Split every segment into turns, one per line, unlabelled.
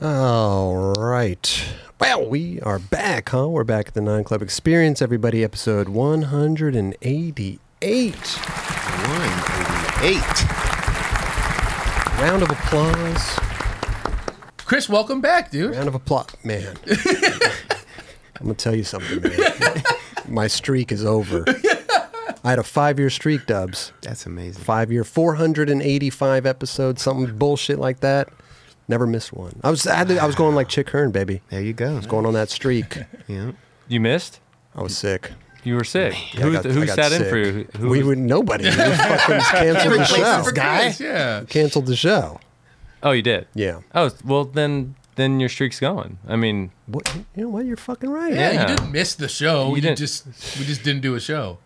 All right. Well, we are back, huh? We're back at the Nine Club Experience, everybody, episode 188.
188.
Round of applause.
Chris, welcome back, dude.
Round of applause. Man, I'm going to tell you something, man. My streak is over. I had a five year streak, Dubs.
That's amazing.
Five year, 485 episodes, something bullshit like that. Never missed one. I was, I, had to- I was going like Chick Hearn, baby.
There you go.
Going on that streak.
Yeah.
You missed?
I was sick.
You were sick.
Yeah,
who
I got- I
who
got
sat in
sick.
for you? Who- Who,
we would nobody. We fucking canceled the show.
this guy?
Yeah.
Canceled the show.
oh, you did.
Yeah.
Oh, well then then your streak's going. I mean,
What? You know what? You're fucking right.
Yeah,
Yeah.
you didn't miss the show.
You
You,
didn't.
just we just didn't do a show.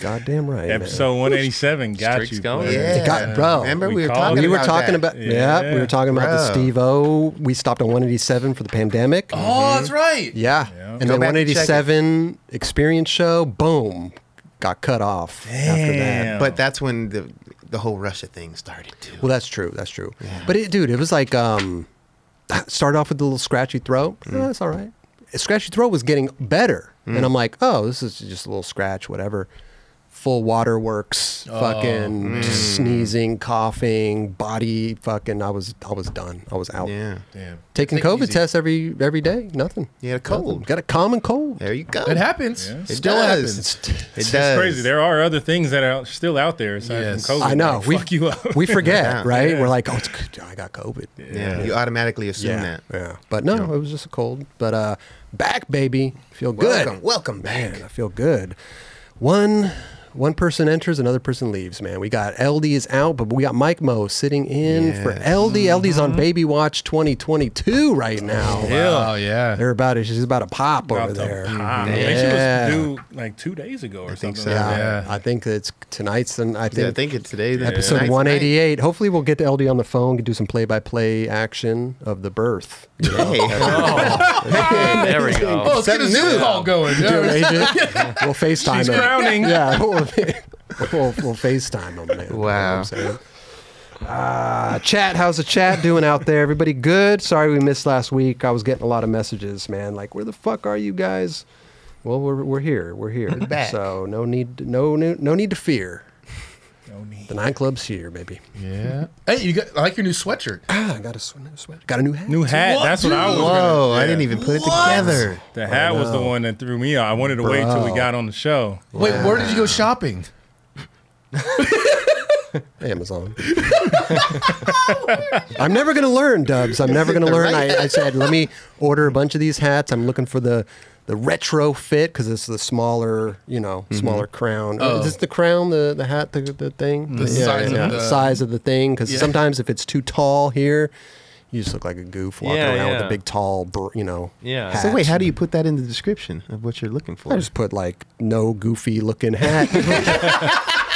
Goddamn right. man.
Episode 187 got
Streak's
you.
going.
man.
Yeah.
It got bro.
Remember we, were
We called
talking
it.
we were
about
talking
that.
about yeah.
Yeah.
We were talking about the
Bro.
Steve O. We stopped on 187 for the pandemic.
Oh, that's right.
Yeah. And
Go
then
back and check it.
187 experience show. Boom. Got cut off after that.
Damn.
But that's when the the whole Russia thing started too.
Well, that's true. That's true. But it, dude, it was like um, started off with a little scratchy throat.
Mm.
Oh, that's all right. Scratchy throat was getting better, and I'm like, oh, this is just a little scratch, whatever. Full water works,
Oh,
fucking sneezing, coughing, body, fucking. I was, I was done. I was out.
yeah.
Damn.
Taking
Take it
COVID
easy.
tests every every day. Nothing.
You had a
Nothing.
cold.
Got a common cold.
There you go.
It happens.
Yeah.
It
Still
does.
happens.
It does.
It's crazy. There are other things that are still out there aside
Yes.
from COVID.
I know.
that
We
fuck you up.
we forget,
Yeah.
right? We're like, oh, it's, good. I got COVID.
Yeah. You automatically assume
Yeah,
that.
yeah. But no, it was just a cold. But uh, back, baby, feel good.
Welcome. Welcome back.
Man, I feel good. One one person enters, another person leaves. Man, we got LD is out, but we got Mike Mo sitting in for
Yes.
LD. LD's
Mm-hmm.
on Baby Watch 2022 right now.
Oh yeah.
They're about it. She's about to pop over
About to
there.
pop. I think she
Yeah.
was due like two days ago or
think
something.
so.
like
yeah.
that.
Yeah.
I think it's tonight's. And I
Yeah, I
think
think it's today. then
Episode
tonight's
188. Hopefully, we'll get to LD on the phone, do some play by play action of the birth. you know?
night. Hey.
there we
Oh,
go.
let's get a Zoom call going.
Do an
Yeah.
agent. We'll FaceTime
She's
him.
crowning.
Yeah, we'll, we'll, we'll FaceTime him, man. You know what
Wow.
I'm saying? Uh, chat, how's the chat doing out there? Everybody good? Sorry we missed last week. I was getting a lot of messages, man. Like, where the fuck are you guys? Well, we're, we're here. We're here.
back.
So no need no no no need to fear.
No need.
The nine club's here, baby.
Yeah. Hey, you got I like your new sweatshirt.
Ah, I got a sw- new sweater. Got a new hat.
New hat.
What,
That's what I was.
dude?
gonna-
Whoa! I
yeah.
didn't even put
What?
it together.
The hat was the one that threw me out. I wanted to wait till we
Bro.
got on the show.
Wait, where did you go shopping?
Amazon. I'm never gonna learn, Dubs. I'm never gonna learn. I, I said, let me order a bunch of these hats. I'm looking for the the retro fit because it's the smaller, you know, smaller crown.
Mm-hmm. Oh.
Is this the crown, the the hat, the, the thing, the
size of the-
size of the thing? Because
Yeah.
sometimes if it's too tall here, you just look like a goof walking
Yeah,
around with a
yeah.
big tall, br- you know.
Yeah.
hat.
So wait, how do you put that in the description of what you're looking for?
I just put like no goofy looking hat.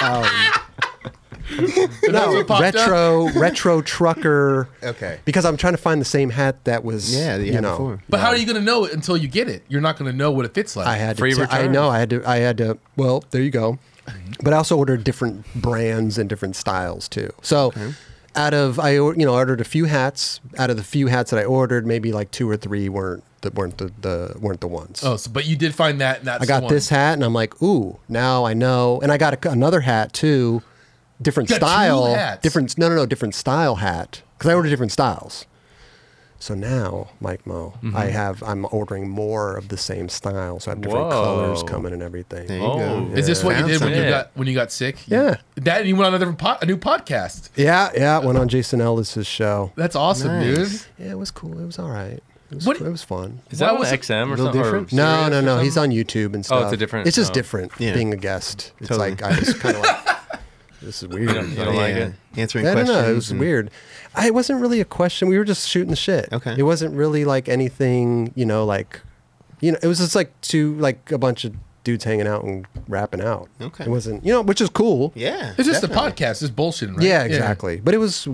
um,
that's
no
what popped up?
retro retro trucker.
Okay.
Because I'm trying to find the same hat that was
Yeah, that you
you
had
know.
before.
But how are you gonna know it until you get it? You're not gonna know what it fits like.
I had
Free
to. I
return.
know I had to. I had to. Well, there you go. But I also ordered different brands and different styles too. So, out of I or- you know I ordered a few hats. Out of the few hats that I ordered, maybe like two or three weren't that weren't the, the weren't the ones.
Oh, so, but you did find that. And that's
I
the
got
one.
this hat, and I'm like, ooh, now I know. And I got a, another hat too, different
You got two
style,
hats.
different. No, no, no, different style hat because I ordered different styles. So now, Mike Mo,
Mm-hmm.
I have I'm ordering more of the same style, so I have different colors
Whoa.
coming and everything.
there you
Oh.
go.
Is this what you
Found
did when you
something.
got when you got sick?
Yeah.
That and you went on another po- a new podcast.
Yeah, yeah, it went
Uh-huh.
on Jason Ellis's show.
That's awesome,
Nice.
Yeah, it was cool. It was all right. It was,
What-
it was fun.
Is
Why
that on
was it
XM or
little
something? or
different?
No,
Sirius
no,
or
no.
something?
He's on YouTube and
Oh,
stuff.
it's a different-
It's just
oh.
different
Yeah.
being a guest. It's
Totally.
like I just kind of like this is weird.
You don't like it?
Answering
I don't
questions.
know. It was
and-
weird. I, it wasn't really a question. We were just shooting the shit.
Okay.
It wasn't really like anything, you know, like, you know, it was just like two, like a bunch of dudes hanging out and rapping out.
Okay.
It wasn't, you know, which is cool.
Yeah.
It's just
definitely.
a podcast. It's bullshit, right?
Yeah, exactly. But it was,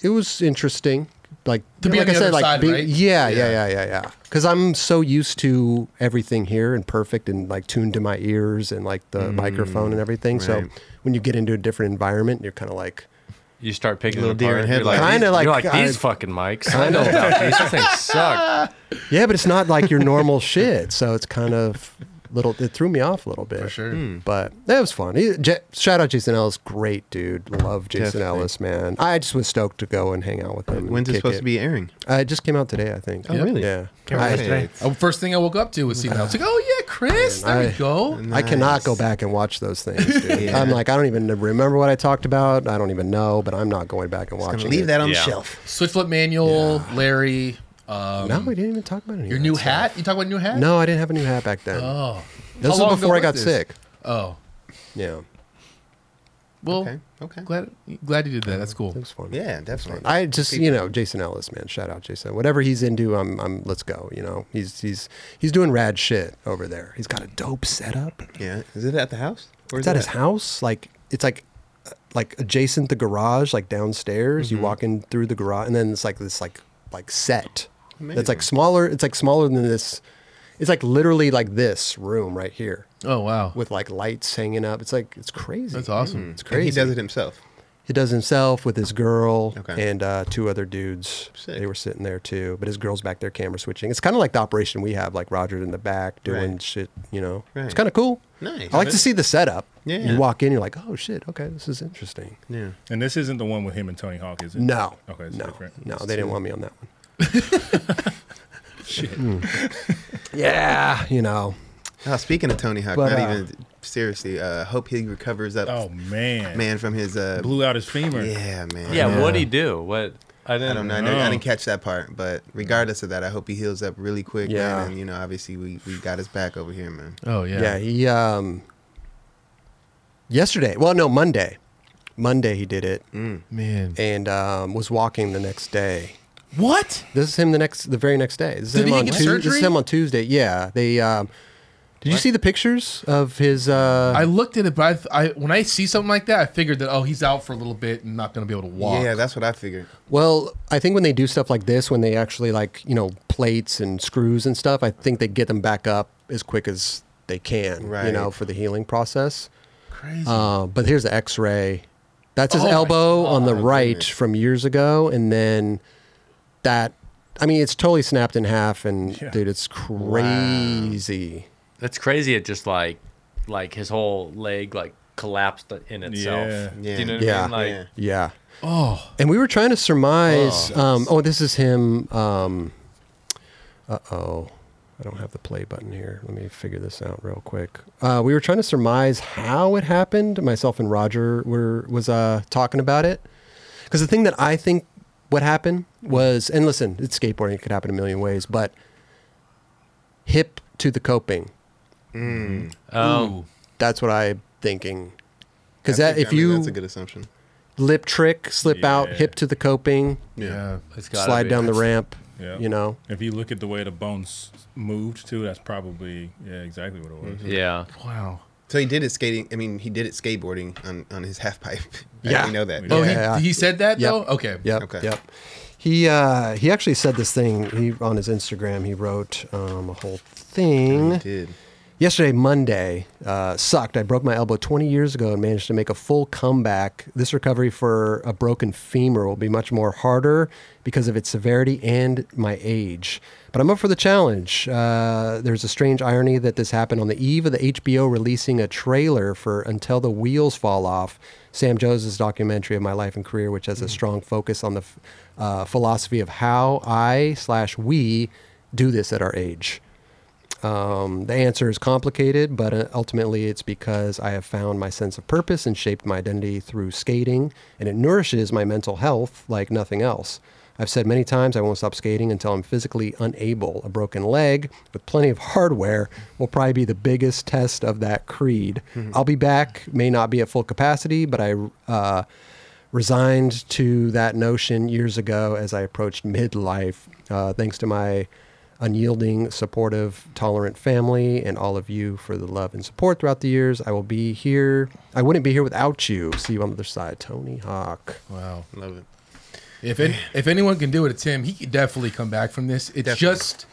it was interesting. Like,
To be
like
on the
I said,
other
like,
side,
being-
right?
yeah, yeah, yeah,
Yeah.
yeah, yeah. Because I'm so used to everything here and perfect and like tuned to my ears and like the microphone and everything. So
Mm, right.
when you get into a different environment, you're kind of like,
you start picking
Little
it
deer
apart.
in
you're
headlights.
Kinda like
you're like
I-
these fucking mics. I know about these. These things suck.
Yeah, but it's not like your normal shit. So it's kind of little. It threw me off a little bit.
For sure.
Hmm.
But that was fun. He, J- shout out Jason Ellis, great dude. Love Jason
Definitely.
Ellis, man. I just was stoked to go and hang out with him. and
When's it
kick
supposed to be airing?
Uh, it just came out today, I think.
Oh, really?
Yeah.
Came out
I-
today.
Oh, first thing I woke up to was seeing that. I was like, oh yeah, Chris, there
I-
we go.
I cannot go
Nice.
back and watch those things. Dude.
Yeah.
I'm like, I don't even remember what I talked about. I don't even know, but I'm not going back and
I'm
watching.
gonna leave
it.
that on
Yeah.
the shelf.
Switch flip manual, Larry. Um,
No, we didn't even talk about any.
your
of
new
that stuff.
hat. You talk about new hat?
No, I didn't have a new hat back then.
Oh. How
this
long ago
was before I
was
got
this?
sick.
Oh.
Yeah,
Well.
Okay. Okay.
Glad glad you did that. That's cool.
it was fun.
Yeah, definitely.
I just you know Jason Ellis, man. Shout out Jason. Whatever he's into, I'm I'm let's go. You know he's he's he's doing rad shit over there. He's got a dope setup.
yeah. Is it at the house? Or
It's
is
at
it
his house. Like it's like uh, like adjacent the garage, like downstairs.
Mm-hmm.
You walk in through the garage, and then it's like this like like set that's
Amazing.
like smaller. It's like smaller than this. It's like literally like this room right here
Oh wow.
with like lights hanging up. It's like it's crazy.
That's awesome.
It's
And
crazy.
he does it himself.
He does himself with his girl
Okay.
and uh, two other dudes.
Sick.
They were sitting there too, but his girl's back there camera switching. It's kind of like the operation we have, like Roger in the back doing
Right.
shit. You know, it's
Right.
kind of cool.
Nice.
I like to see the setup.
Yeah.
You walk in, you're like, oh shit, okay, this is interesting.
Yeah.
And this isn't the one with him and Tony Hawk, is it?
No,
Okay, it's
no,
different.
no, they didn't want me on that one.
Shit.
Yeah, you know,
Oh, speaking of Tony Hawk,
But,
not
uh,
even seriously. Uh, hope he recovers up,
Oh man.
man, from his. Uh,
Blew out his femur.
yeah, man.
Yeah, what'd he do? What? I didn't
I don't know. I
No.
didn't, I didn't catch that part, but regardless of that, I hope he heals up really quick.
Yeah.
Man, and you know, obviously we, we got his back over here, man.
Oh yeah.
Hmm. yeah. He um, yesterday. Well, no, Monday. Monday he did it
Mm.
Man.
and um, was walking the next day.
What?
This is him the next, the very next day. This is
Did
him
he
on
get
Tues- This
surgery?
is him on Tuesday. Yeah, they. Um, did you see the pictures of his? Uh,
I looked at it, but I, I when I see something like that, I figured that oh, he's out for a little bit and not going to be able to walk.
Yeah, that's what I figured.
well, I think when they do stuff like this, when they actually like you know plates and screws and stuff, I think they get them back up as quick as they can. You
Right.
know, for the healing process.
crazy.
Uh, but here's the X-ray. That's his
Oh my
elbow on the
God.
right from years ago, and then that. I mean, it's totally snapped in half, and
Yeah.
dude, it's crazy.
That's crazy. It just like, like his whole leg like collapsed in itself.
Yeah.
Do you know what
Yeah.
I mean? Like,
Yeah.
Yeah.
oh,
And we were trying to surmise. Oh, um, oh this is him. Um, uh oh. I don't have the play button here. Let me figure this out real quick. Uh, we were trying to surmise how it happened. Myself and Roger were was uh, talking about it because the thing that I think what happened was, and listen, it's skateboarding; it could happen a million ways. But hip to the coping.
oh,
That's what I'm thinking. Because
I
that
think-
if
I mean,
you
that's a good assumption.
lip trick, slip out,
Yeah.
hip to the coping,
yeah.
it's gotta
slide
be.
down the ramp.
Yeah.
You know,
If you look at the way the bones moved too, that's probably yeah exactly what it was.
Yeah.
Wow.
So he did it skating. I mean, he did it skateboarding on, on his half pipe.
Yeah.
we know that.
Oh, he,
Yeah.
he said that
Yep.
though. Okay.
Yep.
Okay.
Yep. He uh, he actually said this thing. He on his Instagram he wrote um, a whole
He
thing.
did.
Yesterday, Monday, uh, sucked. I broke my elbow 20 years ago and managed to make a full comeback. This recovery for a broken femur will be much more harder because of its severity and my age. But I'm up for the challenge. Uh, there's a strange irony that this happened on the eve of the HBO releasing a trailer for Until the Wheels Fall Off, Sam Jones's documentary of my life and career, which has a strong focus on the f- uh, philosophy of how I slash we do this at our age. Um, the answer is complicated, but uh, ultimately it's because I have found my sense of purpose and shaped my identity through skating, and it nourishes my mental health like nothing else. I've said many times I won't stop skating until I'm physically unable. A broken leg with plenty of hardware will probably be the biggest test of that creed. I'll be back, may not be at full capacity, but I uh, resigned to that notion years ago as I approached midlife, uh, thanks to my unyielding, supportive, tolerant family and all of you for the love and support throughout the years. I will be here. I wouldn't be here without you. See you on the other side, Tony Hawk.
Wow.
Love it.
If any, if anyone can do it, it's him. He could definitely come back from this. It's
Definitely.
just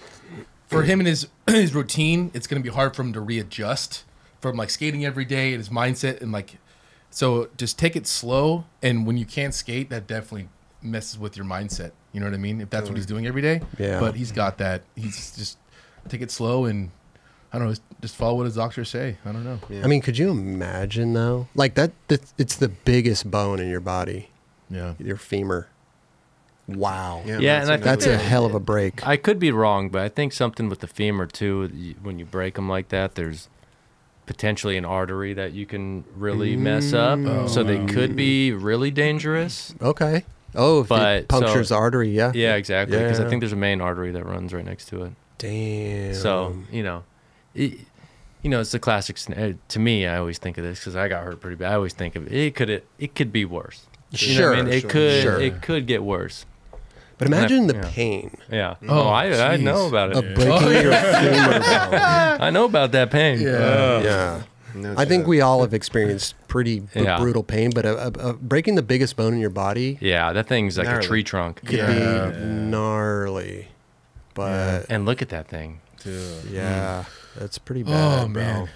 for him and his his routine. It's going to be hard for him to readjust from like skating every day and his mindset and like So just take it slow, and when you can't skate, that definitely messes with your mindset. You know what I mean? If that's what he's doing every day.
Yeah.
But he's got that. He's just take it slow and I don't know. Just follow what his doctors say. I don't know. Yeah.
I mean, could you imagine though? Like that, that it's the biggest bone in your body, your femur. Wow.
Yeah,
Yeah,
that's
and I
another
think
That's
way.
a hell of a break.
I could be wrong, but I think something with the femur too. you- When you break them like that, there's potentially an artery that you can really mess up.
Mm.
so they
Oh,
could be really dangerous.
Okay. Oh, if
But,
it punctures
so-
the artery, yeah.
Yeah, exactly. Because
Yeah.
I think there's a main artery that runs right next to it.
Damn.
So you know, it, you know, it's the classic. sc- uh, To me, I always think of this because I got hurt pretty bad. I always think of it, it could it, it could be worse. You know what I
Sure,
mean? it
sure,
could
sure.
it could get worse.
but imagine the
yeah.
pain
Yeah.
Oh,
Oh, I, I
jeez.
know about
of
it.
breaking your femur bone.
I know about that pain.
Oh.
Yeah.
No
I think
joke.
we all have experienced pretty b-
Yeah.
brutal pain, but uh uh uh breaking the biggest bone in your body
Yeah, that thing's like
Gnarly.
a tree trunk.
could
Yeah.
be gnarly. But
And look at that thing.
Dude.
yeah, that's pretty bad, bro.
man.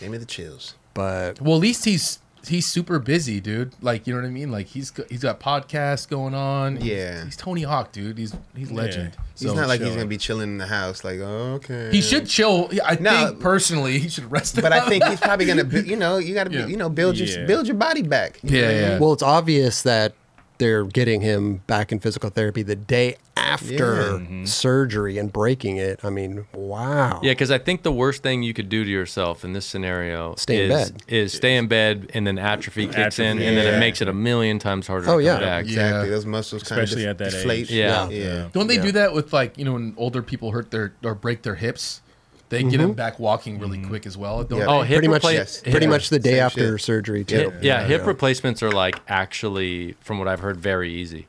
Gave me the chills.
But
Well, at least he's he's super busy, dude. Like you know what I mean? Like he's go- he's got podcasts going on.
Yeah.
He's Tony Hawk, dude. He's he's legend.
He's
So-
not like he's
chilling.
gonna be chilling in the house. Like okay,
He should chill. I
No.
think personally, he should rest.
But I
up.
think he's probably gonna. bu- You know, you gotta. be
Yeah.
You know, build your
Yeah.
build your body back. You
Yeah,
know what I
yeah.
mean?
well, it's obvious that they're getting him back in physical therapy the day after
Yeah.
surgery and breaking it. I mean, wow.
Yeah, because I think the worst thing you could do to yourself in this scenario
Stay in
is,
bed.
is stay in bed and then atrophy kicks in
Atrophy.
and then
Yeah.
it makes it a million times harder
Oh,
to
yeah.
come back.
Exactly.
Yeah.
Those muscles kind
Especially
of
at that age.
deflate.
Yeah.
Yeah.
Yeah.
Don't they
Yeah.
do that with like you know when older people hurt their or break their hips, they get them back walking really quick as well. Don't
Mm-hmm. Yeah.
Oh,
they?
hip
pretty much
repla-
yes.
pretty
yeah.
much the day
Same
after
shit.
surgery too.
Hip- yeah, hip replacements are like actually, from what I've heard, very easy.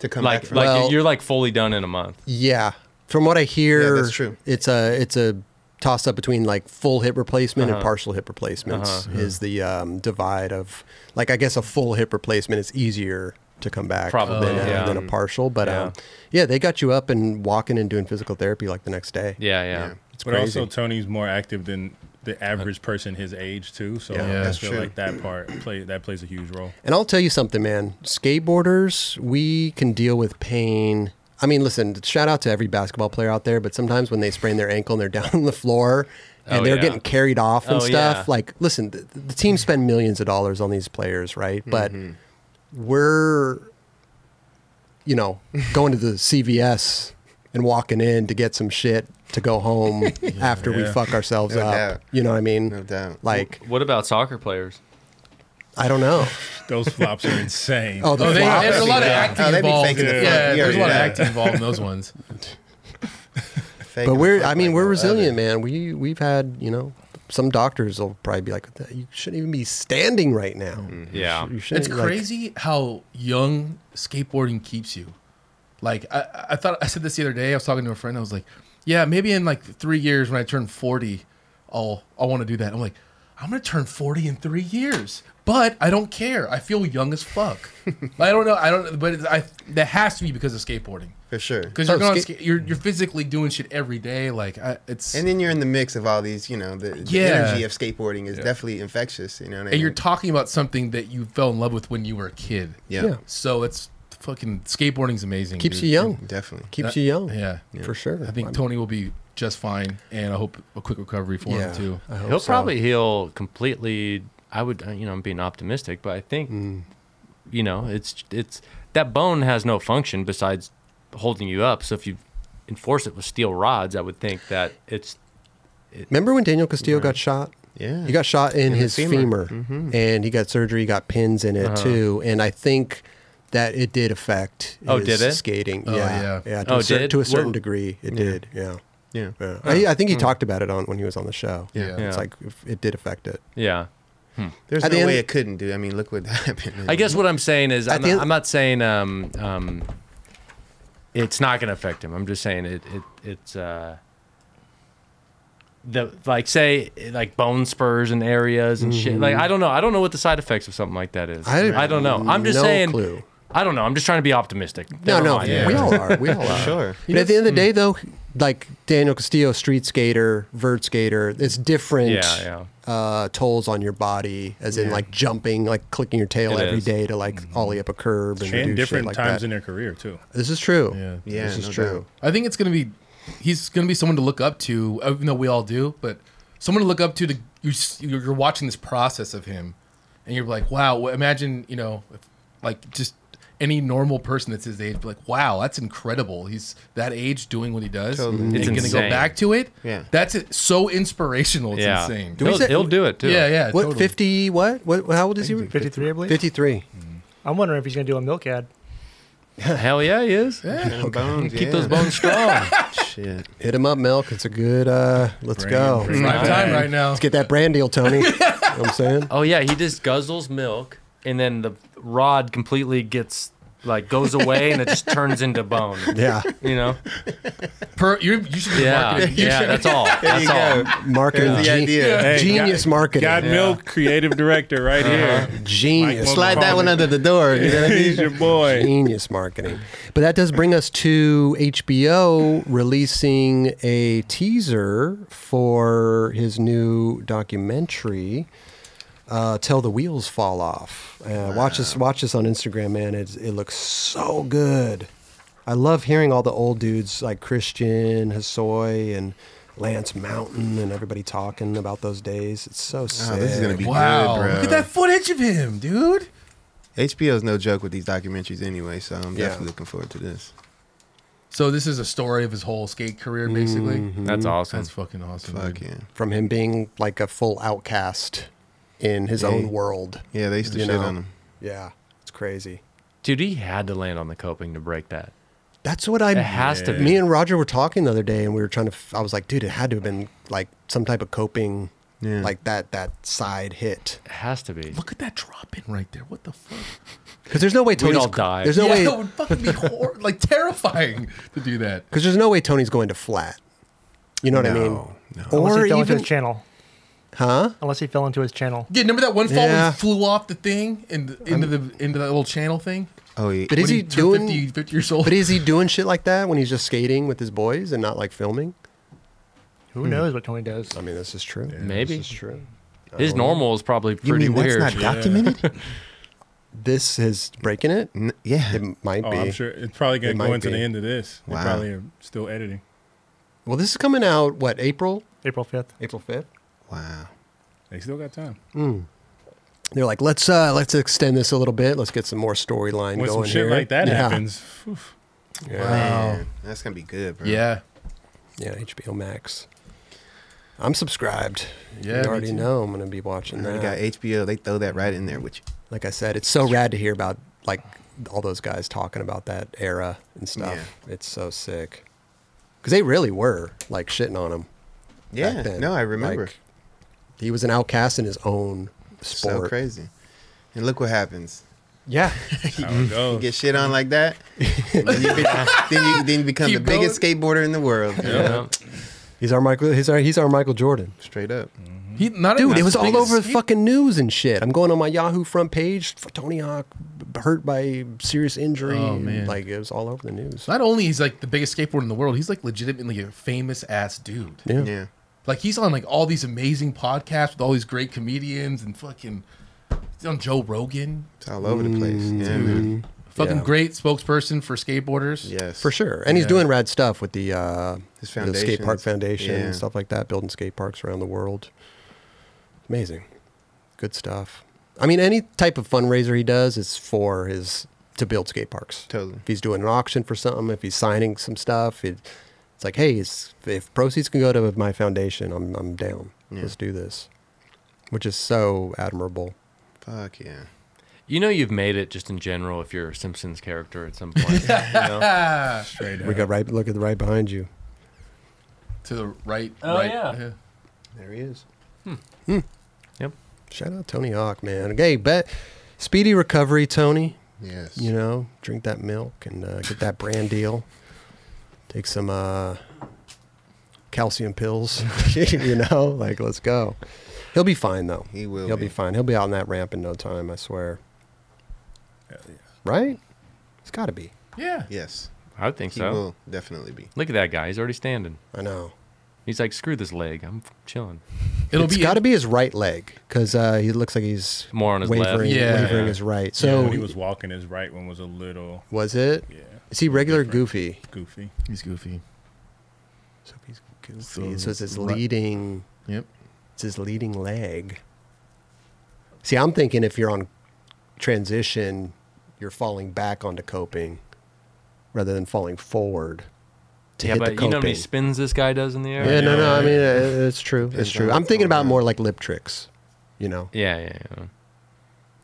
To come
Like,
back
like
from.
Well-
you're like fully done in a month.
Yeah, from what I hear,
Yeah, that's true.
It's a it's a toss up between like full hip replacement and partial hip replacements is the um, divide of like I guess a full hip replacement is easier to come back
Probably,
than, a-
yeah.
than a partial, but yeah. Um,
Yeah.
yeah, they got you up and walking and doing physical therapy like the next day.
Yeah,
Yeah.
yeah.
It's
But
crazy.
also, Tony's more active than the average person his age too. So
Yeah,
I
that's
feel
true.
like that part play that plays a huge role.
And I'll tell you something, man. Skateboarders, we can deal with pain. I mean, listen, shout out to every basketball player out there, but sometimes when they sprain their ankle and they're down on the floor and
Oh,
they're
yeah.
getting carried off and
Oh,
stuff,
yeah.
like, listen, the, the teams spend millions of dollars on these players, right? But we're, you know, going to the CVS and walking in to get some shit to go home after we
Yeah.
fuck ourselves
No
up.
doubt.
You know what I mean?
No doubt.
Like,
What about soccer players?
I don't know.
Those flops are insane.
Oh, the
Oh, they,
flops?
there's a lot of
Yeah.
acting
Oh, they be
involved.
faking
Yeah,
the fuck. You
there's
already
a lot of
know.
acting involved in those ones.
Fake
but
and
we're
fuck
i mean
like
we're
no
resilient
other.
man we we've had you know some doctors will probably be like you shouldn't even be standing right now
Yeah.
you shouldn't
It's
like-
crazy how young skateboarding keeps you. Like I, I thought I said this the other day. I was talking to a friend. I was like, "Yeah, maybe in like three years when I turn forty, I'll I want to do that." I'm like, "I'm gonna turn forty in three years, but I don't care. I feel young as fuck. I don't know. I don't. But it's, I that has to be because of skateboarding.
for sure.
Because
Oh,
you're going,
skate-
ska- you're you're physically doing shit every day. Like I, it's
And then you're in the mix of all these, you know, the, the
Yeah.
energy of skateboarding is definitely infectious, you know. what I
and you're
mean?
talking about something that you fell in love with when you were a kid.
yeah,
Yeah.
So it's fucking skateboarding's amazing.
keeps
dude.
you young
definitely.
keeps
That-
you young
Yeah.
for sure
I think
I'm-
Tony will be just fine, and I hope a quick recovery for him too.
I hope
He'll
so.
probably heal completely. I would, uh, you know, I'm being optimistic, but I think, you know, it's it's that bone has no function besides holding you up. So if you enforce it with steel rods, I would think that it's
remember when daniel castillo got shot
Yeah.
he got shot in,
the
his femur,
femur.
and he got surgery he got pins in it too and i think that it did affect
Oh,
his
did it?
skating
Oh,
yeah
yeah.
to,
Oh,
a cer-
did?
to a certain
Well-
degree it did yeah
yeah.
yeah. I, I think he talked about it on when he was on the show.
Yeah. Yeah.
it's like it did affect it.
yeah.
There's
At the
no
end-
way it couldn't do. I mean, look what happened.
I guess what I'm saying is
At
I'm
the
not,
end-
I'm not saying um um it's not going to affect him. I'm just saying it it it's uh the like say like bone spurs and areas and shit. Like I don't know. I don't know what the side effects of something like that is.
Mm-hmm. I have
I, don't know. I'm just
no
saying.
clue.
I don't know. I'm just trying to be optimistic.
No,
Never
no,
mind.
we all are. We all are.
Sure.
But at the end of the day, though, like Daniel Castillo, street skater, vert skater. It's different
Yeah, yeah.
Uh, tolls on your body, as in like jumping, like clicking your tail
It
every
is. Mm-hmm.
day to like ollie up a curb and, do
and
different
different
shit like
times
that.
in their career too.
this is true.
Yeah.
Yeah,
this is
no
true.
doubt.
I think it's gonna be he's gonna be someone to look up to, even though we all do, but someone to look up to. To you, s- you're you're watching this process of him, and you're like, wow. w- Imagine you know, if, like just any normal person that's his age, be like, wow, that's incredible. He's that age doing what he does,
Totally.
and
It's
gonna go
insane.
back to it.
Yeah.
that's it, so inspirational. It's
yeah.
insane.
we
He'll,
say-
he'll do it too.
yeah, yeah.
What
totally.
fifty? What? What? How old is he?
53, I believe.
Fifty-three.
I'm wondering if he's going to do a milk ad.
Hell yeah, he is.
And bones,
Keep
yeah.
those bones strong.
Shit.
Hit him up, Milk. It's a good. uh Let's
Brand-
go.
brand-
Prime time right now.
Let's get that brand deal, Tony. you know what I'm saying.
oh yeah, he just guzzles milk, and then the rod completely gets like goes away, and it just turns into bone.
Yeah.
You know?
Per, you you should be
Yeah,
marketing. You
yeah.
should-
That's all. That's
you
all.
go.
Marketing.
There's the
gen-
idea.
Hey,
genius
God-
marketing.
God
Yeah. Uh-huh.
Milk, creative director, right here.
Genius.
Mike
Slide that one under the door. You know what I mean?
He's your boy.
genius marketing. But that does bring us to HBO releasing a teaser for his new documentary. Uh, Till the wheels fall off. Uh, Watch this. Watch this on Instagram, man. It, it looks so good. I love hearing all the old dudes like Christian Hassoy and Lance Mountain and everybody talking about those days. It's so sick.
Oh, this is gonna be
Wow,
good, bro.
look at that footage of him, dude.
HBO's no joke with these documentaries anyway, so I'm
Yeah.
definitely looking forward to this.
So this is a story of his whole skate career, basically.
Mm-hmm.
That's awesome.
That's fucking awesome.
Fuck
dude.
yeah.
from him being like a full outcast in his
Yeah.
own world.
Yeah, they used to
You
shit
know.
on them.
Yeah, it's crazy.
Dude, he had to land on the coping to break that.
That's what I.
It has to
Me
be.
and Roger were talking the other day, and we were trying to. f- I was like, dude, it had to have been like some type of coping,
Yeah.
like that that side hit.
It has to be.
Look at that drop in right there. What the fuck?
Because there's no way Tony's.
all die.
There's no
yeah, that
way.
would fucking be hor- like terrifying to do that.
Because there's no way Tony's going to flat. You know what I mean?
No, no.
Unless
Or
he fell into his
even
channel.
huh?
Unless he fell into his channel.
Yeah, remember that one fall when
Yeah.
he flew off the thing and into the into that little channel thing?
Oh, yeah.
But is
When
he
turned
doing?
50, 50 years old?
But is he doing shit like that when he's just skating with his boys and not like filming?
Who
Hmm.
knows what Tony does?
I mean, this is true.
Maybe.
this is true.
His normal is probably
you
pretty
mean
weird.
that's not documented?
This is breaking it.
N- yeah.
It might
Oh,
be.
I'm sure it's probably
It
going to
might
go into
be.
the end of this. They
Wow.
probably are still editing.
Well, this is coming out what April?
April 5th.
April fifth.
Wow.
They still got time.
They're like, let's uh let's extend this a little bit. Let's get some more storyline
When
going
some shit
here.
like that
yeah.
happens, phew,
Man, that's going to be good, bro.
yeah.
Yeah, HBO Max. I'm subscribed.
Yeah,
you
me
already
too.
know I'm gonna be watching
They
that.
got HBO. They throw that right in there with you.
Like I said, it's so rad to hear about like all those guys talking about that era and stuff. It's so sick because they really were like shitting on him.
Yeah.
back then.
No, I remember.
Like, he was an outcast in his own sport.
so crazy. And look what happens.
Yeah,
that's how it
You
goes.
get shit on like that, and then, you be, then, you, then you become
Keep
the biggest skateboarder in the world.
Yeah.
he's our Michael. He's our he's our Michael Jordan.
Straight up.
He not
Dude,
not
it was
the
all
biggest
over the
skate-
fucking news and shit. I'm going on my Yahoo front page for Tony Hawk b- hurt by serious injury.
Oh,
and,
man.
Like it was all over the news.
Not only he's like the biggest skateboarder in the world, he's like legitimately a famous ass dude.
Yeah.
Yeah.
Like he's on like all these amazing podcasts with all these great comedians and fucking he's on Joe Rogan.
It's all over the place. Yeah, man.
Fucking
Yeah.
great spokesperson for skateboarders.
Yes.
For sure. And he's
Yeah.
doing rad stuff with the uh
His
the skate park
foundations.
foundation
Yeah.
and stuff like that, building skate parks around the world. Amazing. Good stuff. I mean, any type of fundraiser he does is for his to build skate parks.
Totally.
If he's doing an auction for something, if he's signing some stuff, it, it's like, hey, it's, if proceeds can go to my foundation, I'm I'm down.
Yeah.
Let's do this, which is so admirable.
Fuck yeah.
You know you've made it just in general if you're a Simpsons character at some point. you know?
Ah,
Straight
We
up.
got right look at the right behind you.
To the right.
Oh,
right.
yeah.
There he is.
Yep.
Shout out Tony Hawk, man. Hey, bet speedy recovery, Tony.
Yes.
You know, drink that milk and uh, get that brand deal. Take some uh, calcium pills. you know, like let's go. He'll be fine though.
He will
He'll be.
be.
fine. He'll be out on that ramp in no time. I swear.
Hell yeah.
Right? It's got to be.
Yeah.
Yes.
I would think
He
so.
will definitely be.
Look at that guy. He's already standing.
I know.
He's like, screw this leg. I'm chilling.
It'll
it's
be
got to be his right leg because uh, he looks like he's
More on his left.
wavering,
Yeah.
wavering
Yeah.
his right.
So
So
when he was walking, his right one was a little
was it?
yeah
Is he regular
Different.
goofy?
goofy.
he's goofy.
So he's goofy. So,
So
it's his
right-
leading.
Yep.
It's his leading leg. See, I'm thinking if you're on transition, you're falling back onto coping rather than falling forward to
Yeah,
hit
but
the
you know how
coping.
many spins this guy does in the air?
yeah, no, no. I mean, uh, it's true.
Depends
It's true.
on
I'm
what's
thinking
going
about
on.
more like lip tricks. You know,
Yeah, yeah, yeah.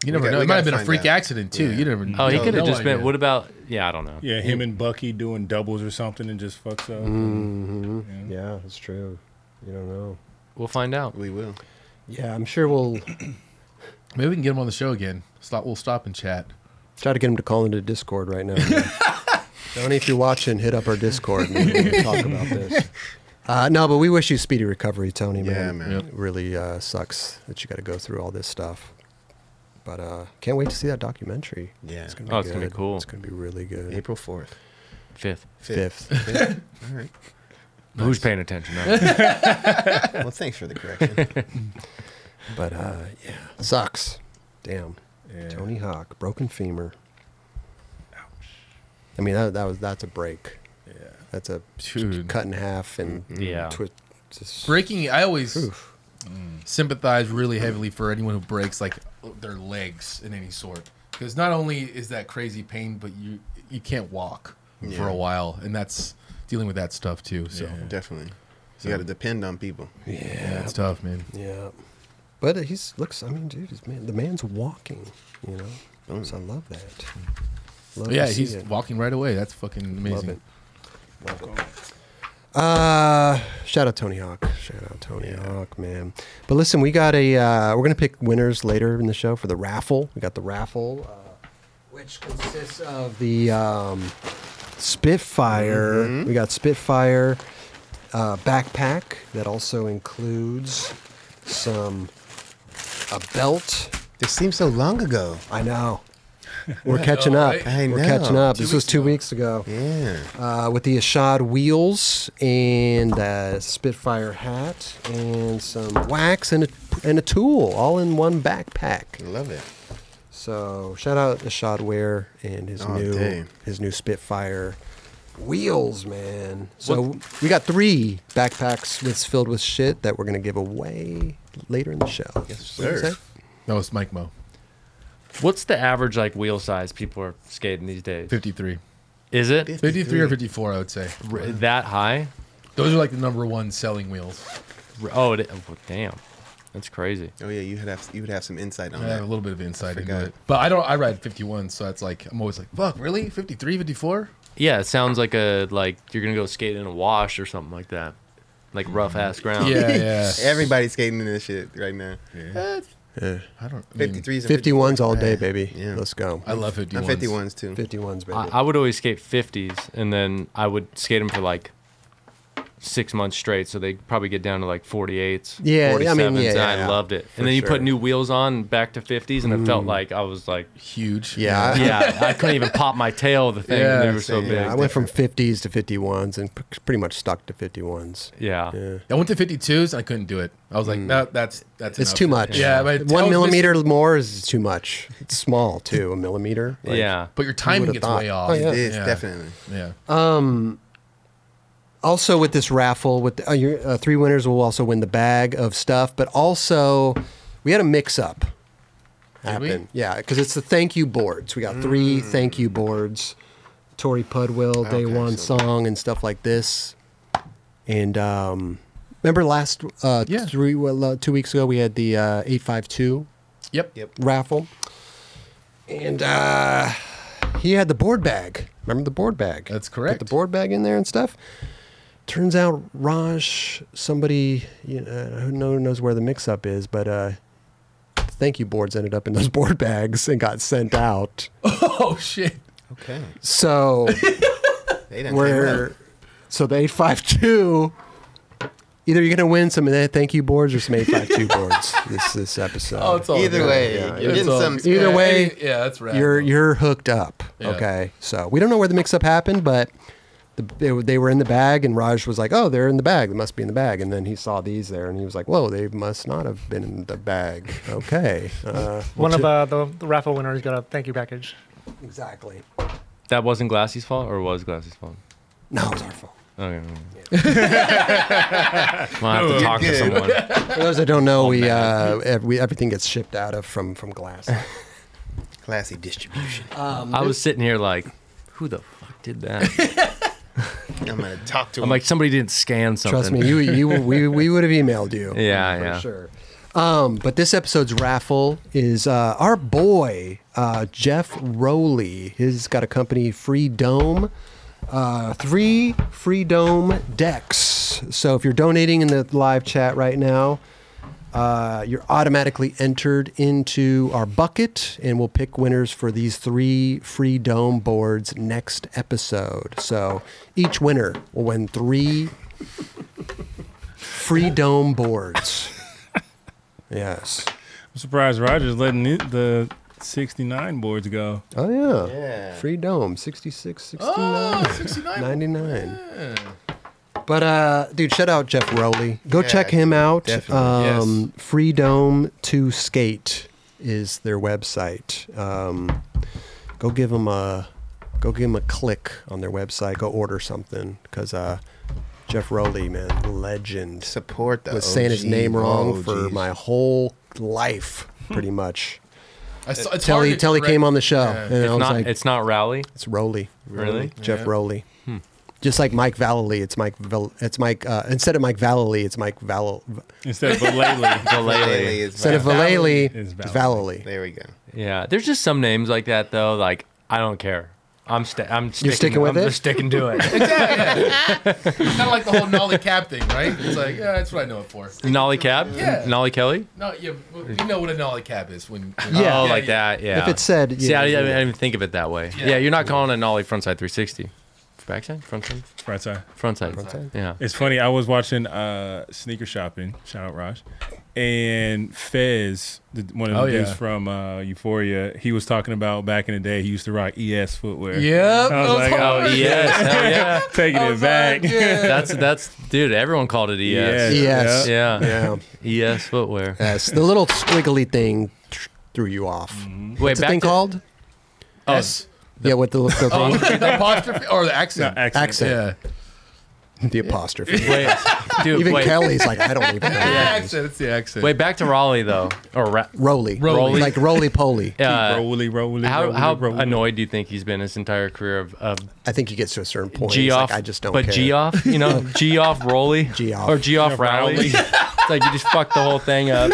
You never
got-
know.
we
It might have
gotta
been a
find
freak
out.
accident too.
Yeah.
You never.
Oh, he
no-
could have
no
just been.
idea.
What about? Yeah, I don't know.
Yeah, him and Bucky doing doubles or something and just fucks up.
Mm.
Yeah.
it's true. You don't know.
We'll find out.
We will.
Yeah, I'm sure we'll
Maybe we can get him on the show again. Stop. We'll stop and chat.
try to get him to call into Discord right now. Donnie, if you're watching, hit up our Discord and we'll talk about this. Uh, no, but we wish you speedy recovery, Tony. Man,
Yeah, man.
Yep.
It really uh, sucks that you got to go through all this stuff. But uh, can't wait to see that documentary.
Yeah.
it's gonna be
Oh, it's gonna be
good.
cool.
It's gonna be really good.
April 4th.
Fifth.
fifth.
All right.
Who's paying attention? Right?
Well, thanks for the correction.
but uh, yeah, sucks. Damn,
Yeah.
Tony Hawk, broken femur. I mean, that, that was that's a break.
Yeah.
That's a
Dude.
cut in half and
Yeah.
twi- just-
Breaking. I always
Oof.
sympathize really heavily for anyone who breaks like their legs in any sort, because not only is that crazy pain, but you you can't walk for
Yeah.
a while, and that's dealing with that stuff too. So
Yeah.
definitely. You got to depend on people.
Yeah,
yeah, it's tough, man.
yeah. But he's looks. I mean, dude, he's, man, the man's walking. You know, so I love that. Love
But yeah,
to see
he's
it.
walking right away. That's fucking
Love
amazing.
it. Love it. Uh, shout out Tony Hawk. Shout out Tony Hawk, man. But listen, we got a. Uh, we're gonna pick winners later in the show for the raffle. We got the raffle, uh, which consists of the um, Spitfire. We got Spitfire uh, backpack that also includes some a belt.
This seems so long ago.
I know. We're catching up.
right?
I
We're catching
know.
up.
Two
this was
weeks
two
ago.
weeks ago
Yeah.
uh, with the Ashad wheels and uh, Spitfire hat and some wax and a, and a tool all in one
I
backpack.
love it.
So shout out Ashad Ware and his
Oh,
new
dang.
his new Spitfire wheels, man. So we got three backpacks with filled with shit that we're gonna give away later in the show. Yes,
sir.
No, it's Mike Mo,
What's the average like wheel size people are skating these days?
fifty three.
Is it
53 or 54, I would say.
r- that high?
Those are like the number one selling wheels.
R- Oh, it, oh, damn, that's crazy.
Oh yeah, you would have you would have some insight on
I have a
that.
little bit of insight into
forgot.
it. But I don't I ride 51, so that's like I'm always like, "Fuck, really? 53, 54?"
Yeah, it sounds like a like you're gonna go skate in a wash or something like that, like rough ass ground.
Yeah, yeah. Eh,
Everybody's skating in this shit right now.
I don't I mean,
53s and
51s
54s.
all day,
Yeah.
baby.
Yeah.
Let's go.
I love 51.
I'm 51s too.
51s, baby.
I, I would always skate 50s, and then I would skate them for like six months straight, so they probably get down to like 48s.
Yeah, I mean,
47s,
yeah,
and
yeah,
I
yeah,
loved it.
for
And then you
sure. Mm.
put new wheels on, back to 50s, and it felt like I was like,
Huge.
yeah, I-
yeah, I couldn't even pop my tail. of The thing
Yeah,
they were so
same.
big.
I went from 50s to 51s and p- pretty much stuck to 51s.
yeah.
Yeah.
I went to 52s and I couldn't do it. I was like, "No, that's that's
Mm. It's
enough.
too much.
Yeah, but I was
one
missing-
millimeter more is too much. It's small too, a millimeter. Like,
yeah.
But your timing
would've
gets
thought?
way off.
Oh, yeah.
It is
Yeah.
definitely.
Yeah.
Also, with this raffle, with uh, your uh, three winners will also win the bag of stuff. But also, we had a mix-up
Did we?
happen. Yeah, because it's the thank you boards. We got three thank you boards: Tori Pudwill, Day
Okay,
One
so-
Song, and stuff like this. And um, remember last uh,
Yeah.
three well, uh, two weeks ago, we had the uh, eight five two
Yep.
Yep.
raffle. And uh, he had the board bag. Remember the board bag?
That's
Put
correct.
the board bag in there and stuff. Turns out Raj, somebody you know, who no one knows where the mix-up is, but uh, thank you boards ended up in those board bags and got sent out.
Oh shit.
Okay.
So
They didn't
we're so the eight five two Either you're going to win some eh, thank you boards or some 852 boards this this episode.
Oh, it's all
Either
good.
way,
Yeah,
you're
it's
getting
all-
some.
Either
yeah,
way,
any- yeah, that's right.
you're you're hooked up.
Yeah.
Okay, so we don't know where the mix up happened, but the, they, were- they were in the bag, and Raj was like, "Oh, they're in the bag. They must be in the bag." And then he saw these there, and he was like, "Whoa, they must not have been in the bag." Okay, uh,
One of uh, the, the raffle winners got a thank you package.
exactly.
That wasn't Glassy's fault, or was Glassy's fault?
No, it was our fault.
Okay. I'll have to talk to someone.
For those that don't know,
Oh,
we, uh, ev- we everything gets shipped out of from from glass.
Classy distribution.
I was sitting here like, who the fuck did that?
I'm gonna talk to him.
I'm like, somebody didn't scan something.
Trust me, you you we, we would have emailed you.
Yeah,
for
yeah.
sure. Um, but this episode's raffle is uh, our boy uh, Jeff Rowley. He's got a company, Free Dome. Uh, three Free Dome decks. So if you're donating in the live chat right now, uh, you're automatically entered into our bucket, and we'll pick winners for these three free dome boards next episode. So each winner will win three free dome boards. Yes.
I'm surprised Roger's letting it, the 69 boards go.
Oh, yeah.
Yeah.
Free dome, 66, 69,
Oh, 69.
99.
Yeah.
But uh, dude, shout out Jeff Rowley. Go check him out.
definitely.
Um, Freedome to Skate is their website. Um, go give them a go give 'em a click on their website. Go order something because uh, Jeff Rowley, man, legend.
support the
Uh, was saying his
OG.
name wrong
Oh,
for
geez.
my whole life, pretty much.
I saw, it's
Till
hard
he
to
till he
correct-
Uh, came on the show,
Yeah.
and I
It's
was
not,
like,
it's not Rowley.
it's Rowley.
Really? Hmm.
Jeff
Yeah.
Rowley. Just like Mike Vallely, it's Mike. Val- it's Mike. Uh, instead of Mike Vallely, it's Mike Val.
Instead of lately,
Vallely.
Vallely is
Instead of
Val-
Vallely,
is
it's Vallely.
There we go.
Yeah, there's just some names like that though. Like I don't care. I'm st- I'm sticking,
sticking with
I'm
it?
just sticking to it.
kind of like the whole Nolly Cab thing, right? It's like, yeah, that's what I know it for.
Nolly Cab,
Yeah.
Nolly Kelly.
No, you, you know what a Nolly Cab is when. when
Yeah.
oh, like that. Yeah.
If it said,
See, I, I
yeah,
didn't even think of it that way.
Yeah.
Yeah, you're not calling a Nolly frontside 360. Backside, frontside,
right side.
frontside. Yeah.
It's funny. I was watching uh, sneaker shopping. Shout out Raj, and Fez, the, one of the
Oh,
dudes
yeah.
from uh, Euphoria. He was talking about back in the day. He used to rock ES footwear.
Yep.
I was
those
like,
are-
Oh yes, hell yeah.
taking
I
it
was
back.
like, yeah.
That's that's dude. Everyone called it
E
ES.
Yes.
yeah.
Yeah.
yeah.
ES footwear.
Yes, the little squiggly thing threw you off.
Wait,
What's the thing
Mm-hmm. to- oh,
called?
S.
yeah, with the, the,
Oh, the apostrophe or the
No,
accent.
accent.
accent,
yeah.
the apostrophe.
Wait, dude.
Even
wait,
Kelly's like, I don't even know.
The
Yeah.
accent. It's the accent.
wait. Back to Raleigh though, or Ra-
Roly,
Roly.
like roly poly.
uh,
Rolly, rolly,
how
rolly,
how
rolly.
annoyed do you think he's been his entire career of, of
I think he gets to a certain point.
G
he's
off,
like, I just don't
but
care.
G off, you know, G off Rolly,
G off.
or G off
Rowley.
Rowley. it's like you just fucked the whole thing up.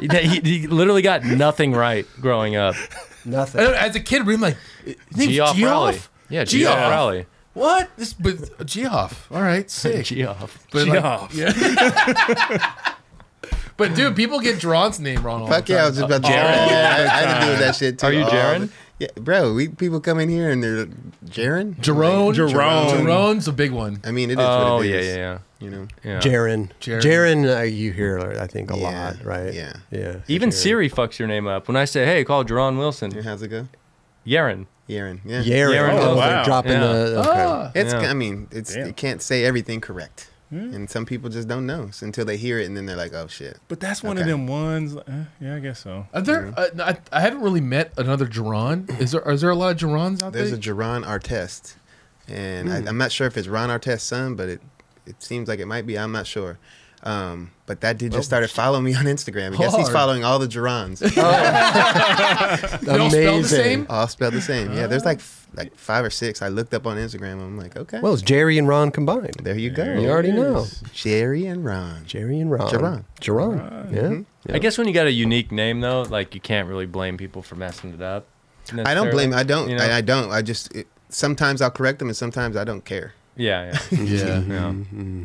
He, he- he literally got nothing right growing up.
I
Nothing.
don't, as a kid, I'm like,
G off Rowley, yeah, G off
Geoff.
Rowley,
What? This, but Geoff. All right, sick.
G off.
But like-
Geoff.
yeah. but dude, people get Drawn's name wrong. All
Fuck
the
yeah,
time.
I was just about to.
All
Yeah,
the
I, I had to do with that shit too.
Are you
All
Jaron?
the- Yeah, bro. We people come in here and they're Jaron.
Jerome.
Jerome.
Jerome's a big one.
I mean, it is
Oh
what it
yeah,
is.
yeah, yeah.
You know.
yeah.
Jaren.
Jaren.
Jaren, uh, you hear, I think, a
Yeah.
lot, right?
Yeah.
Yeah.
Even
Jaren.
Siri fucks your name up. When I say, "Hey, call Jerron
Yeah,
Wilson,"
How's it go?
Yaron.
Yaron. Yeah.
Yaren.
Yaren
oh,
Wilson.
they're dropping
Yeah.
the. Okay.
Ah.
It's.
Yeah.
I mean, it's.
Damn.
You can't say everything correct, and some people just don't know so until they hear it, and then they're like, "Oh shit."
But that's one of
Okay.
them ones. like, eh, yeah, I guess so.
Are there? Uh, no, I, I haven't really met another Geron. Is there? Is there a lot of Gerons out
There's
there?
a Jaron Artest, and I, I'm not sure if it's Ron Artest's son, but it it seems like it might be. I'm not sure. Um, but that dude just started following me on Instagram. I guess he's
Hard.
following all the Jarons,
They all spell the
Amazing.
same?
all spelled the same. Yeah, there's like f- like five or six. I looked up on Instagram. I'm like, okay,
Well, it's Jerry and Ron combined.
there you go.
You already know.
Jerry and Ron.
Jerry and Ron.
Jerron.
Jerron. Yeah.
I guess when you got a unique name though, like you can't really blame people for messing it up.
I don't blame. I don't.
you know?
I, I don't. I just it, sometimes I'll correct them, and sometimes I don't care.
Yeah, yeah.
Yeah.
yeah.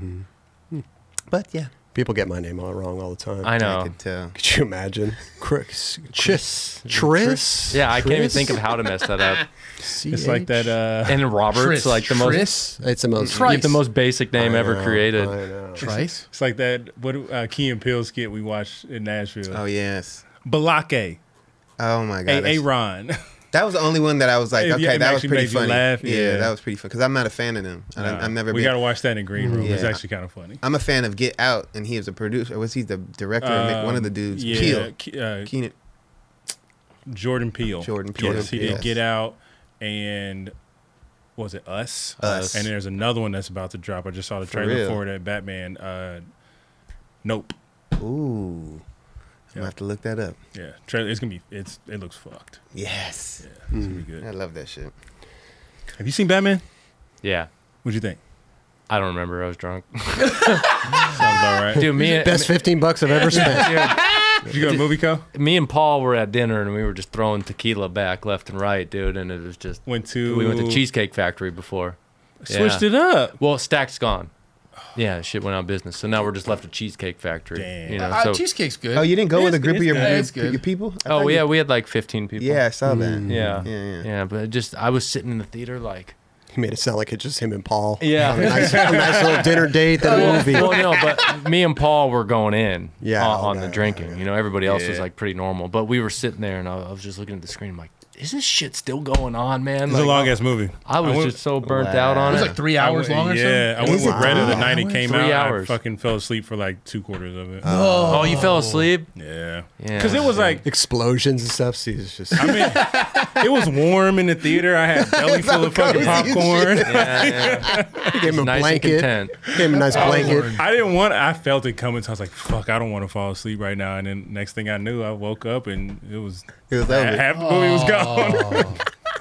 But yeah,
People get my name all wrong all the time.
I
I
know.
could tell.
Could you imagine? Chris, Chris, Tris.
Yeah, I can't even think of how to mess that up.
It's like that. Uh,
And Robert's
Tris,
like the most
Tris,
It's the most.
you have
Trice.
the most basic name ever
I know,
created.
I know.
Trice.
it's like that. What uh, Key and Peele skit we watched in Nashville.
Oh yes.
Balake,
Oh my god.
a
that's-
Ron.
That was the only one that I was like,
If you-
okay,
it
that was
actually
pretty
made you
funny.
laugh,
yeah.
yeah.
that was pretty funny because I'm not a fan of them. I don't, I've never
We
been.
gotta watch that in Green Room. It's
Yeah.
actually kind of funny.
I'm a fan of Get Out, and he was a producer. Was he the director? or Nick- one of the
Um,
dudes.
Yeah,
Peele.
Ke- uh,
Keenan.
Jordan Peele.
Jordan Peele.
Yes, he
Yes.
did Get Out and what was it Us?
Us.
And there's another one that's about to drop. I just saw the
For
trailer
real?
for that Batman. Uh, nope.
Ooh. I'm gonna have to look that up.
Yeah, trailer. It's gonna be. It's. It looks fucked.
Yes.
Yeah, it's gonna be good.
I love that shit. Mm.
Have you seen Batman?
Yeah.
What'd you think?
I don't remember. I was drunk.
Sounds all right.
Dude, me and,
Best fifteen bucks I've ever spent.
Did you go to movie co?
me and Paul were at dinner and we were just throwing tequila back left and right, dude. And it was just
Went to.
we went to Cheesecake Factory before.
Switched
Yeah.
it up.
Well, Stack's gone. Yeah, shit went out of business. So now we're just left with Cheesecake Factory.
Damn.
You know,
Uh,
so
cheesecake's good.
Oh, you didn't go with a
It's-
group of
it's
your,
good.
your-
It's good.
your people? I
oh
thought
yeah,
you-
we had like 15 people. Hmm.
yeah, I saw that.
Yeah.
Yeah, yeah.
Yeah, but just I was sitting in the theater like
He made it sound like it's just him and Paul.
Yeah.
On a nice, a nice little dinner date
Oh,
that a movie.
Well, no, but me and Paul were going in
Yeah,
on, on
Oh,
okay,
the
okay,
drinking. You know, everybody else was
Yeah.
like pretty normal, but we were sitting there and I, I was just looking at the screen. I'm like, is this shit still going on, man?
It's a
Like,
long ass movie.
I was
went-
just so burnt
Wow.
out
It
on
was
it.
like three
I
hours
went-
long or
Yeah, I
something.
went
Is
with
it
Reddit the
three
night it came
hours? Three
out.
hours.
I fucking fell asleep for like two quarters of it.
oh, you fell asleep?
yeah,
Yeah.
because it was like
Explosions and stuff. See, it's just
I mean, it was warm in the theater. I had a belly full of fucking popcorn.
Yeah, yeah.
gave him a
Nice
blanket.
and content. Oh,
Gave him a nice blanket.
I didn't want. I felt it coming. So I was like, "Fuck, I don't want to fall asleep right now." And then next thing I knew, I woke up and it was
It was over.
half the movie was gone.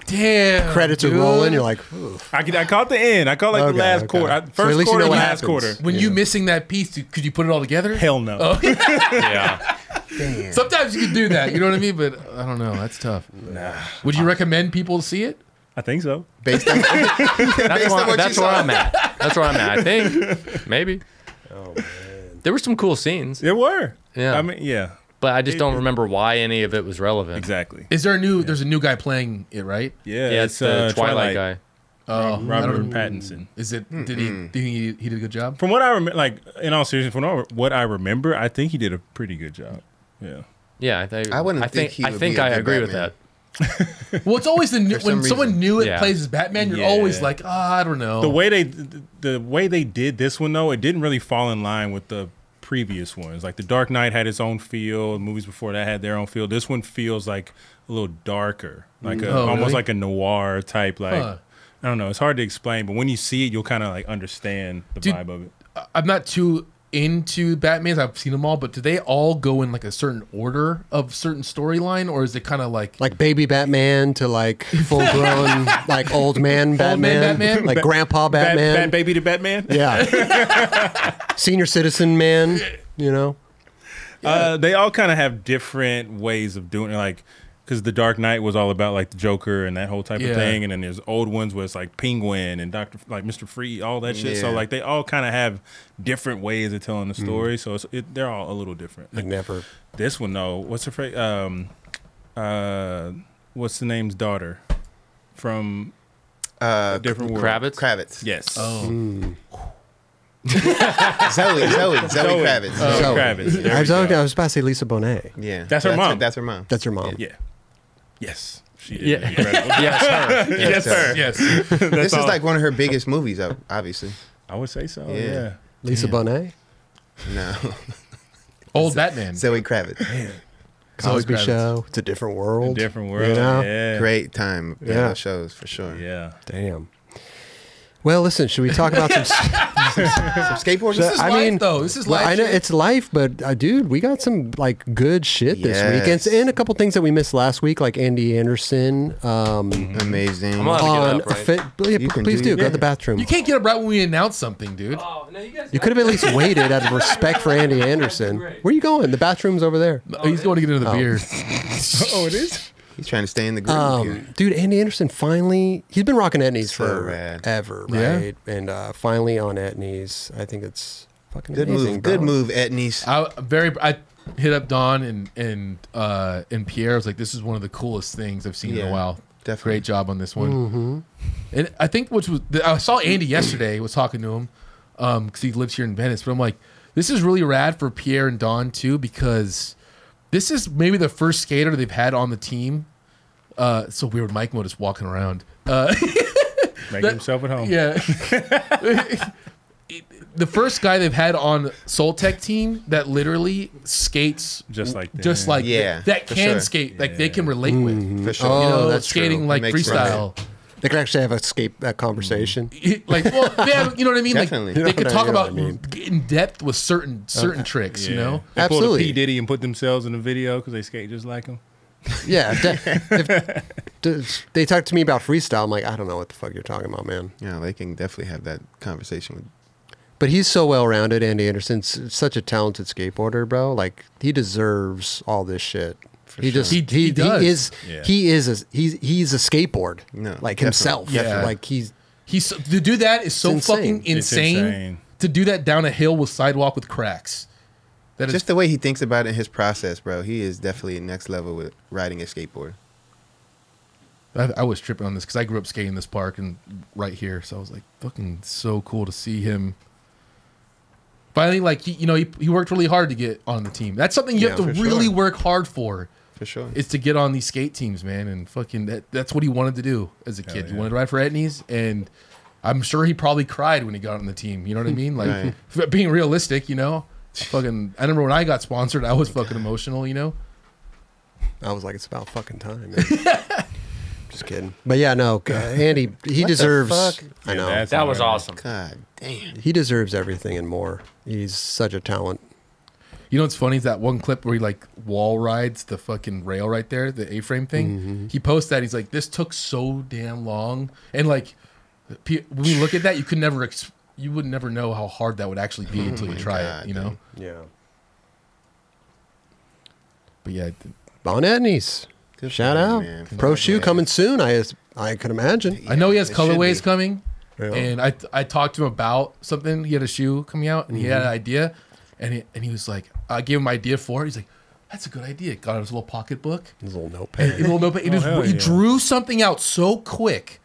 Damn.
Credits are
dude.
rolling. You're like, oof.
I, could- I caught the end. I caught like
Okay,
the last
okay.
quarter, I,
So
first
at least you
quarter,
know what
last
happens.
quarter.
When you missing that piece, dude, could you put it all together?
Hell no.
Oh.
Yeah.
Sometimes you can do that. You know what I mean? But I don't know. That's tough. Nah. Would you recommend people to see it?
I think so.
Based on
That's, where,
what you
that's where
saw.
I'm at. That's where I'm at. I think maybe.
Oh,
There were some cool scenes,
There were.
Yeah.
I mean, yeah.
but I just don't remember why any of it was relevant.
Exactly.
Is there a new? There's a new guy playing it, right?
Yeah. uh,
Yeah, it's the Twilight, guy.
Oh, I
Robert
don't know.
Pattinson.
Is it? Did he? Do you think he, he did a good job?
From what I remember, like in all seriousness, from all- what I remember, I think he did a pretty good job. Yeah.
Yeah, I, think
I wouldn't
I
think
think,
he
I
would
think
be a
I
good
agree with
Batman.
that.
Well, it's always the new,
For
when
some
someone
reason.
new it
Yeah.
plays as Batman, you're
Yeah.
always like, ah, I don't know.
the way they the, the way they did this one though, it didn't really fall in line with the previous ones. Like the Dark Knight had its own feel. The movies before that had their own feel. This one feels like a little darker, like a,
Oh,
almost
really?
like a noir type. Like
Huh.
I don't know, it's hard to explain, but when you see it, you'll kind of like understand the
Dude,
vibe of it.
I- I'm not too into Batman's. I've seen them all, but do they all go in like a certain order of certain storyline, or is it kind of like,
Like baby Batman to like full grown, like old man Batman,
Batman?
like grandpa
Bat,
Batman.
Bat Baby to Batman.
Yeah. Senior citizen man, you know?
Uh, they all kind of have different ways of doing it, like because the Dark Knight was all about like the Joker and that whole type
Yeah.
of thing, and then there's old ones where it's like Penguin and Doctor like Mister Free, all that shit. So
Yeah.
like they all kind of have different ways of telling the
Mm.
story. So it's, it, they're all a little different.
I
Like,
never.
This one though, what's her face? Um, uh, what's the name's daughter from
uh,
a different world?
Kravitz.
Kravitz.
Yes.
oh,
Zoe, Zoe, Zoe,
Zoe.
Kravitz.
Oh,
Zoe.
Kravitz. There
I
we
was,
go.
I was about to say Lisa Bonet.
Yeah.
That's her mom.
that's her mom.
That's her mom.
Yeah. Yes. She did.
Yeah.
Incredible.
Yes, her.
yes, sir.
yes,
this
all.
is like one of her biggest movies, ob- obviously.
I would say so.
Yeah.
yeah.
Lisa Bonet?
No,
old Batman.
Zoe Kravitz.
Zoe
Cosby
Kravitz.
Show. It's a different world.
different world.
You know?
Yeah.
Great time.
Yeah.
Yeah, those shows for sure.
Yeah.
Damn. Well, listen, should we talk about some.
Some skateboarding.
So,
This is
I
life,
mean,
though. This is
well,
life
I know
shit.
it's life, but uh, dude, we got some like good shit this week, and,
Yes.
and a couple things that we missed last week, like Andy Anderson. Um,
Amazing.
I'm on- Gotta
on
get up, right?
fit, yeah,
You can
please do,
do
go to
that.
the bathroom.
you
You,
can't get up right when we announce something, dude.
Oh, no, you guys.
could have at least waited out of respect for Andy Anderson.
great.
Where you going? The bathroom's over there.
Oh, He's going to get into the
Oh.
beer.
Oh, it is.
He's trying to stay in the group.
Um,
here.
dude, Andy Anderson finally he's been rocking etnies
So rad.
forever,
Yeah.
right? And uh, finally on etnies, I think it's fucking
Good
amazing,
move.
bro.
Good move, Etnies.
I very I hit up Don and and uh and Pierre. I was like, this is one of the coolest things I've seen in
Yeah,
a while.
definitely.
Great job on this one. And I think which was I saw Andy yesterday was talking to him because he lives here in Venice. But I'm like, this is really rad for Pierre and Don too because this is maybe the first skater they've had on the team. Uh, it's so weird. Mike Mo just walking around. Uh,
Making
That-
himself at home.
yeah. the first guy they've had on Soltech team that literally skates
Just like that.
just like
Yeah,
that
for
can
sure. Mm-hmm.
skate like they can relate with.
For sure.
Oh,
You know,
that's
skating
true.
like
Makes sense.
freestyle.
They could actually have escaped that conversation.
like well, they have, you know what I mean? Like
Definitely.
they
You
could
know
talk
what I
about
mean. Uh,
in depth with certain certain tricks, you know.
They pulled a
Absolutely.
P Diddy and put themselves in the video because they skate just like him.
Yeah. if that- if they talk to me about freestyle. I'm like, I don't know what the fuck you're talking about, man.
Yeah, they can definitely have that conversation with.
But he's so well rounded. Andy Anderson's such a talented skateboarder, bro. Like he deserves all this shit. he just
sure.
he,
He-
he,
he does.
is
Yeah.
he is a, he's he's a skateboard
No,
like
definitely.
himself.
Definitely.
Like he's
He's so- to do that is so
It's insane.
fucking
It's
insane,
insane.
to do that down a hill with sidewalk with cracks. That is
Just the way he thinks about it in his process, bro. He is definitely next level with riding a skateboard.
I, I was tripping on this because I grew up skating this park and right here, so I was like, fucking so cool to see him. Finally, like he, you know, he, he worked really hard to get on the team. That's something you have
Yeah,
to
for
really
sure.
work hard for.
For sure.
Is to get on these skate teams, man, and fucking that, that's what he wanted to do as a kid. He
yeah.
wanted to ride for Etnies, and I'm sure he probably cried when he got on the team. You know what I mean? Like
Right.
f- being realistic, you know. Fucking, I remember when I got sponsored, I was fucking
uh,
emotional, you know.
I was like, it's about fucking time. Man. just kidding. But yeah, no, uh, Andy he deserves.
fuck?
I know
that's-
That was
Alright.
awesome.
God damn.
he deserves everything and more. He's such a talent.
You know what's funny is that one clip where he like wall rides the fucking rail right there, the A-frame thing.
Mm-hmm.
He posts that he's like, "This took so damn long," and like, pe- when you look at that, you could never, ex- you would never know how hard that would actually be until you try
Oh God,
it, you know.
Yeah.
But yeah, th-
Bon Etnies.
Good
Shout
for him,
out.
man.
Pro
Fuck
shoe
yeah.
coming soon. I I could imagine.
I know he has
it should
colorways
be.
coming,
Yeah.
and I I talked to him about something. He had a shoe coming out, and he had an
Mm-hmm.
idea, and he, and he was like, I gave him an idea for it. He's like, "That's a good idea." Got out his little pocketbook.
His little notepad.
in a little notepad. He,
Oh,
just,
hell
he
yeah.
drew something out so quick.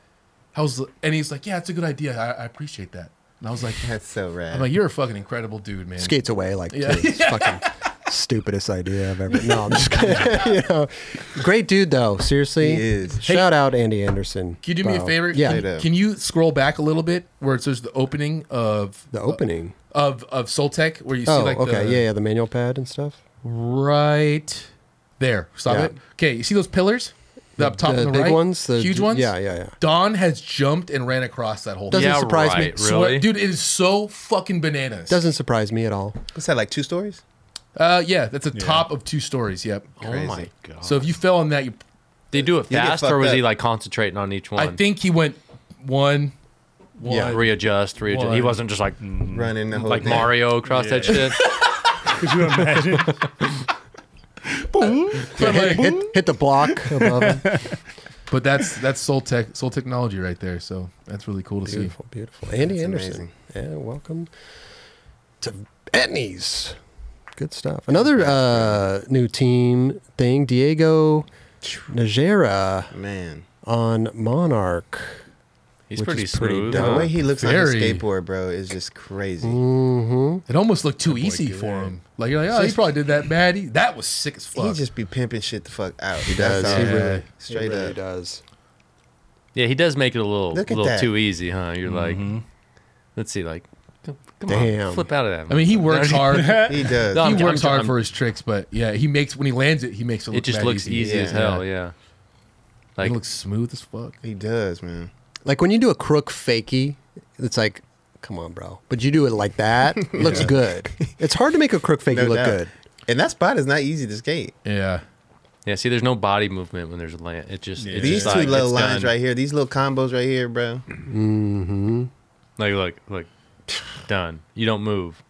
I was, and he's like, "Yeah, it's a good idea. I, I appreciate that." And I was like,
That's so rad.
"I'm like, you're a fucking incredible dude, man."
skates away like
Yeah.
yeah. it's fucking stupidest idea I've ever. No, I'm just kidding. you know, great dude though. Seriously,
He is.
Shout out Andy Anderson.
Can you do me a
bro.
favor?
Yeah,
Straight up.
Can, can you scroll back a little bit where it says the opening of
the opening.
of of Soltech, where you
oh,
see like
okay,
the
yeah, yeah, the manual pad and stuff.
right there. Stop
Yeah.
it. Okay, you see those pillars the, up top
the
and the
big
right?
ones, the
huge
ju-
ones.
yeah, yeah, yeah.
Don has jumped and ran across that whole.
Doesn't
yeah,
surprise me.
right,
thing. Swear-
Really,
dude, it is so fucking bananas.
Doesn't surprise me at all.
What's that, like two stories?
Uh, yeah, that's a top of two stories. Yep.
Oh my
Crazy.
god!
So if you fell on that, you,
they do it
You get
fast, or
fucked
was he
up.
like concentrating on each one?
I think he went one, one.
yeah, readjust, readjust. He
One.
wasn't just like
Mm-hmm.
Running the whole
like
thing.
Mario across that shit.
Could you imagine? Boom.
But, like-
Hit, hit the block above. him.
but that's that's soul tech, soul technology right there. So that's really cool to see.
Beautiful, beautiful. Andy
That's
Anderson. Yeah, welcome to Etnies. Good stuff. Another uh, new team thing, Diego Najera
Man.
on Monarch.
He's
Which
pretty
is pretty
smooth.
dope.
The
huh?
way he looks on his
Very.
skateboard, bro, is just crazy.
It almost looked too easy for him. Like you're like, oh, he probably did that bad. He, that was sick as fuck.
He just be pimping shit the fuck out. He
does. He
really-
straight
he really
up.
does.
Yeah, he does make it a little
Look at
little
that.
too easy, huh? You're
Mm-hmm.
like, let's see, like, come come
Damn.
on, flip out of that.
I mean, he works hard. he
He does.
No, I'm-
works
I'm-
hard
I'm-
for his tricks, but yeah, he makes when he lands it, he makes it. Look
it just
bad
looks easy,
Yeah.
as hell. Yeah, like
it looks smooth as fuck.
He does, man.
Like when you do a crook fakie, it's like, come on, bro. But you do it like that, it looks good. It's hard to make a crook fakie
No
look
doubt.
good.
And that spot is not easy to skate.
Yeah.
yeah. See, there's no body movement when there's a land. It just it's
These
just
two
like,
little
it's
lines
done.
right here, these little combos right here, bro.
Mm-hmm.
Like like like done. You don't move.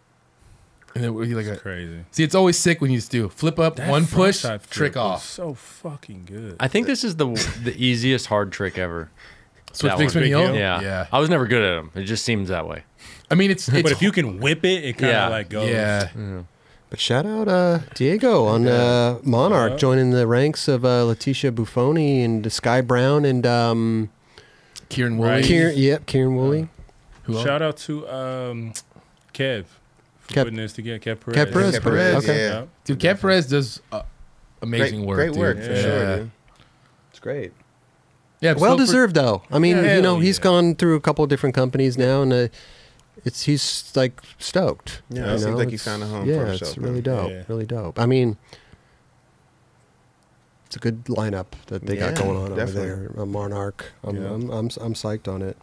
And then he like, a,
Crazy.
see, it's always sick when you just do flip up,
That
one
front
push,
side flip
trick
was
off.
So fucking good.
I think this is the the easiest hard trick ever.
Switch
That
Big
one.
Spinning Heel?
Yeah.
Yeah.
I was never good at them. It just seems that way.
I mean, it's, it's
but if you can whip it, it kind of
Yeah,
like goes.
yeah,
But shout out uh, Diego on uh, Monarch joining the ranks of uh, Letitia Buffoni and Sky Brown and um,
Kieran Woolley.
Kieran, yep, Kieran Woolley.
Who else?
Shout out to um, Kev for
Kev-
putting this together. Kev Perez.
Kev Perez,
Kev Perez,
okay.
yeah.
Yeah.
Dude, Cat Perez does uh, amazing
great,
work.
Great
dude.
work for
Yeah.
sure. Dude.
It's great.
Yeah, but
Well
still for-
deserved though. I mean,
Yeah,
you know,
hell
he's
yeah.
gone through a couple of different companies now, and uh, it's he's like stoked.
Yeah,
you
it seems
know?
like he
It's-
found a home for
Yeah,
himself,
it's really
huh?
dope.
Yeah.
Really dope. I mean, it's a good lineup that they got
Yeah,
going on
definitely.
over there. A Monarch. I'm,
Yeah.
I'm, I'm I'm psyched on it.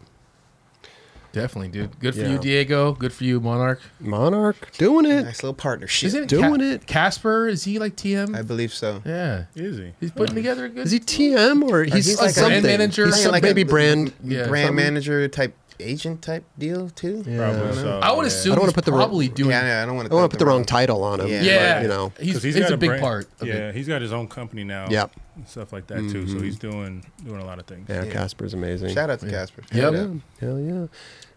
Definitely, dude. Good for
Yeah.
you, Diego. Good for you, Monarch.
Monarch doing it.
Nice little partnership.
Isn't
doing
Ca-
it.
Casper? Is he like TM?
I believe so.
yeah,
Is he?
he's putting together a good.
Is he TM or he's,
he's
like
like a brand
something?
manager?
He's
Yeah,
some,
like a-
maybe brand.
Yeah,
Brand
something.
manager type, agent type deal too.
Yeah.
Probably
I
so.
I would
Oh, yeah.
assume.
I don't wanna
he's
put the wrong-
probably doing.
Yeah, I know, I don't want to.
don't want to put the wrong title on him.
Yeah.
but,
Yeah,
you know.
he's,
'Cause
he's,
got
a, big
brand-
part. Of
yeah,
It.
he's got his own company now.
Yep.
and Stuff like that too. So he's doing doing a lot of things.
Yeah,
Mm-hmm. Yeah.
Casper's amazing.
Shout out to Casper.
Yep.
Yeah.
Hell yeah.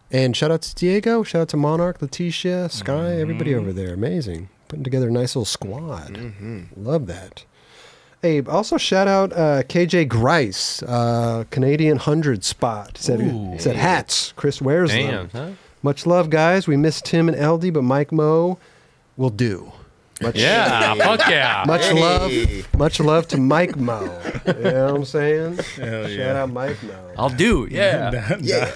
And shout out to Diego, shout out to Monarch, Letitia, Sky, everybody over there. Amazing. Putting together a nice little squad. Love that. Abe, also shout out uh, KJ Grice, uh, Canadian 100 spot. Said,
Ooh.
said hats. Chris wears
Damn.
them.
Huh?
Much love, guys. We missed Tim and LD, but Mike Moe will do. Much,
Yeah. fuck yeah.
Much
Hey.
love. Much love to Mike Moe. you know what I'm saying?
Hell
Shout
yeah.
out Mike Moe.
I'll do. Yeah.
Yeah.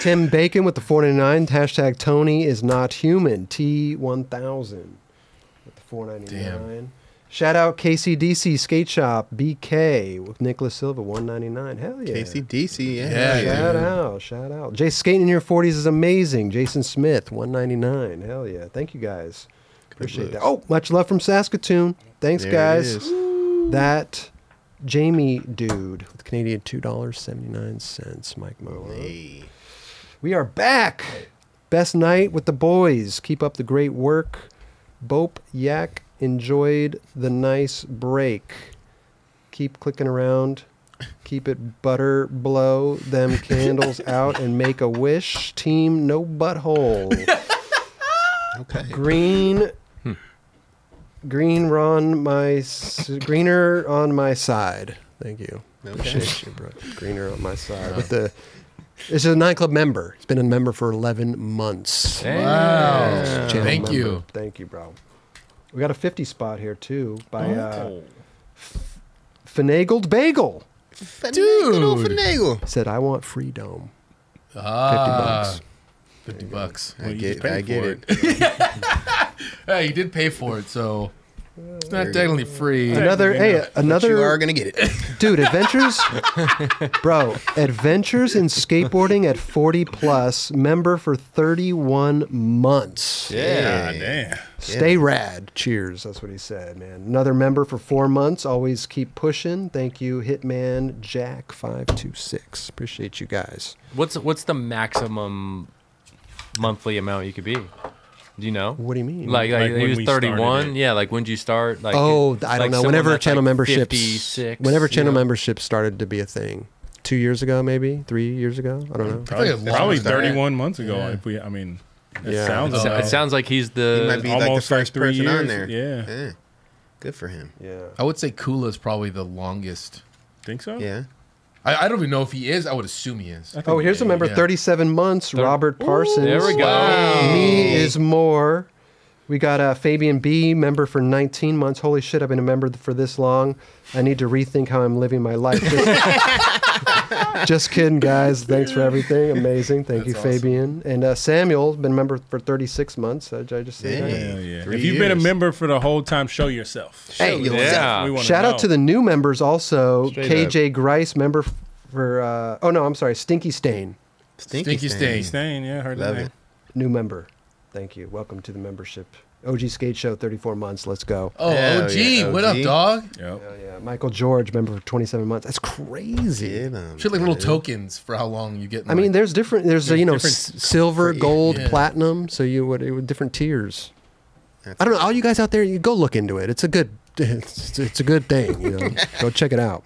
Tim Bacon with the 499 hashtag Tony is not human T1000 with the 499. Shout out KCDC Skate Shop BK with Nicholas Silva 199. Hell yeah.
KCDC. Yeah.
Yeah,
yeah.
Shout out, shout out. Jay Skating in your 40s is amazing. Jason Smith 199. Hell yeah. Thank you guys. Appreciate that. Oh, much love from Saskatoon. Thanks
There it
guys.
is.
That Jamie dude with Canadian $2.79 Mike Moe.
Hey.
We are back. Best night with the boys. Keep up the great work. Bope Yak enjoyed the nice break. Keep clicking around. Keep it butter. Blow them candles out and make a wish. Team no butthole.
Okay.
Green. Green Ron my s- greener on my side. Thank you.
Okay.
Appreciate you, bro. Greener on my side. With the this is a nightclub member. He's been a member for eleven months.
Damn.
Wow.
Channel
Thank
member.
you.
Thank you, bro. We got a fifty spot here too by uh, Finagled Bagel.
Finagle,
Dude.
finagle.
Said I want free dome.
Ah,
bucks.
50 bucks.
I
you
get,
just paid
I
for
get
it.
it.
Hey, you did pay for it, so it's
There
not
you
technically free.
Another hey, another
You are gonna get it.
Dude, adventures, bro, adventures in skateboarding at 40 plus, member for 31 months.
Yeah.
God damn.
Stay rad. Cheers. That's what he said, man. Another member for four months. Always keep pushing. Thank you, Hitman Jack526. Appreciate you guys.
What's what's the maximum monthly amount you could be? Do you know?
What do you mean?
Like, like,
Like when
he was
we started
31.
it.
Yeah, like when did you start? Like
oh,
if-
I don't
like
know.
someone
Whenever
that's,
channel
like,
memberships,
56,
whenever channel
you know?
memberships started to be a thing, two years ago, maybe three years ago. I don't know.
I think
Probably,
it's
probably
longer than
31 months ago.
Yeah.
If we, I mean, it
Yeah.
sounds.
It sa-
about-
It sounds like he's
He might be
the.
like the
Almost like
first
three
person on there.
years, yeah.
Good for him.
Yeah.
I would say Kula is probably the longest.
Think so?
Yeah.
I, I don't even know if he is. I would assume he is.
I think
Oh, here's a
he-
member,
Yeah.
37 months, Robert Parsons.
There we go.
Me is more. We got uh, Fabian B, member for 19 months. Holy shit, I've been a member for this long. I need to rethink how I'm living my life. Just, just kidding, guys. Thanks for everything. Amazing. Thank you,
That's awesome.
Fabian. And uh, Samuel, been a member for 36 months. Uh, Did I just say that?
Yeah.
Hell yeah.
Three
If you've been a
years.
member for the whole time, show yourself.
Hey,
Yeah. yeah.
We wanna
Shout
know.
out to the new members also.
Straight
KJ Grice, member f- for, uh, oh no, I'm sorry, Stinky Stain,
Stinky,
Stinky
stain.
Stain.
Stain, yeah, I heard
Love
that.
it.
new member. Thank you. Welcome to the membership. OG Skate Show, 34 months. Let's go.
Oh,
Hell
OG.
yeah,
What up,
OG?
dog?
Yep.
Hell yeah. Michael George, member for 27 months. That's crazy.
Get him,
Shit, like little
dude.
tokens for how long you get.
I mean, there's different, there's, uh, you know,
different-
s- silver, gold,
yeah.
platinum. So you would, it would different tiers.
That's-
I don't know. All you guys out there, you go look into it. It's a good, it's, it's a good thing. You know, go check it out.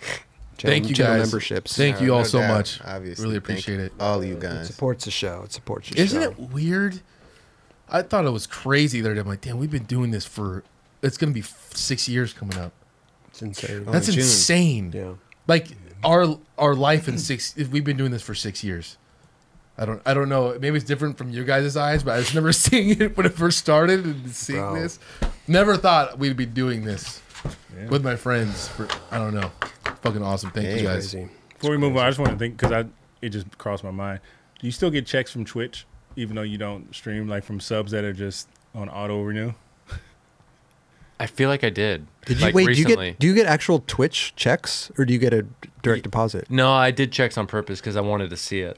Channel-
Thank you
channel
guys.
memberships.
Thank you all
Uh, no
so
doubt,
much.
Obviously,
really
Thank
appreciate it.
All you
It
guys.
supports the show. It supports the
Isn't
show.
it weird? I thought it was crazy the other day. I'm like, damn, we've been doing this for it's gonna be f- six years coming up.
It's insane.
Oh,
That's
in June.
insane.
yeah.
Like our our life in six. if We've been doing this for six years. I don't I don't know. Maybe it's different from your guys' eyes, but I just remember seeing it when it first started and seeing
Bro.
this. Never thought we'd be doing this
Yeah.
with my friends. For I don't know. Fucking awesome. Thank you
Yeah,
guys.
Crazy.
Before we move on, I just want to think because I it just crossed my mind. Do you still get checks from Twitch even though you don't stream? Like from subs that are just on auto renew?
I feel like I did.
Did you
like
wait?
recently.
Do you get do you get actual Twitch checks or do you get a direct deposit?
No, I did checks on purpose because I wanted to see it.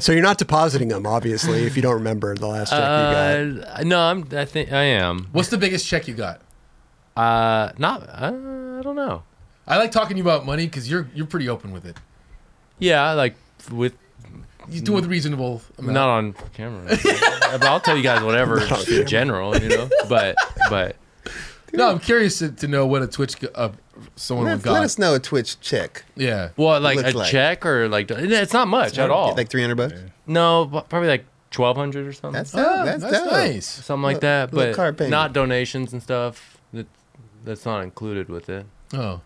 so you're not depositing them, obviously, if you don't remember the last check you got.
Uh, no, I'm. I think I am.
What's the biggest check you got?
Uh, not. Uh, I don't know.
I like talking to you about money because you're you're pretty open with it.
Yeah, like with
You
Mm.
do it with reasonable. Amount.
not on camera. but I'll tell you guys whatever just in general, you know. But but
No, I'm curious to, to know what a Twitch g- uh, someone
Let,
would got.
let us know a Twitch check.
Yeah.
well, like
Looks
a
like.
check or like it's not much at all.
Like 300 bucks.
no, bu- probably like twelve hundred or something,
That's,
Oh,
dope. that's,
that's,
dope.
nice.
something like
Look,
that.
look,
But
card payment.
not donations and stuff. That that's not included with it.
Oh,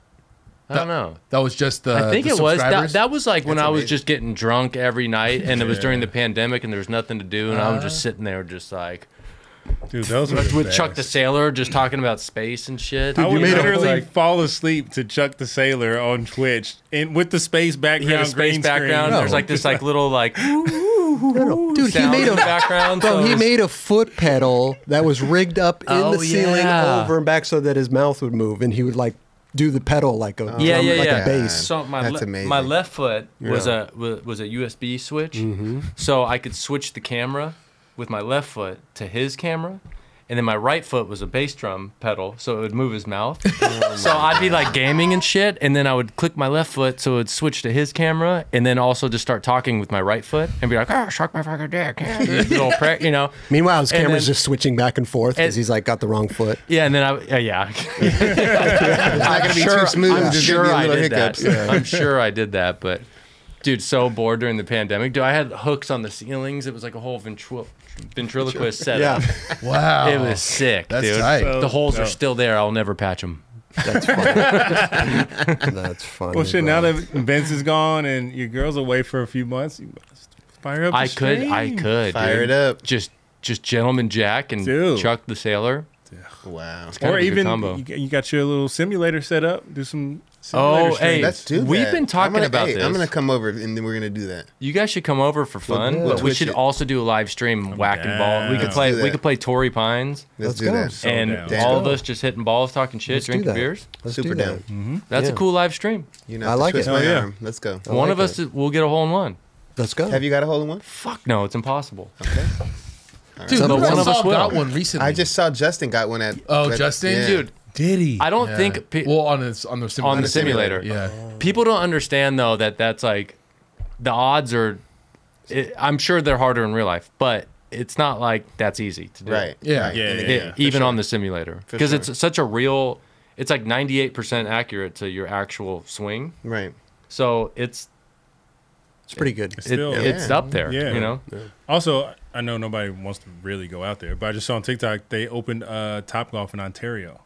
I don't know.
that was just the.
I think
Uh, the
it was that,
subscribers?
that was like when
That's
I was
amazing.
just getting drunk every night, and it was during the pandemic, and there was nothing to do, and I was just sitting there, just like
Dude, those are the
with Chuck
best.
the Sailor, just talking about space and shit.
I
you
would
made a-
literally
like-
fall asleep to Chuck the Sailor on Twitch and with the space
he
background.
had a space
green
background.
Oh,
Screen.
There's like this like little like
No, no. Dude, he
Uh, sound
made
in the
a
background.
bro,
so
he
it's-
made a foot pedal that was rigged up in
Oh,
the ceiling
yeah.
over and back so that his mouth would move and he would like do the pedal like a
yeah,
drum-
yeah,
like
yeah.
a bass.
So my
That's
le-
amazing.
my left foot was a wa- was a USB switch, so I could switch the camera with my left foot to his camera, and then my right foot was a bass drum pedal, so it would move his mouth. so I'd be like gaming and shit, and then I would click my left foot so it would switch to his camera, and then also just start talking with my right foot and be like, "Ah, shark my fucking dick," yeah," little prick, you know.
Meanwhile, his
And
camera's
then-
just switching back and forth because
and-
he's like got the wrong foot.
Yeah, and then I uh, yeah.
It's not going to be too smooth.
I'm
There's
sure
gonna be
I
a little
did
hiccups.
that. I'm sure I did that, but dude, so bored during the pandemic. Dude, I had hooks on the ceilings. It was like a whole ventrilo- ventriloquist setup.
wow.
It was sick,
That's
dude.
tight.
The holes are
So-
still there. I'll never patch them.
That's funny. That's funny.
Well, shit.
bro.
Now that Vince is gone and your girl's away for a few months, you must fire up. the
I could, I
stream.
could.
Fire it
dude.
up.
Just, just gentleman Jack and
Dude.
Chuck the Sailor.
Wow.
kind
or
of a good
even
combo.
you, got- you got your little simulator set up. Do some.
Oh,
simulator streams.
hey,
Let's do
We've
that.
been
I'm
talking
gonna-
about
hey, I'm
this.
going to come over and then we're going to do that.
You guys should come over for fun,
We'll
but we
twitch
should
it.
also do a live stream whack and ball. We
down.
could
Let's
play,
do
we
that.
could play Tory Pines.
Let's
Let's, do
go.
that.
So
and
down.
all of
Let's
us just hitting balls, talking shit,
Let's do
drinking
that.
beers.
Let's
Super
do that.
down.
That's
Yeah.
a cool live stream.
You know,
I like
twist
it.
my
Oh, yeah.
arm. Let's go.
I
one
like
of us is- will get a hole in one.
Let's go.
Have you got a hole in one?
Fuck no, it's impossible.
Dude,
So
who
the
else
one
of
saw
us will.
got one recently.
I just saw Justin got one at.
Oh,
at-
Justin?
yeah.
Dude,
did he?
I don't
Yeah.
think pe-
well on the on the simulator.
on the simulator.
Yeah.
People don't understand though that that's like the odds are it, I'm sure they're harder in real life, but it's not like that's easy to do.
Right.
Yeah.
right.
Yeah,
In the
It-
yeah,
game.
yeah. for
even on the simulator.
For
Cuz
sure.
it's such a real it's like 98% accurate to your actual swing.
Right.
So it's
It's pretty good.
it,
Still,
it's
yeah.
up there,
Yeah.
you know.
Also, I know nobody wants to really go out there, but I just saw on TikTok they opened uh, Top Golf in Ontario.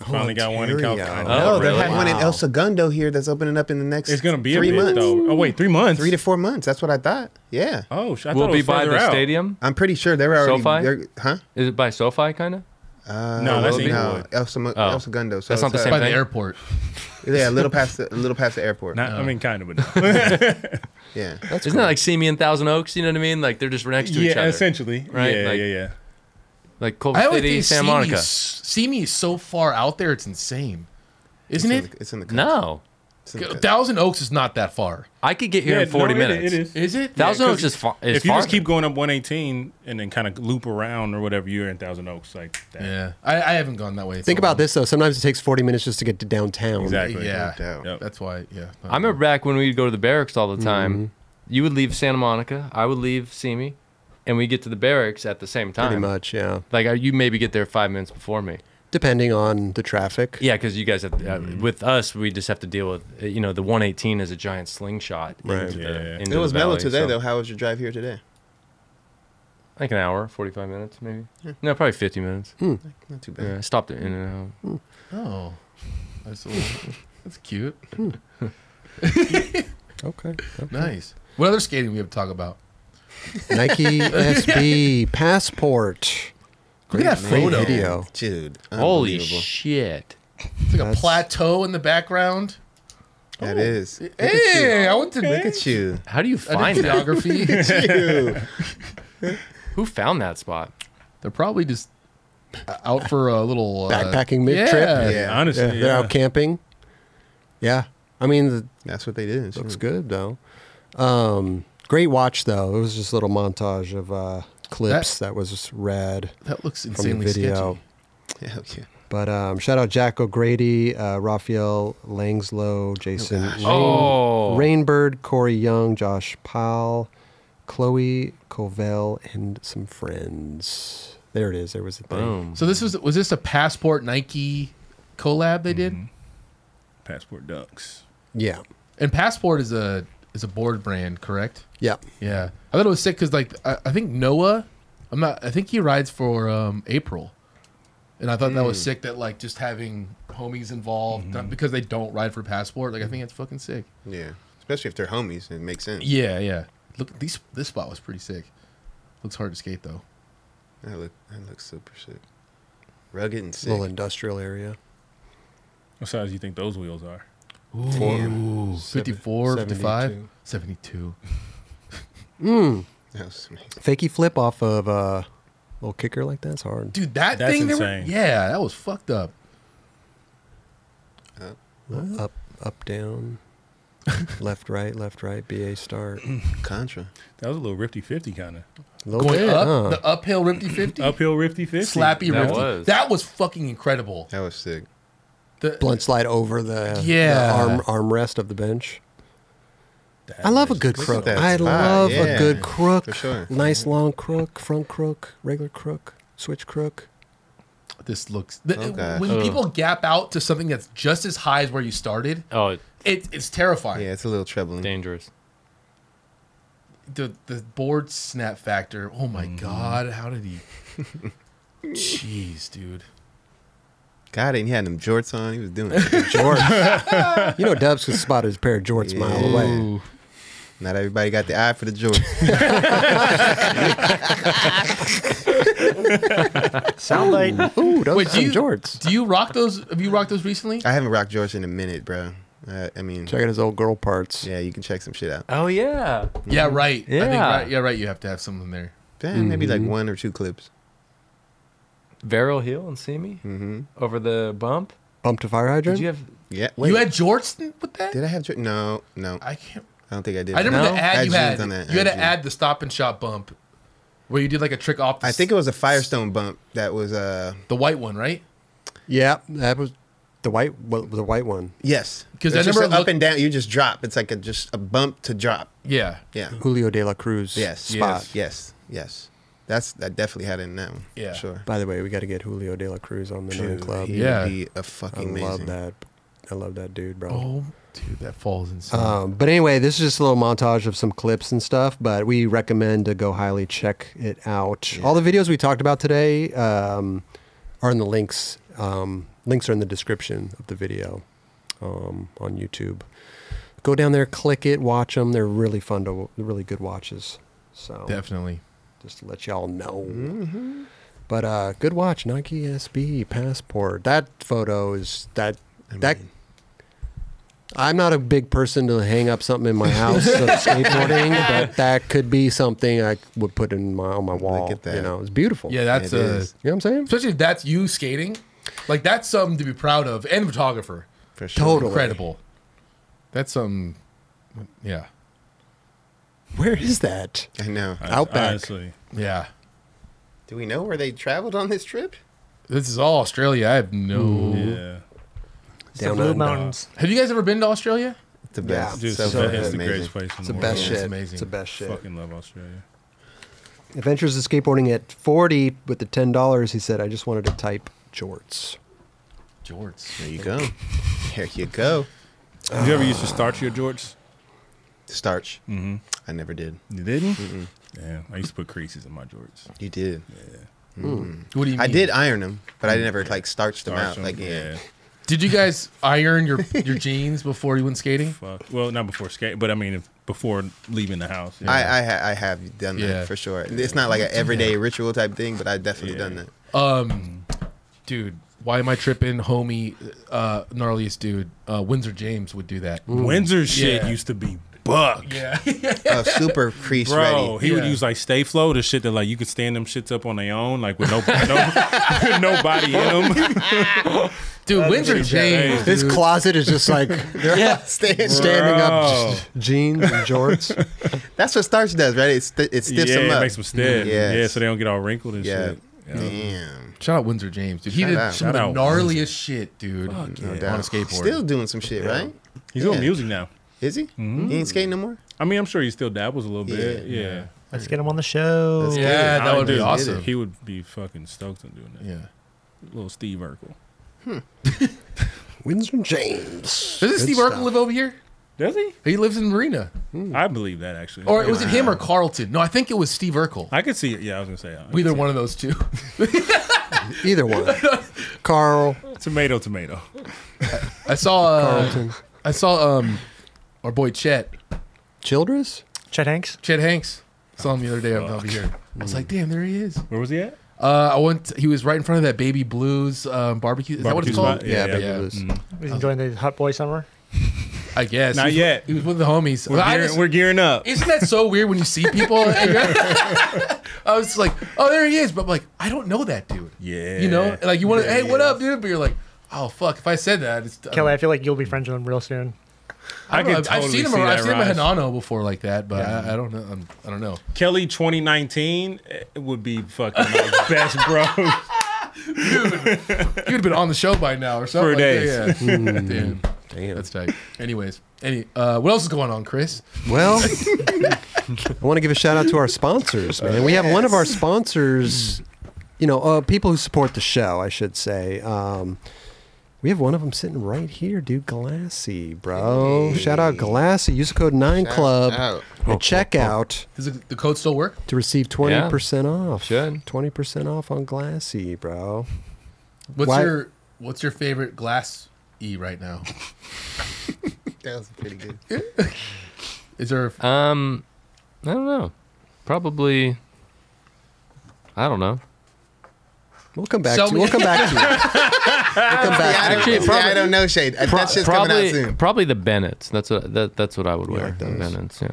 Finally got one in
Ontario.
California.
Oh,
no, they
really?
had one in
Wow.
El Segundo here that's opening up in the next.
It's gonna be
three
a bit
months.
though. Oh wait, three months.
Three to four months. That's what I thought. Yeah.
Oh, sh- I
We'll
thought it
be
was
by
further
the
out.
stadium.
I'm pretty sure they're already.
SoFi?
They're, huh?
Is it by SoFi kind of?
Uh,
No, that's
no,
Inglewood.
El, Semo-
Oh.
El Segundo. So
That's not
it's,
the
By
uh,
same
the
thing.
airport.
Yeah, a little past the, a little past the airport.
Not, I mean, kind of, but no.
yeah.
That's
Isn't that like Simi and Thousand Oaks? You know what I mean? Like they're just next to each
yeah,
other.
essentially.
Right,
Yeah,
like-
yeah, yeah.
Like Culver
I always
City,
think
Santa
Simi
Monica.
is- Simi is so far out there. It's insane,
It's
isn't
in the-
it?
It's in the country.
No.
It's in the country.
Thousand Oaks is not that far.
I could get here
Yeah,
in 40
no, it-
minutes.
It is.
Is it?
Yeah,
Thousand
'cause
Oaks is far. Is
if you just
farther.
keep going up 118 and then kind of loop around or whatever, you're in Thousand Oaks like that.
Yeah, I, I haven't gone that way.
Think
so
about
long.
this though. Sometimes it takes 40 minutes just to get to downtown.
Exactly.
Yeah,
No doubt.
Yep.
that's why. Yeah,
I remember back when we'd go to the barracks all the
Mm-hmm.
time. You would leave Santa Monica. I would leave Simi. And we get to the barracks at the same time.
Pretty much, yeah.
Like I- you maybe get there five minutes before me.
depending on the traffic.
Yeah, because you guys have uh,
Mm-hmm.
with us, we just have to deal with uh, you know the 118 is a giant slingshot.
Right.
Into
Yeah.
the,
It
into
It was
the
mellow
valley,
today,
so-
though. How was your drive here today?
Like an hour, 45 minutes, maybe. No, probably 50 minutes.
Not too bad.
Yeah, I stopped at In and Out.
Oh, that's a little, that's cute.
Okay.
Nice. What other skating we have to talk about?
Nike SB Passport.
Look at that
Great
photo.
video.
dude.
Holy
unbelievable.
shit!
It's like a
That's-
plateau in the background.
That is. Look at you.
Hey, I went to
Look at you.
How do you
I
find
did
that?
geography.
Dude.
Who found that spot?
They're probably just uh, out for a little uh,
Backpacking mid-trip?
Yeah.
Yeah.
Honestly,
Yeah, they're
yeah.
out camping. Yeah, I mean, the,
That's what they did. It's
looks
true.
good though. Um, great watch though. It was just a little montage of uh, clips that, was just rad
That looks
from the
insanely
video.
sketchy.
Yeah, okay.
But um, shout out Jack O'Grady, uh, Raphael Langslow, Jason Rain-
Oh.
Rainbird, Corey Young, Josh Powell, Chloe Covell, and some friends. There it is. There was a thing.
Boom.
So this was was this a passport Nike collab they did?
Passport Ducks.
Yeah.
And passport is a is a board brand, correct?
Yeah.
Yeah, I thought it was sick because like I, I think Noah, I'm not. I think he rides for um, April, and I thought that was sick that like just having homies involved not because they don't ride for passport. Like I think that's fucking sick.
Yeah. Especially if they're homies, it makes sense.
Yeah, yeah. Look, these this spot was pretty sick. Looks hard to skate though.
That look that looks super sick. Rugged and sick.
Little industrial area.
What size do you think those wheels are?
Ooh, 54, 55, 72.
That was amazing.
Fakey flip off of a little kicker like that's hard.
Dude, that
That's
thing, they were-
insane.
yeah, that was fucked up.
Uh, Up, up, down, left, right, left, right. Ba start.
Contra.
That was a little rifty fifty kind of
Little
Going
bit,
up,
huh?
the uphill rifty 50,
uphill rifty fifty.
slappy
uh. That
rifty.
was.
That was fucking incredible.
That was sick.
The-
Blunt slide over the,
Yeah.
the arm armrest of the bench. I love a good
Look at
crook.
that
I
spot,
love
yeah,
a good crook.
for sure.
Nice long crook, front crook, regular crook, switch crook.
this looks the,
Okay.
when
Ugh.
people gap out to something that's just as high as where you started
Oh, it's
it, it's terrifying
Yeah, it's a little troubling.
dangerous.
the the board snap factor oh my
Mm-hmm.
god how did he jeez dude
God, and he had them jorts on. He was doing it.
Jorts. you know, Dubs could spot his pair of jorts a mile
Yeah.
away.
Not everybody got the eye for the jorts.
Soundlight.
Ooh, those
Wait,
are
do
some
you-
jorts.
do you rock those have you rocked those recently
I haven't rocked jorts in a minute, bro. Uh, I mean,
Check out his old girl parts.
yeah, you can check some shit out.
Oh yeah.
yeah right I think
Yeah.
right, yeah right you have to have something there
Yeah, Maybe
Mm-hmm.
like one or two clips.
Barrel heel and see me
Mm-hmm.
over the bump.
Bump to fire
Did
hydrant.
you have?
Yeah. Wait,
you had jorts th- with that
did I have jorts? No, no. I,
i can't
don't think I did.
i remember
No.
the ad you
Adjutant
had
on that,
you had to
adjutant.
add the stop and shop bump where you did like a trick off the,
I think it was a Firestone bump that was. uh
the white one right
Yeah, that was the white, well, the white one.
Yes.
'Cause
It's
I
just
never
a up
looked-
and down. You just drop. It's like a just a bump to drop.
yeah
Yeah.
Julio de la Cruz
Yes.
spot.
Yes. Yes. That's that definitely had it in that one.
Yeah.
Sure.
By the way, we got to get Julio de la Cruz on the Nine
Dude,
Club.
He
Yeah.
would be a
I
fucking amazing.
love that. I love that dude, bro.
oh dude that falls
Uh,
insane
Um, but anyway, this is just a little montage of some clips and stuff. But we recommend to go highly check it out. All the videos we talked about today um, are in the links. Um, links are in the description of the video um, on YouTube. Go down there, click it, watch them. They're really fun to, really good watches. So
definitely
just to let y'all know. But uh, good watch, Nike SB Passport. That photo is that that.
mean-
I'm not a big person to hang up something in my house of skateboarding, but that could be something I would put in my on my wall.
at that.
You know, it's beautiful.
yeah that's
It
a
is.
you know what I'm saying.
especially if that's you skating like that's something to be proud of and photographer
For sure.
Totally.
incredible that's something yeah
Where is that?
I know.
Hon-
Outback.
Honestly,
yeah
Do we know where they traveled on this trip?
this is all australia i have no
yeah.
It's the
Down
Blue
under.
Mountains.
have you guys ever been to australia
It's the
Yeah.
best.
Dude,
so
so
fucking
it's the
amazing.
greatest place in
It's
the
the
world.
best
Yeah,
shit.
it's
It's,
amazing.
the best shit.
Fucking love Australia.
Adventures of Skateboarding at 40 with the $10. He said, I just wanted to type jorts.
jorts.
There you go. There you go.
Did you ever used to starch your jorts?
Starch.
Mm-hmm.
I never did.
You didn't? Yeah, I used to put creases in my jorts.
You did.
What do you mean?
I did iron them, but I never like starched them
Starch
out. Like
them,
yeah.
Did you guys iron your your jeans before you went skating?
Fuck. Well, not before skate, but I mean if, before leaving the house. yeah.
I I, ha- I have done that
Yeah.
for sure. It's not like an everyday ritual type thing, but I definitely done that.
Um, dude, why am I tripping, homie? Uh, gnarliest dude, uh, Windsor James would do that.
Windsor shit
Yeah.
used to be buck.
Yeah,
Oh, super crease
Bro,
ready.
he would
Yeah.
use like Stay Flow, the shit that like you could stand them shits up on their own, like with no, no nobody in them.
dude, Windsor James.
Hey.
His
dude.
closet is just like
Yeah.
Stand-
standing up
Bro.
just jeans and jorts.
That's what starch does, right? It, sti it stiffs
yeah,
them up. Mm,
it
Mm-hmm.
makes them stiff.
Yes.
Yeah, so they don't get all wrinkled and
Yeah.
shit. Yeah.
Damn.
Shout out Windsor James, dude. He
Shout
did
out.
some
Shout
of the
out
gnarliest shit, dude,
yeah.
Damn.
on a skateboard.
Still doing some shit, right?
He's
Yeah.
doing music now.
Is he?
Mm-hmm.
He ain't skating no more.
I mean, I'm sure he still dabbles a little bit.
Yeah.
Yeah.
Let's get him on the show.
Let's
yeah,
get it.
that would be
Dude,
awesome.
He would be fucking stoked on doing that.
yeah.
Little Steve Urkel.
Windsor James.
Doesn't Steve Urkel live over here?
Does he?
He lives in Marina.
I believe that actually.
Mm. Or was it him or Carlton? No, I think it was Steve Urkel.
I could see it. Yeah, I was gonna say uh, I could
Either
see
one of those two.
Either one. Carl
it. Tomato, tomato.
I saw. Uh,
Carlton.
I saw um, our boy Chet,
Childress?
Chet Hanks.
Chet Hanks. Saw him the other day
Oh,
over here. I was like, damn, there he is.
Where was he at?
Uh, I went. He was right in front of that Baby Blues um, barbecue. Is that what it's
Barbecue
called?
spot?
Yeah,
Yeah,
but
yeah.
it was
He's enjoying the hot boy summer.
I guess.
Not
he was,
yet.
He was with the homies.
We're
Well, I
gearing,
just-
we're gearing up.
isn't that so weird when you see people? and you're- I was like, oh, there he is. But I'm like, I don't know that dude.
Yeah.
You know, like you want to, hey, what up, dude? But you're like, oh fuck, if I said that,
Uh,
it's
Kelly, I feel like you'll be friends with him real soon.
I
I can
have
totally
seen him.
see
around- I've
that
seen him at
rise.
Hanano before like that, but I, I don't know. I'm, I don't know.
Kelly 2019 it would be fucking like best bro.
You'd have been on the show by now or something.
For
like
days. Hmm.
That. Yeah. Damn. That's tight. Anyways, any uh, what else is going on, Chris?
Well, I want to give a shout out to our sponsors, man. We have one of our sponsors, you know, uh, people who support the show, I should say. Um, we have one of them sitting right here, dude. Glassy, bro. Shout out Glassy. Use the code 9
Shout
Club
out.
at checkout
Does the, the code still work?
to receive 20% off.
should.
20% off on Glassy, bro.
What's
Why-
your What's your favorite glass e right now?
That was pretty good.
Is there?
Um, I don't know. Probably. I don't know.
We'll come back
Sell
to
me-
We'll come back to you. We'll come
Yeah, I
back
don't,
to you.
Actually,
see,
probably-
I don't know, Shade. Uh, That
Pro-
shit's coming
probably,
out soon.
probably the Bennett's. That's what that, that's what I would wear.
like
the
those.
Bennett's. Yeah.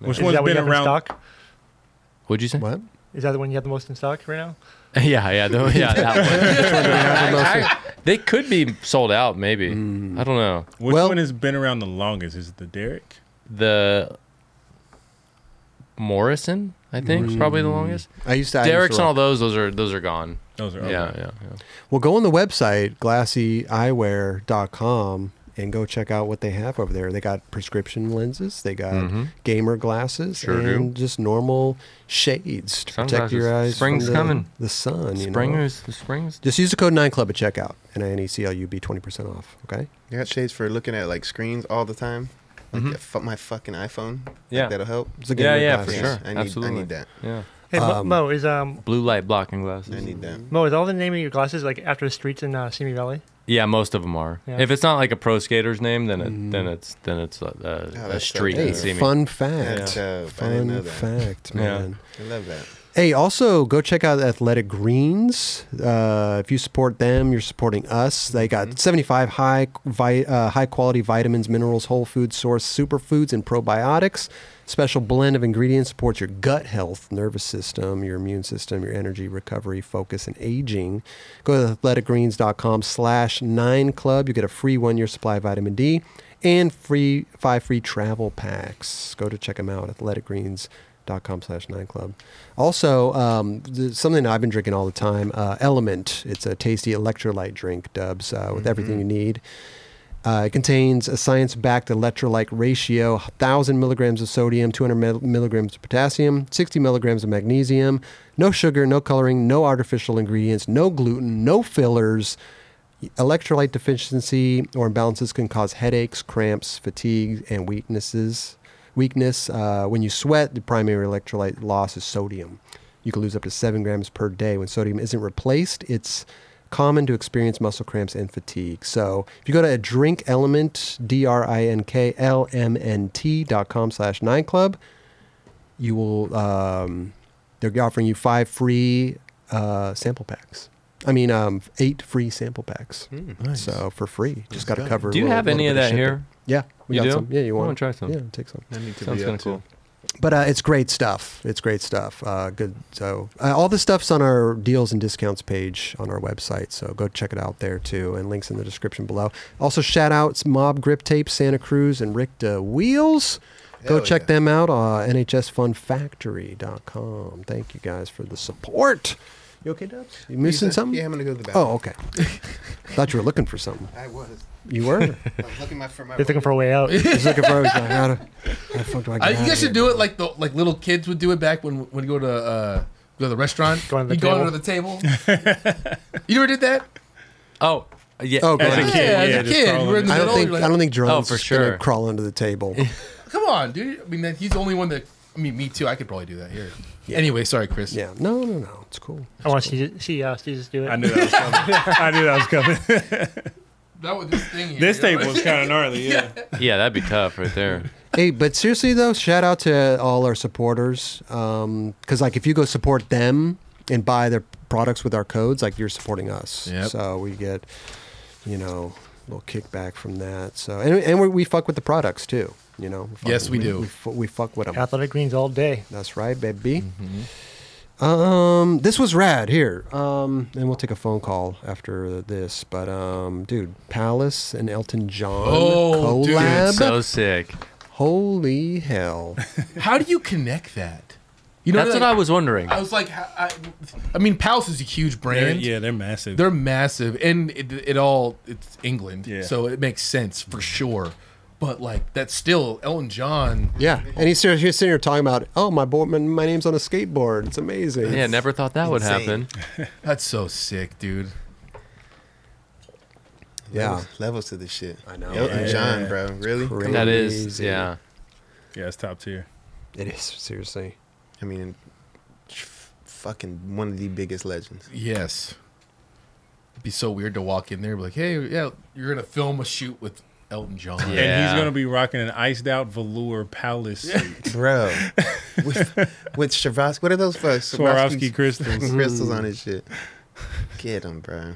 Which
Is
one's
that what
been
you have in
around?
stock?
What'd you say?
What?
Is that the one you have the most in stock right now?
yeah, yeah, the, yeah. That one. I- I- they could be sold out. Maybe. I don't know.
Which
Well-
one has been around the longest? Is it the Derek?
The Morrison, I think, probably the longest.
I used to. I used to
Derek's and
rock
all those. Those are those are gone.
Those are
Yeah,
Oh, okay.
yeah, yeah.
Well, go on the website, glassyeyewear.com, and go check out what they have over there. They got prescription lenses, they got gamer glasses,
Mm-hmm. Sure do.
and just normal shades to protect your
Sunglasses.
eyes.
Spring's
from the,
coming.
The sun. You
Spring
know?
is the springs.
Just use the code 9 Club at checkout, and N E C L U B 20% off. Okay?
You got shades for looking at like screens all the time. Like yeah, fu- my fucking iPhone. Like, uh,
Yeah.
that'll help.
It's a gamer
Yeah, yeah, for
glasses.
sure.
I need,
Absolutely.
I need that.
Yeah,
Hey, Mo, Mo, is um
blue light blocking
I
glasses.
need that.
Mo is all the name of your glasses like after the streets in uh, Simi Valley?
Yeah, most of them are.
Yeah.
If it's not like a pro skater's name, then it, then it's then it's uh, uh,
Oh,
a
that's
street.
so
in
Hey,
dope.
Simi.
fun
That's
fact.
dope. uh, I didn't know
Fun
that.
fact,
Yeah.
man.
I love that.
Hey, also go check out Athletic Greens. Uh, if you support them, you're supporting us. They got 75 high vi- uh, high quality vitamins, minerals, whole food source, superfoods, and probiotics. Special blend of ingredients supports your gut health, nervous system, your immune system, your energy, recovery, focus, and aging. Go to athleticgreens.com slash nine club. You get a free one year supply of vitamin D and free five free travel packs. Go to check them out. Athletic Greens dot com slash nine club also um, th- something i've been drinking all the time uh, element it's a tasty electrolyte drink dubs uh, with everything you need uh, it contains a science-backed electrolyte ratio 1000 milligrams of sodium 200 mil- milligrams of potassium 60 milligrams of magnesium no sugar no coloring no artificial ingredients no gluten no fillers Electrolyte deficiency or imbalances can cause headaches, cramps, fatigue, and weaknesses. Weakness uh, when you sweat, the primary electrolyte loss is sodium. You can lose up to seven grams per day when sodium isn't replaced. It's common to experience muscle cramps and fatigue. So if you go to a drink element, D R I N K L M N T dot com slash nine club, you will um, they're offering you five free uh, sample packs. I mean, um, eight free sample packs.
Hmm,
So for free, just got to cover. a
Do you
little-
have any
little
of
bit
that
shipping.
here?
Yeah, we
You
got
do?
some. Yeah, you
I
want?
wanna try some.
Yeah, take some.
I need to
Sounds
be
kind
up
of
to.
cool.
But uh, it's great stuff. It's great stuff. Uh, good. So uh, all the stuff's on our deals and discounts page on our website. So go check it out there too, and links in the description below. Also, shout outs Mob Grip Tape, Santa Cruz, and Rick De Wheels. Go
Hell
check
yeah.
them out. Uh, NHSFunFactory.com. Thank you guys for the support. You okay, Dubs? You missing
Lisa?
something?
Yeah, I'm gonna go to the bathroom.
Oh, okay. Thought you were looking for something.
I was.
You were.
I was looking my, for my.
They're looking for a way out.
Just looking for. I was like, how do- how the fuck do I get
I,
out
you
of
guys
here?
should do it like the like little kids would do it back when when you go to uh, go to the restaurant.
Go under the
you go
table.
under the table. you ever did that?
Oh, yeah.
Oh,
As a
God.
kid, yeah,
as a
just
kid,
crawl
you
under
were in the
I don't
middle.
think
you're like,
I don't think Jerome's
for
gonna
sure.
crawl under the table.
Come on, dude. I mean, that, he's the only one that. I mean, me too. I could probably do that here. Anyway, sorry, Chris.
yeah. No, no, no. It's cool.
I want to see see uh, see just do it.
I knew that was coming. I knew that was coming.
That was this thing. Here,
this
you know?
table was kind of gnarly. Yeah.
yeah, that'd be tough right there.
Hey, but seriously though, shout out to all our supporters. Um, cause like if you go support them and buy their products with our codes, like you're supporting us.
Yep.
So we get, you know, a little kickback from that. So, and, and we, we fuck with the products too, you know? fuck-
Yes, we do.
We, fu- we fuck with them.
Athletic greens all day.
That's right, baby.
Mm-hmm.
Um, this was rad here. Um, and we'll take a phone call after this. But um, dude, Palace and Elton John
Oh, dude,
collab.
So sick.
Holy hell!
How do you connect that? You know,
That's
like,
what I was wondering.
I was like, how- I, I mean, Palace is a huge
They're,
brand.
yeah, they're massive.
They're massive, and it, it all it's England,
Yeah.
so it makes sense for sure. But like that's still Elton John.
Yeah, and he's, here- he's sitting here talking about, oh my boy, my, my name's on a skateboard. It's amazing.
yeah, never thought that would
insane.
happen.
That's so sick, dude.
Yeah.
Levels, levels to this shit. I
know.
Elton
Yeah.
John, bro. Really?
Crazy.
Come on.
That is,
Crazy.
yeah.
yeah, it's top tier.
it is seriously.
I mean, f- fucking one of the biggest legends.
Yes, it'd be so weird to walk in there, and be like, hey, yeah, you're gonna film a shoot with Elton John.
Yeah.
And he's gonna be rocking an iced out velour palace suit.
Bro. with with Swarovski. What are those fucks?
Swarovski crystals. Hmm.
crystals on his shit. Get him, bro.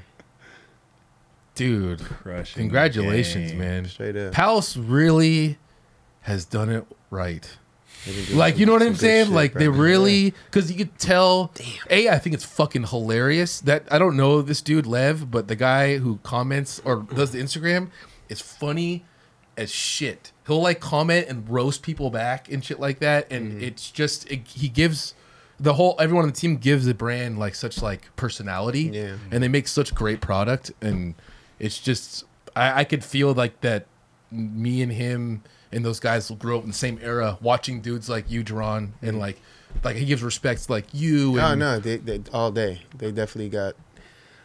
dude.
Crushing
Congratulations,
game.
man.
Straight up.
Palace really has done it right.
They can do
Like,
some-
you know what
some
I'm
good
saying?
shit,
like,
bro.
they really, because you could tell. A, I think it's fucking hilarious that I don't know this dude Lev, but the guy who comments or does the Instagram is funny as shit. He'll like comment and roast people back and shit like that, and
Mm-hmm.
it's just it, he gives the whole everyone on the team gives the brand like such like personality,
Yeah.
and they make such great product, and it's just I, I could feel like that me and him and those guys will grow up in the same era watching dudes like you, Jaron, and like like he gives respects like you.
Oh
And,
no, they, they all day. They definitely got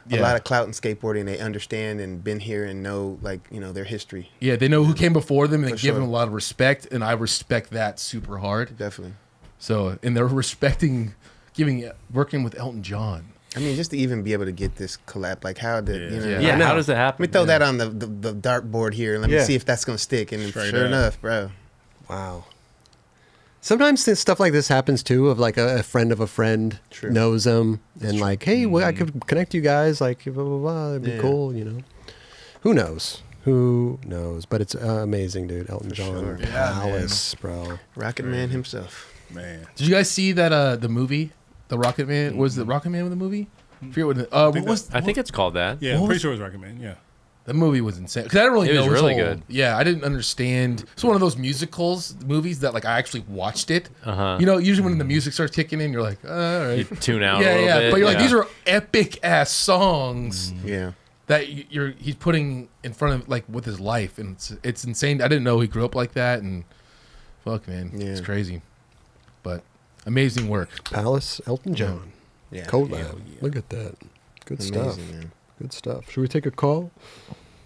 Yeah.
a lot of clout in skateboarding. They understand and been here and know like you know their history.
Yeah, they know who came before them and they
For
give them a
sure.
lot of respect, and I respect that super hard.
Definitely.
So, and they're respecting, giving, working with Elton John.
I mean, just to even be able to get this collab, like how did you know?
Yeah.
I
Yeah,
know.
how does that happen?
Let me throw that on the the, the dartboard here. Let
Yeah.
me see if that's gonna stick. And
Straight
sure
up.
enough, bro.
Wow. Sometimes th- stuff like this happens too, of like a, a friend of a friend
True. Mm-hmm.
knows them and like, hey, well, I could connect you guys, like blah blah blah, it'd be
Yeah.
cool, you know. Who knows? Who knows? But it's uh, amazing, dude. Elton John,
sure.
Palace, bro.
Rocket Man himself.
Man.
Did you guys see that uh the movie, the Rocket Man? Was the Rocket Man in the movie? I forget what. The, uh, what
think
was
I think it's called that.
Yeah,
What
I'm pretty
was-
sure it was Rocket Man. Yeah.
The movie was insane because I didn't really
It
know
was
his
really
whole-
good.
Yeah, I didn't understand. It's one of those musicals movies that like I actually watched it.
Uh-huh.
You know, usually when the music starts kicking in, you're like, uh, all
You
right,
tune out a
yeah,
little
yeah.
bit.
But you're like,
yeah.
these are epic ass songs
Yeah.
that y- you're he's putting in front of like with his life, and it's it's insane. I didn't know he grew up like that, and fuck, man,
Yeah.
it's crazy. But amazing work.
Palace, Elton John,
Yeah.
collab. Look at that, good stuff.
Amazing, man.
Good stuff. Should we take a call?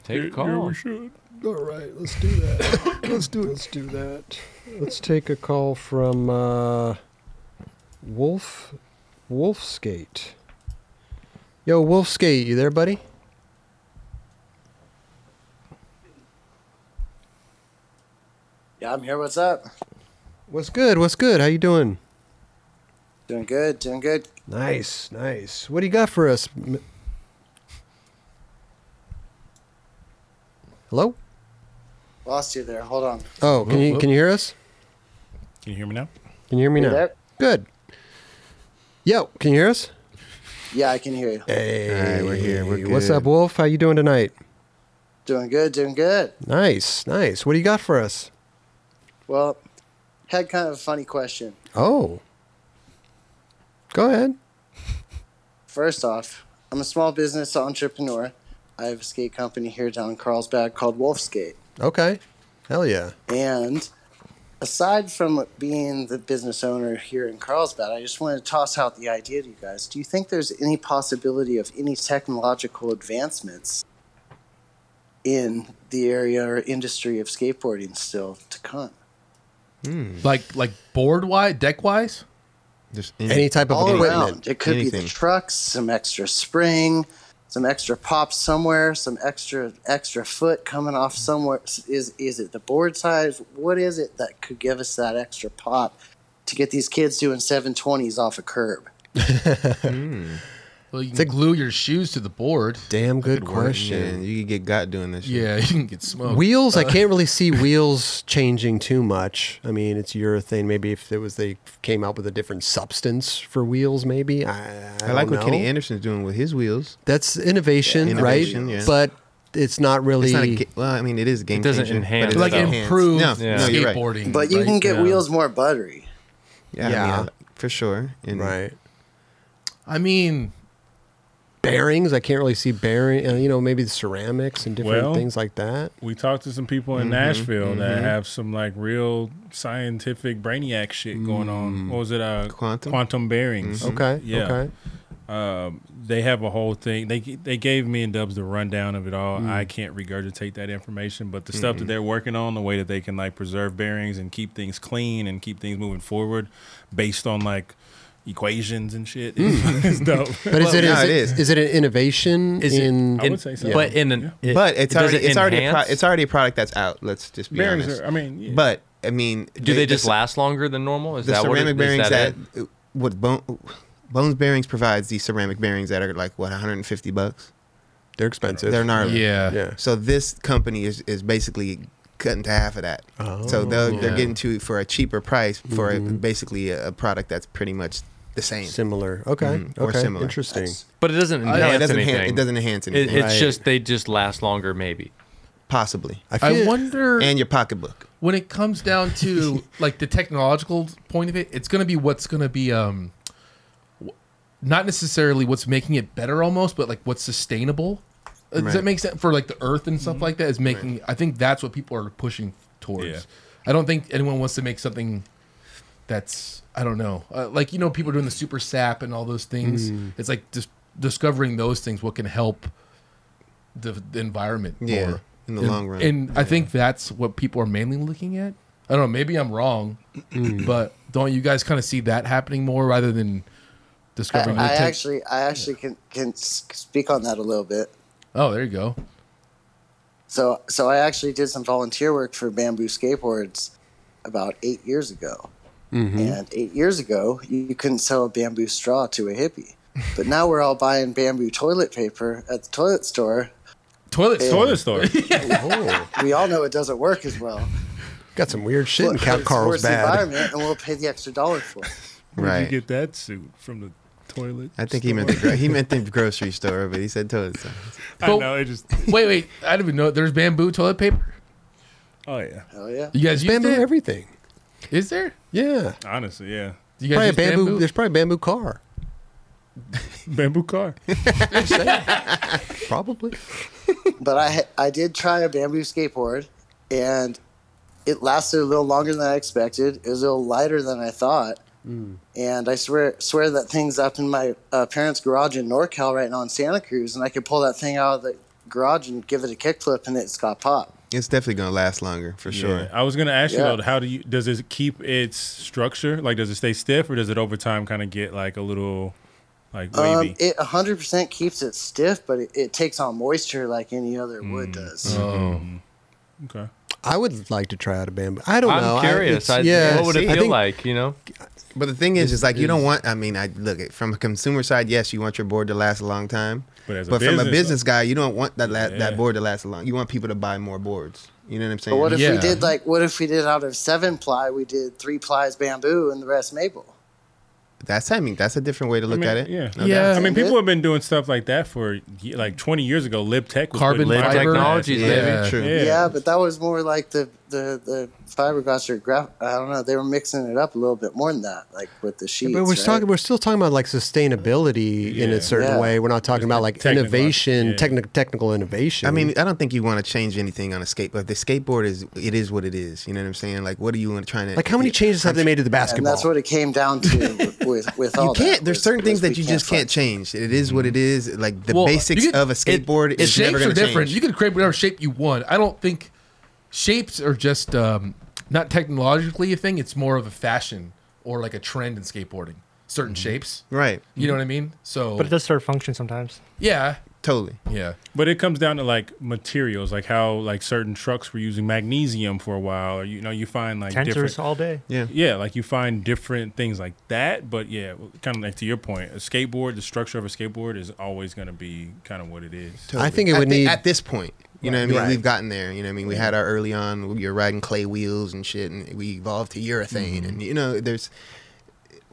Take a call.
Oh,
Yeah, we should.
All right, let's do that. let's do it. Let's do that. Let's take a call from uh, Wolf Wolfskate. Yo, Wolfskate, you there, buddy?
Yeah, I'm here. What's up?
What's good? What's good? How you doing?
Doing good. Doing good.
Nice, nice. What do you got for us? M- Hello?
Lost you there. Hold on.
Oh, can you
whoop.
can you hear us?
Can you hear me now?
Can you hear me
You
now?
there?
Good. Yo, can you hear us?
Yeah, I can hear you.
Hey,
right, we're here. We're
What's up,
good.
Wolf? How you doing tonight?
Doing good. Doing good.
Nice, nice. What do you got for us?
Well, had kind of a funny question.
Oh. Go ahead.
First off, I'm a small business entrepreneur. I have a skate company here down in Carlsbad called Wolf Skate.
Okay. Hell yeah.
And aside from being the business owner here in Carlsbad, I just wanted to toss out the idea to you guys. Do you think there's any possibility of any technological advancements in the area or industry of skateboarding still to come?
Like like board wise, deck wise.
Just
Any type of
All
equipment.
around. It could be
anything.
the trucks, some extra spring, some extra pop somewhere, some extra extra foot coming off somewhere. Is is it the board size? What is it that could give us that extra pop to get these kids doing seven twenties off a curb?
Well, you can
It's a-
glue your shoes to the board.
Damn good
Good Oh. question.
question.
you could get got doing this. Shit.
Yeah, you can get smoked.
Wheels,
Uh.
I can't really see wheels changing too much. I mean, it's urethane. Maybe if it was they came out with a different substance for wheels, maybe. I, I,
I like
don't
what Kenny
know.
Anderson's doing with his wheels.
That's innovation,
Innovation,
right?
yeah.
But it's not really.
It's not a, ga- well, I mean, it is a game.
It doesn't
changer, but
enhance
it's
it
like
though.
enhanced.
improve
No,
Yeah.
no, you're right.
Mm,
skateboarding.
But you
right?
can get
Yeah.
wheels more buttery.
Yeah, I mean,
Yeah.
I- for sure. And
right.
I mean,
Bearings, I can't really see bearing. Uh, you know, maybe the ceramics and different
Well-
things like that.
We talked to some people
Mm-hmm,
in Nashville that have some like real scientific brainiac shit going
Mm.
on. What was it? Uh,
Quantum?
quantum bearings.
mm-hmm.
Mm-hmm.
Okay.
Yeah.
Okay.
Um, they have a whole thing. They they gave me and Dubs the rundown of it all. I can't regurgitate that information, but the stuff that they're working on, the way that they can like preserve bearings and keep things clean and keep things moving forward, based on like equations and shit, is dope.
But is, it,
no,
is it
it is.
is it an innovation
Is it- Oh,
in
I would say so.
But in an, it-
But it's
does
already
it
it's already a pro-
enhance?
it's already a product that's out. Let's just be
bearings
honest.
are. I mean, yeah.
But I mean,
do they just
the-
last longer than normal? Is
The
that what it-
ceramic
is
bearings
that
that,
it?
what bone, Bones Bearings provides these ceramic bearings that are like what 150 bucks.
They're expensive.
They're gnarly.
yeah,
yeah.
So this company is, is basically cutting to half of that. so they're, they're getting to it for a cheaper price for a- basically a, a product that's pretty much the same.
Similar. Okay.
Mhm, or
okay.
similar.
Interesting.
But it doesn't
No,
enhance
Oh, it doesn't
anything.
enhance, it doesn't enhance
It-
anything.
it's
Right.
just they just last longer, maybe.
Possibly.
I
feel-
wonder
And your pocketbook.
when it comes down to like the technological point of it, it's going to be what's going to be um w- not necessarily what's making it better almost, but like what's sustainable. Uh, Does
Right.
that make sense for like the earth and stuff like that is making I think that's what people are pushing towards.
Yeah.
I don't think anyone wants to make something that's I don't know. Uh, like you know people doing the super sap and all those things.
Mm.
It's like dis- discovering those things what can help the, the environment
Yeah,
more
in the
And-
long run.
And I think that's what people are mainly looking at. I don't know. Maybe I'm wrong, but don't you guys kind of see that happening more rather than
I,
discovering?
I
new tech-
actually, I actually can can s- speak on that a little bit.
oh, there you go.
So, so I actually did some volunteer work for Bamboo Skateboards about eight years ago.
Mm-hmm.
And eight years ago, you couldn't sell a bamboo straw to a hippie. But now we're all buying bamboo toilet paper at the toilet store.
Toilet
toilet store.
Oh,
We all know it doesn't work as well.
got some weird shit in
But
Count
it's worse
Carl's bad.
environment, and we'll pay the extra dollar for it.
Where'd
Right.
you get that suit from the toilet?
I think he meant the
store?
gro- he meant the grocery store, but he said toilet store.
I know it just.
Wait, wait. I didn't even know there's bamboo toilet paper.
Oh yeah.
Hell yeah.
You guys used
Bamboo
it?
everything.
Is there?
Yeah.
Honestly, yeah.
You
Probably
guys
a
use
bamboo, There's probably a bamboo car.
Bamboo car.
Probably.
But I, ha- I did try a bamboo skateboard, and it lasted a little longer than I expected. It was a little lighter than I thought. And I swear swear that thing's up in my uh, parents' garage in NorCal right now in Santa Cruz, and I could pull that thing out of the garage and give it a kickflip, and it's got pop.
It's definitely gonna last longer for sure.
Yeah. I was gonna ask
Yeah.
you though, how do you does it keep its structure? Like, does it stay stiff, or does it over time kind of get like a little like wavy?
Um, it 100% keeps it stiff, but it, it takes on moisture like any other wood does.
Oh,
okay.
I would like to try out a bamboo. I don't know.
I'm
I- it's-
curious. I,
yeah,
what would it
I
feel
think-
like? You know,
But the thing is, is like you don't want. I mean, I look at from a consumer side. Yes, you want your board to last a long time.
But as a
But from a
business-
business guy, you don't want that la-
Yeah.
that board to last a long. You want people to buy more boards. You know what I'm saying?
But what if
Yeah.
we did like, what if we did out of seven ply, we did three plies bamboo and the rest maple?
that's I mean, that's a different way to look
I mean,
at it.
Yeah.
No
Yeah.
doubt.
I mean,
Yeah.
people have been doing stuff like that for ye- like 20 years ago. LibTech was
Carbon
putting
Lib
fiber-
Technologies,
Yeah.
baby.
Yeah.
True.
Yeah.
Yeah. but that was more like the the the fiberglass or graph. I don't know. They were mixing it up a little bit more than that, like with the sheets.
But we're
right?
talking. We're still talking about like sustainability in
Yeah.
a certain
Yeah.
way. We're not talking about like
technical-
innovation,
yeah.
technical technical innovation.
I mean, I don't think you want to change anything on a skateboard. the skateboard is, it is what it is. You know what I'm saying? Like, what are you wanna- trying to
like how many changes have they made to the
and
basketball?
that's what it came down to with with all.
You can't.
That,
There's
was-
certain things
was
that
we
you just
fight.
can't change. It is what it
Mm-hmm.
is. Like the
Well,
basics
you could-
of a skateboard is
shapes
never going
are
to change.
different. You can create whatever shape you want. I don't think shapes are just um, not technologically a thing. It's more of a fashion or like a trend in skateboarding. Certain shapes.
Mm-hmm. right.
You know what I mean? So,
But it does serve function sometimes.
yeah,
Totally.
yeah.
But it comes down to like materials, like how like certain trucks were using magnesium for a while, or you know, you find like different.
Tensors all day.
Yeah.
Yeah, like you find different things like that. But yeah, kind of like to your point, a skateboard, the structure of a skateboard is always going to be kind of what it is.
I think it would
at thi-
need-
at this point. You know what I mean?
Right.
We've gotten there. You know what I mean? We had our early on. You're riding clay wheels and shit, and we evolved to urethane.
Mm-hmm.
And you know, there's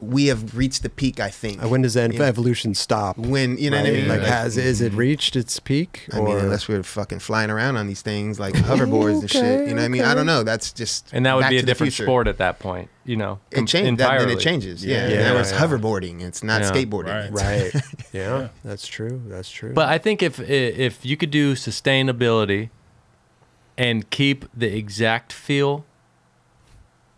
we have reached the peak. I think.
Uh, when does that
You know,
evolution stop?
when you know
right?
what I mean?
Like,
Like,
has is it reached its peak?
I mean, unless we're fucking flying around on these things like hoverboards and shit. You know what I mean? I don't know. That's just
and that would
back
be a
to the
different
future.
sport at that point. You know,
It changed. That,
entirely.
then it changes. Yeah.
Yeah.
Now it's
Yeah.
hoverboarding. It's not
Yeah.
skateboarding.
Right.
It's-
right? yeah, that's true. That's true.
But I think if i- if you could do sustainability and keep the exact feel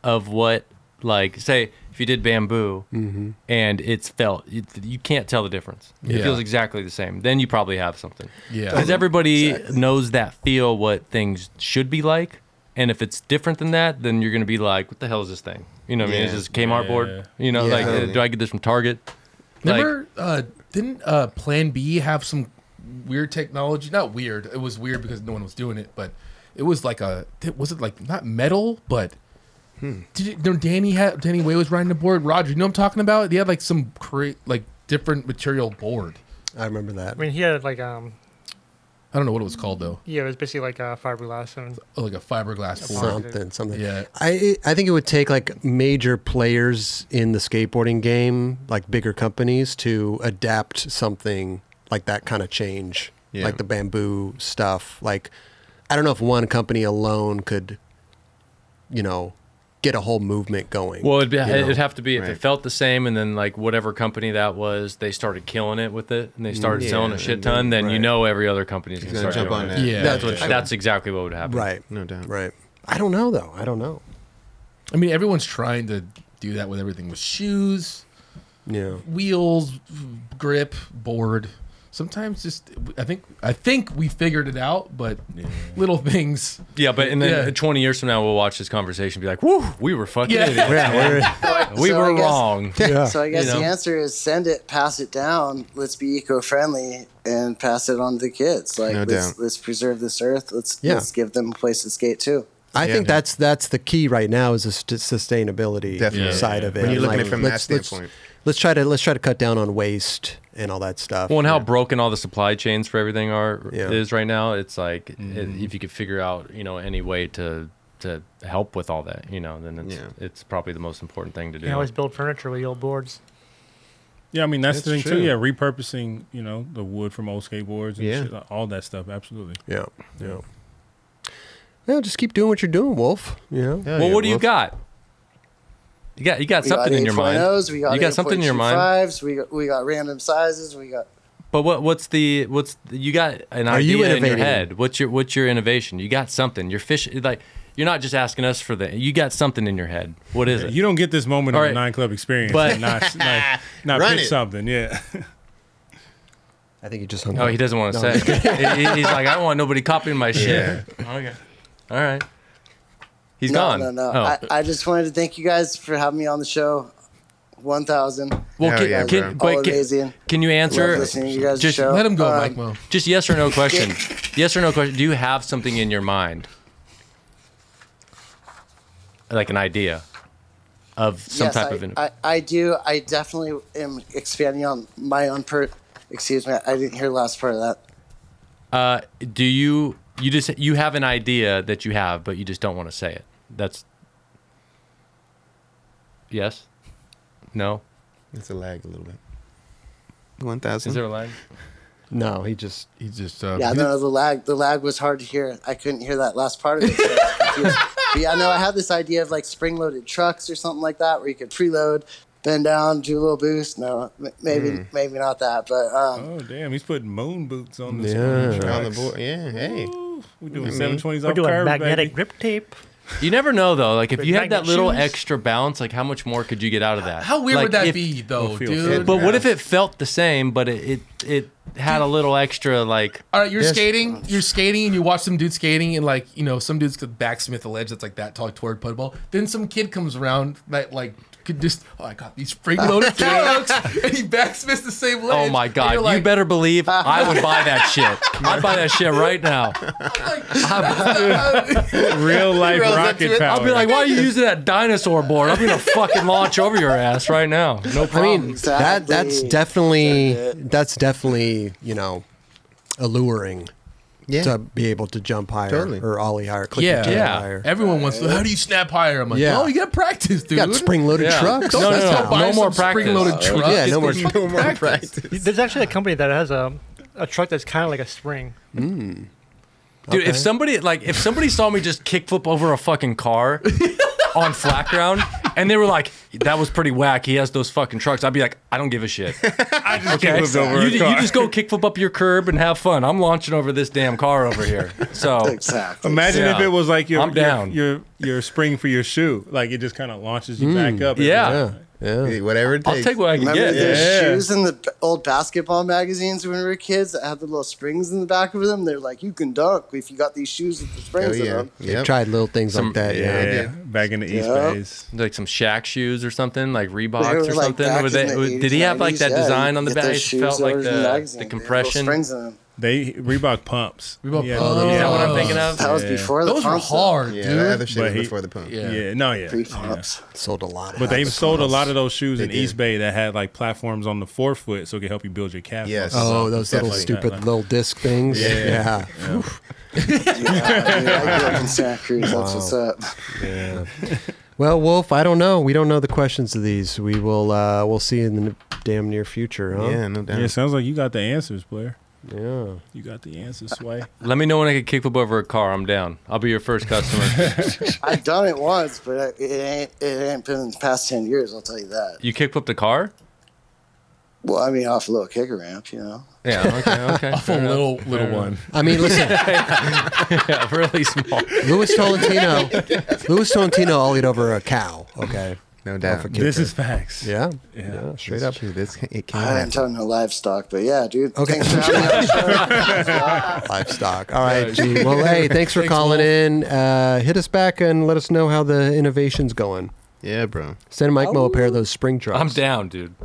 of what like say if you did bamboo
Mm-hmm.
and it's felt you, you can't tell the difference. It
Yeah.
feels exactly the same. Then you probably have something.
Yeah.
Cuz everybody knows that feel what things should be like and if it's different than that then you're going to be like what the hell is this thing? You know what I mean? Is
Yeah.
this a Kmart board? You know
Yeah,
like uh,
totally.
do I get this from Target? Like-
Remember, uh, didn't uh, Plan B have some weird technology? Not weird. It was weird because no one was doing it, but it was like a. it- Was it like not metal, but?
Hmm.
Did you, no, Danny had Danny Way was riding the board. Roger, you know what I'm talking about? They had like some cra- like different material board.
I remember that.
I mean, he had like um,
I don't know what it was called though. Oh,
yeah, it was basically like uh, fiberglass and
Like a fiberglass board.
Something, something.
Yeah.
I I think it would take like major players in the skateboarding game, like bigger companies, to adapt something like that kind of change,
Yeah.
like the bamboo stuff. Like, I don't know if one company alone could, you know, get a whole movement going.
Well, it'd, be,
you know?
it'd have to be if
Right.
it felt the same, and then like whatever company that was, they started killing it with it, and they started
Yeah,
selling a
and
shit
then-
ton. Then you
right.
know every other company's gonna
It's
start
gonna jump
doing
on
it.
that.
Yeah.
that's,
That's
what, that's exactly what would happen.
right,
No doubt.
right. I don't know though. I don't know.
I mean, everyone's trying to do that with everything with shoes,
Yeah.
wheels, grip, board. Sometimes just I think I think we figured it out, but little things.
Yeah, but and then
Yeah.
20 years from now, we'll watch this conversation, and be like, "Woo, we were fucking
Yeah.
idiots.
Yeah,
We
So I
were
guess-
wrong."
yeah.
So I guess
know?
the answer is send it, pass it down. Let's be eco-friendly and pass it on to the kids. Like
No
let's
doubt.
let's preserve this earth. Let's
Yeah.
let's give them a place to skate too.
I
Yeah.
think that's that's the key right now is the st- sustainability
Definitely.
side of it.
When you're
And,
looking at it from that
let's-
standpoint.
let's try to let's try to cut down on waste and all that stuff.
Well, and how broken all the supply chains for everything are
Yeah.
is right now. It's like i- if you could figure out, you know, any way to to help with all that, you know, then it's
Yeah.
it's probably the most important thing to do.
you can always build furniture with the old boards.
Yeah, I mean that's, the thing
That's
too.
true.
Yeah, repurposing, you know, the wood from old skateboards and
Yeah.
shit, like, all that stuff. Absolutely.
yeah, yeah. Yeah, just keep doing what you're doing, Wolf. You know,
Hell
well,
yeah,
what do you
Wolf.
got? You got you got
We
something
got
in your mind.
8.0s, We got
you got something in your mind.
8.25s, We got, we got random sizes. We got
But what what's the what's the, you got an
Are
idea
you
in your
innovating?
head? What's your what's your innovation? You got something. You're fish like You're not just asking us for the. You got something in your head. What is it?
You don't get this moment
All
of
right.
the nine club experience,
But-
but not like, not
Run
pitch
it.
something. Yeah,
I think he just hung
Oh,
up.
he doesn't want to say. He- he- he's like, I don't want nobody copying my shit. Okay. All right. He's
no,
gone.
no, no.
Oh.
I, I just wanted to thank you guys for having me on the show. 1,000.
well,
Hell
can,
yeah,
can,
All
but can,
amazing.
can you
Love
answer
listening to you guys'
just
show.
Let him go,
Uh,
Um,
Mike Mo.
just yes or no question? yes or no question. Do you have something in your mind, like an idea of some
yes,
type
I,
of? An,
I, I do. I definitely am expanding on my own per. Excuse me, I didn't hear the last part of that.
uh, do you you just you have an idea that you have, but you just don't want to say it? That's yes, no.
It's a lag a little bit. One thousand.
Is there a line?
no, he just.
He just uh,
Yeah, no, the lag, the lag was hard to hear. I couldn't hear that last part of it. so I was confused. but yeah, no, I had this idea of like spring-loaded trucks or something like that, where you could preload, bend down, do a little boost. No, m- maybe,
Hmm.
maybe not that, but um,
Oh damn, he's putting moon boots on this.
Yeah.
on the board? Yeah. Hey.
We're doing seven twenties
We're
off
doing
curve,
magnetic
baby.
grip tape.
You never know though. Like if
With
you had that
magnet
little
shoes?
extra bounce, like how much more could you get out of that?
How weird
Like,
would that
if-
be, though,
feel
dude?
good.
But what if it felt the same, but it it, it had a little extra like.
All right, you're
Yes.
skating, you're skating, and you watch some dude skating, and like you know, some dudes could backsmith a ledge that's like that tall toward puttball. Then some kid comes around that like could just oh, I got these spring loaded trucks, and he backsmiths the same ledge.
Oh my
and
god!
you're like-
you better believe I would buy that shit. I'd buy that shit right now.
Like,
Real life
rolls up to
rocket
it.
power.
I'll
I'd be like, why are you using that dinosaur board? I'm gonna fucking launch over your ass right now. No
I
problem.
mean, that that's
Exactly.
definitely that's definitely you know alluring
Yeah.
to be able to jump higher
Totally.
or ollie higher, click your
yeah,
tail
yeah.
higher.
Everyone wants to. How do you snap higher? I'm like,
Yeah.
oh, you got to practice, dude.
You got spring loaded
Yeah.
trucks.
No,
Don't
no,
That's
just
no.
go
how-
buy
No
some
more
spring loaded
practice.
truck.
Yeah, no more-
Fucking
No more
practice.
practice.
There's actually a company that has a a truck that's kind of like a spring.
Dude, if somebody like if somebody saw me just kick flip over a fucking car on flat ground and they were like, that was pretty whack. He has those fucking trucks. I'd be like, I don't give a shit.
I just
Okay.
kicked over
you,
a
you
car.
just go kick flip up your curb and have fun. I'm launching over this damn car over here. So
exactly.
Imagine if
Yeah.
it was like your,
I'm down.
your your your spring for your shoe, like it just kind of launches you back up. every
Yeah.
time.
Yeah, yeah.
Hey, Whatever it takes.
I'll take what I can
Remember
get.
those
Yeah.
shoes in the b- old basketball magazines when we were kids that had the little springs in the back of them? They're like, you can dunk if you got these shoes with the
Oh
springs in
yeah.
them.
They've
Yep.
tried little things
Some-
like that.
Yeah,
Yeah,
back in the East
Yeah.
days.
Like some Shaq shoes or something, like
They
Reeboks
were,
or
like,
something.
back
Were they-
in the
was- did he
80s,
have like that
90s, yeah,
design on the
you'd get
back?
those
It
shoes
felt like
that was in
the,
magazines,
the
they had little
compression.
springs in them.
They Reebok pumps.
Reebok
yeah,
pumps.
those-
Is that what I'm
Oh.
thinking of?
That was
Yeah.
before the
Those were
pumps, though.
hard,
Yeah,
dude.
that other shit
But
was
he-
before the pump.
Yeah.
Yeah, no, yeah.
Pre-pumps.
sold a lot. Of
But they
hats.
sold a lot of those shoes
They
in
did.
East Bay that had like platforms on the forefoot, so it could help you build your calf.
Yes.
muscles
Oh,
up.
those
Stuff
little
like
stupid
that.
little disc things. Yeah,
Yeah, dude, I grew up in Santa Cruz. That's
Wow.
what's up.
Well, Wolf, I don't know. We don't know the questions to these. We will. Uh, we'll see in the n- damn near future. Huh?
Yeah, no doubt.
Yeah, sounds like you got the answers, player.
Yeah.
You got the answers, Sway.
Let me know when I can kick flip over a car. I'm down. I'll be your first customer.
I've done it once, but it ain't it ain't been in the past ten years. I'll tell you that.
you kick flip the car?
Well, I mean, off a little kicker ramp, you know.
Yeah. Okay. Okay.
Off a little little one.
I mean, listen,
yeah, really small.
Louis Tolentino. Louis Tolentino ollied over a cow. Okay.
No doubt.
This is facts.
Yeah.
Yeah.
Straight up.
Dude, this it can
I
happen.
ain't talking no livestock, but yeah, dude.
Okay.
Thanks for having me on the show.
Livestock. All right. Gee. Well, hey, thanks for calling in. Uh, hit us back and let us know how the innovation's going.
Yeah, bro.
Send Mike Mo a pair of those spring trucks.
I'm down, dude.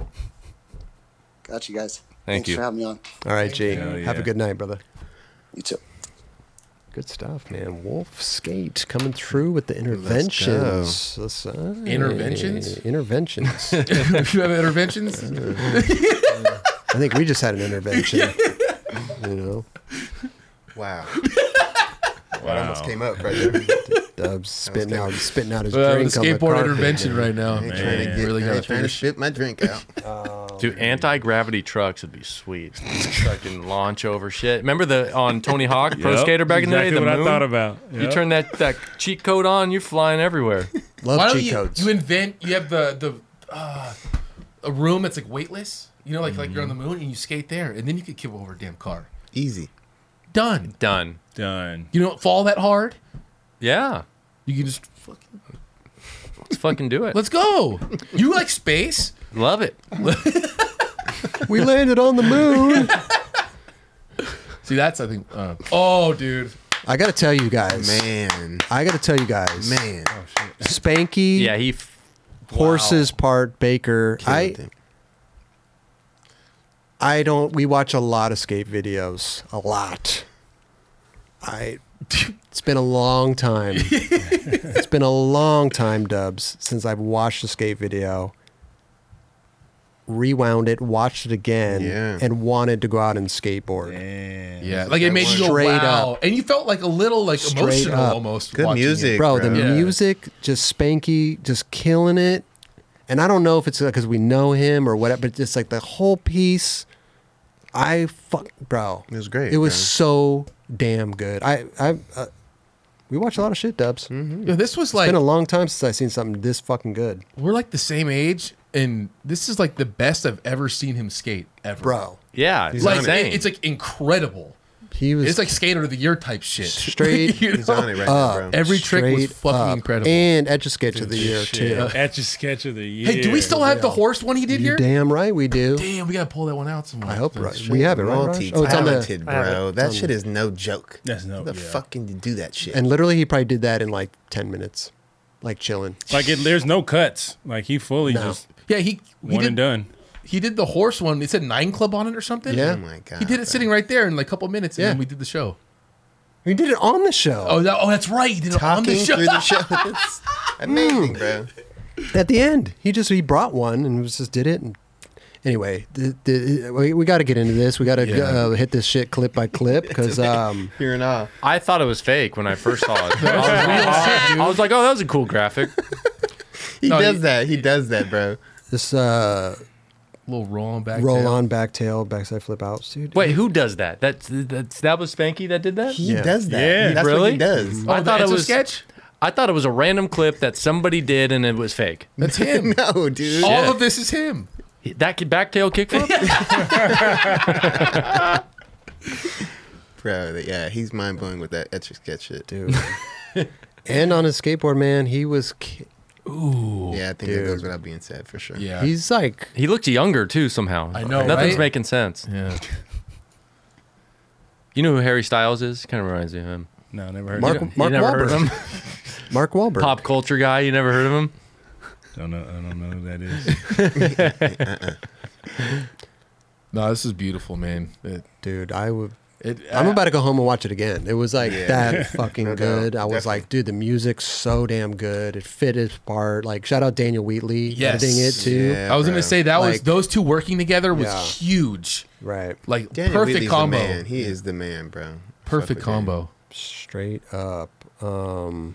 Got you guys.
Thank
Thanks
you.
for having me on.
All right, G.
Hell
Have a
yeah.
good night, brother.
You too.
Good stuff, man. Wolf Skate coming through with the interventions. That's, uh,
Interventions?
Interventions.
you have interventions?
I think we just had an intervention. you know,
Wow.
Wow.
Almost came up right there.
Dub's spitting out, spitting out his
Uh, the
drink on the
skateboard
carpet.
intervention right now.
I ain't trying to
Man,
get,
really
really I
gotta
ain't trying to
finish-
spit my drink out.
Oh,
Dude, anti gravity trucks would be sweet. Fucking launch over shit. Remember the on Tony Hawk Pro
Yep.
Skater back in
exactly
the day? The
what
moon?
I thought about.
You
Yep.
turn that, that cheat code on, you're flying everywhere.
Love cheat
you,
codes.
you invent? You have the the uh, a room that's like weightless. You know, like like you're on the moon and you skate there, and then you could kick over a damn car.
Easy.
Done.
Done.
done.
You don't fall that hard.
Yeah.
You can just fucking
Let's fucking do it.
let's go. You like space?
Love it.
we landed on the moon.
See, that's I think. Uh, oh, dude,
I got to tell you guys.
Man,
I got to tell you guys.
man.
Spanky,
Yeah, he. F-
horses part Baker. I
Killed it.
I don't. We watch a lot of skate videos. A lot. I. It's been a long time. it's been a long time, Dubs, since I've watched a skate video. Rewound it, watched it again,
Yeah.
and wanted to go out and skateboard.
yeah, like it made you go
Straight
wow,
up.
and you felt like a little like
Straight
emotional
up.
almost.
Good
watching it.
music,
bro, the
Yeah.
music just spanky just killing it and i don't know if it's because we know him or whatever but just like the whole piece i fuck bro
It was great,
it was
bro.
so damn good i i uh, we watch a lot of shit dubs mm-hmm.
Yeah, this was like
been a long time since i seen something this fucking good
we're like the same age, and this is like the best I've ever seen him skate ever,
bro
yeah, he's
Like
insane.
it- it's like incredible.
he was
It's like skater of the year type shit.
Straight
You
He's
know?
on it right
Uh,
now, bro.
Every trick was
straight
fucking
up.
incredible. Uh,
and etch a sketch of the year
Shit.
too
Etch a sketch of the year.
hey, do we still have the horse one he did
you
here?
damn right we do
Damn, we gotta pull that one out somewhere.
i hope right we have it right Raj? oh it's on the
Multi-talented,
I have
bro. That shit is no joke.
That's no-
How the
yeah.
fuck can you do that shit?
and literally he probably did that in like 10 minutes like chilling
Like, it, there's no cuts. Like, he fully
No.
just
Yeah, he he
one
did,
and done.
he did the horse one. It said nine club on it or something.
Yeah.
oh my god,
he did
bro.
it sitting right there in like a couple minutes, and
Yeah.
then we did the show.
We did it on the show.
Oh, that, oh, that's right. He did it on the
Talking
show.
through the show. It's amazing, bro.
At the end, he just he brought one and was just did it. And anyway, the, the, we, we got to get into this. We got to
Yeah.
uh, hit this shit clip by clip because um,
You're in awe.
I thought it was fake when I first saw it. I was, I was like, oh, that was a cool graphic.
He
No,
does
you-
that. He does that, bro.
this uh,
Little roll on back.
roll
tail.
on back tail backside flip out. Dude,
Wait, who does that? That's, that's that was Spanky that did that.
He
Yeah.
does that.
Yeah.
that's what
Really?
he does.
Oh,
I thought it
that's a
was
sketch.
I thought it was a random clip that somebody did and it was fake.
That's him.
No, dude.
All
Yeah.
of this is him.
That kid back tail kickflip.
Bro, that- yeah, he's mind blowing with that etch a sketch shit.
dude. and on his skateboard, man, he was. ki-
Yeah, I think
Dude.
that goes without being said for sure.
Yeah.
He's like
He looked younger too somehow.
I know,
Nothing's
right?
making sense.
yeah.
You know who Harry Styles is? Kind of reminds me of him.
No, never heard
Mark
of it.
Mark
never heard of
Wahlberg. Mark Wahlberg.
Pop culture guy. You never heard of him?
Don't know, I don't know who that is.
No, this is beautiful, man. It,
dude. I would.
it,
I'm about to go home and watch it again. It was like
Yeah.
that fucking
No doubt.
good. I was
Definitely.
like, dude, the music's so damn good. It fit his part. Like, shout out Daniel Wheatley
Yes.
editing it too.
Yeah,
I was
bro.
gonna say that was
Like-
those two working together was
Yeah.
huge.
Right,
Like
Daniel
perfect
Wheatley's the
combo.
man. He is the man, bro. Fuck
Perfect
with Daniel.
combo.
straight up. Um,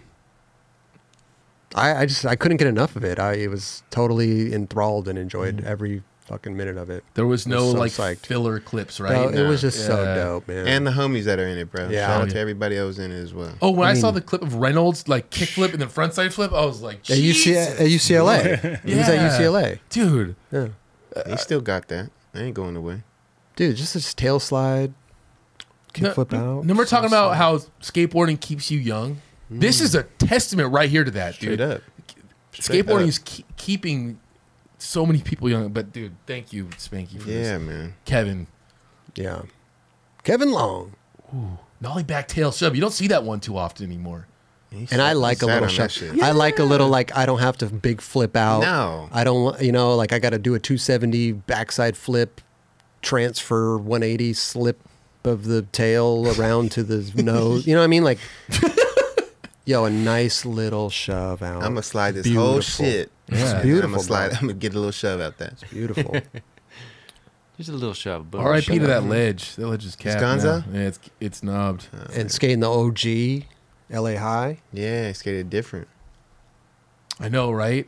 I I just I couldn't get enough of it. I it was totally enthralled and enjoyed every fucking minute of it.
There was no
so
like
psyched.
filler clips, right?
Bro, it was just so
Yeah.
dope, man.
And the homies that are in it, bro.
Yeah.
Shout out to everybody that was in it as well.
Oh, when I, saw the clip of Reynolds like kickflip and then frontside flip, I was like,
at, UC,
Jesus.
at UCLA, he was
Yeah.
at UCLA.
dude.
Yeah,
They still got that. They ain't going away.
dude, just this tail slide, kick
No-
flip out.
Then we're talking
so-
about how skateboarding keeps you young. This is a testament right here to that,
Straight
dude.
up. Straight
Skateboarding
up.
is ke- keeping so many people young. But dude, thank you, Spanky, for
Yeah,
this.
man.
Kevin,
yeah, Kevin Long.
nollie back tail shove. You don't see that one too often anymore.
He
And I
sat-
like a
sat
little
on that
shot. I like a little like I don't have to big flip out.
No.
I don't. want You know, like I got to do a 270 backside flip, transfer 180 slip of the tail around to the nose. You know what I mean? Like, yo, a nice little shove out.
I'm gonna slide this whole
Beautiful.
shit.
Yeah.
I'm
Beautiful,
gonna slide.
bro.
I'm gonna get a little shove out there.
Beautiful.
Oh,
Just a little shove. Boom.
R.I.P. to that ledge. That ledge is capped. now.
Gonzo?
Yeah, it's it's knobbed.
and skating the OG, LA High.
Yeah, I skated different.
I know, right?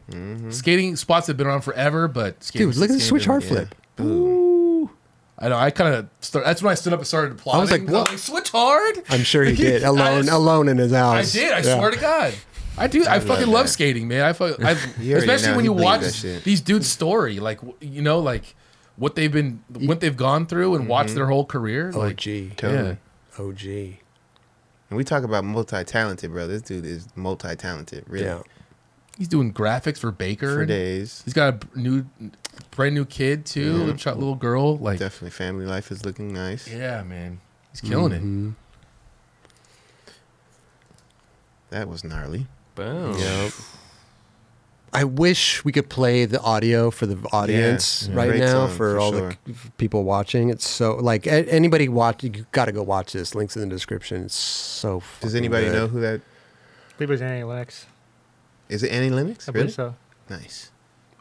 Skating spots have been around forever, but skating,
Dude, look at the
skating-
switch hard
Yeah.
flip.
Boom.
I know. I kind of start. That's when I stood up and started applauding.
I was like, what?
switch hard.
I'm sure he did
I
alone,
just-
alone in his
I
house.
did. I
Yeah.
swear to God. I do. I, fucking
love
love
that.
skating, man. I fuck, I,
You already
especially
know,
when
he
you
believes
watch
that shit.
these dudes' story, like w- you know, like what they've been,
Oh,
what they've gone through, and watched their whole career. Like,
OG,
Totally.
yeah.
OG.
And we talk about multi-talented, bro. This dude is multi-talented, really.
Yeah.
He's doing graphics for Baker.
For
and
days.
He's got a b- new, brand new kid too. Little, ch- little girl. Like, Mm-hmm.
Definitely family life is looking nice.
yeah, man, he's killing
Mm-hmm.
it.
That was gnarly.
Boom.
I wish we could play the audio for the audience
yeah.
right
Great
now
song,
for,
for
all
sure.
the c- people watching. It's so like a- anybody watch, you got to go watch this. Links in the description. It's so.
Does
fucking
anybody
good.
know who that
I believe it was Annie Lennox.
is? It Annie Lennox?
I
really?
believe so.
Nice.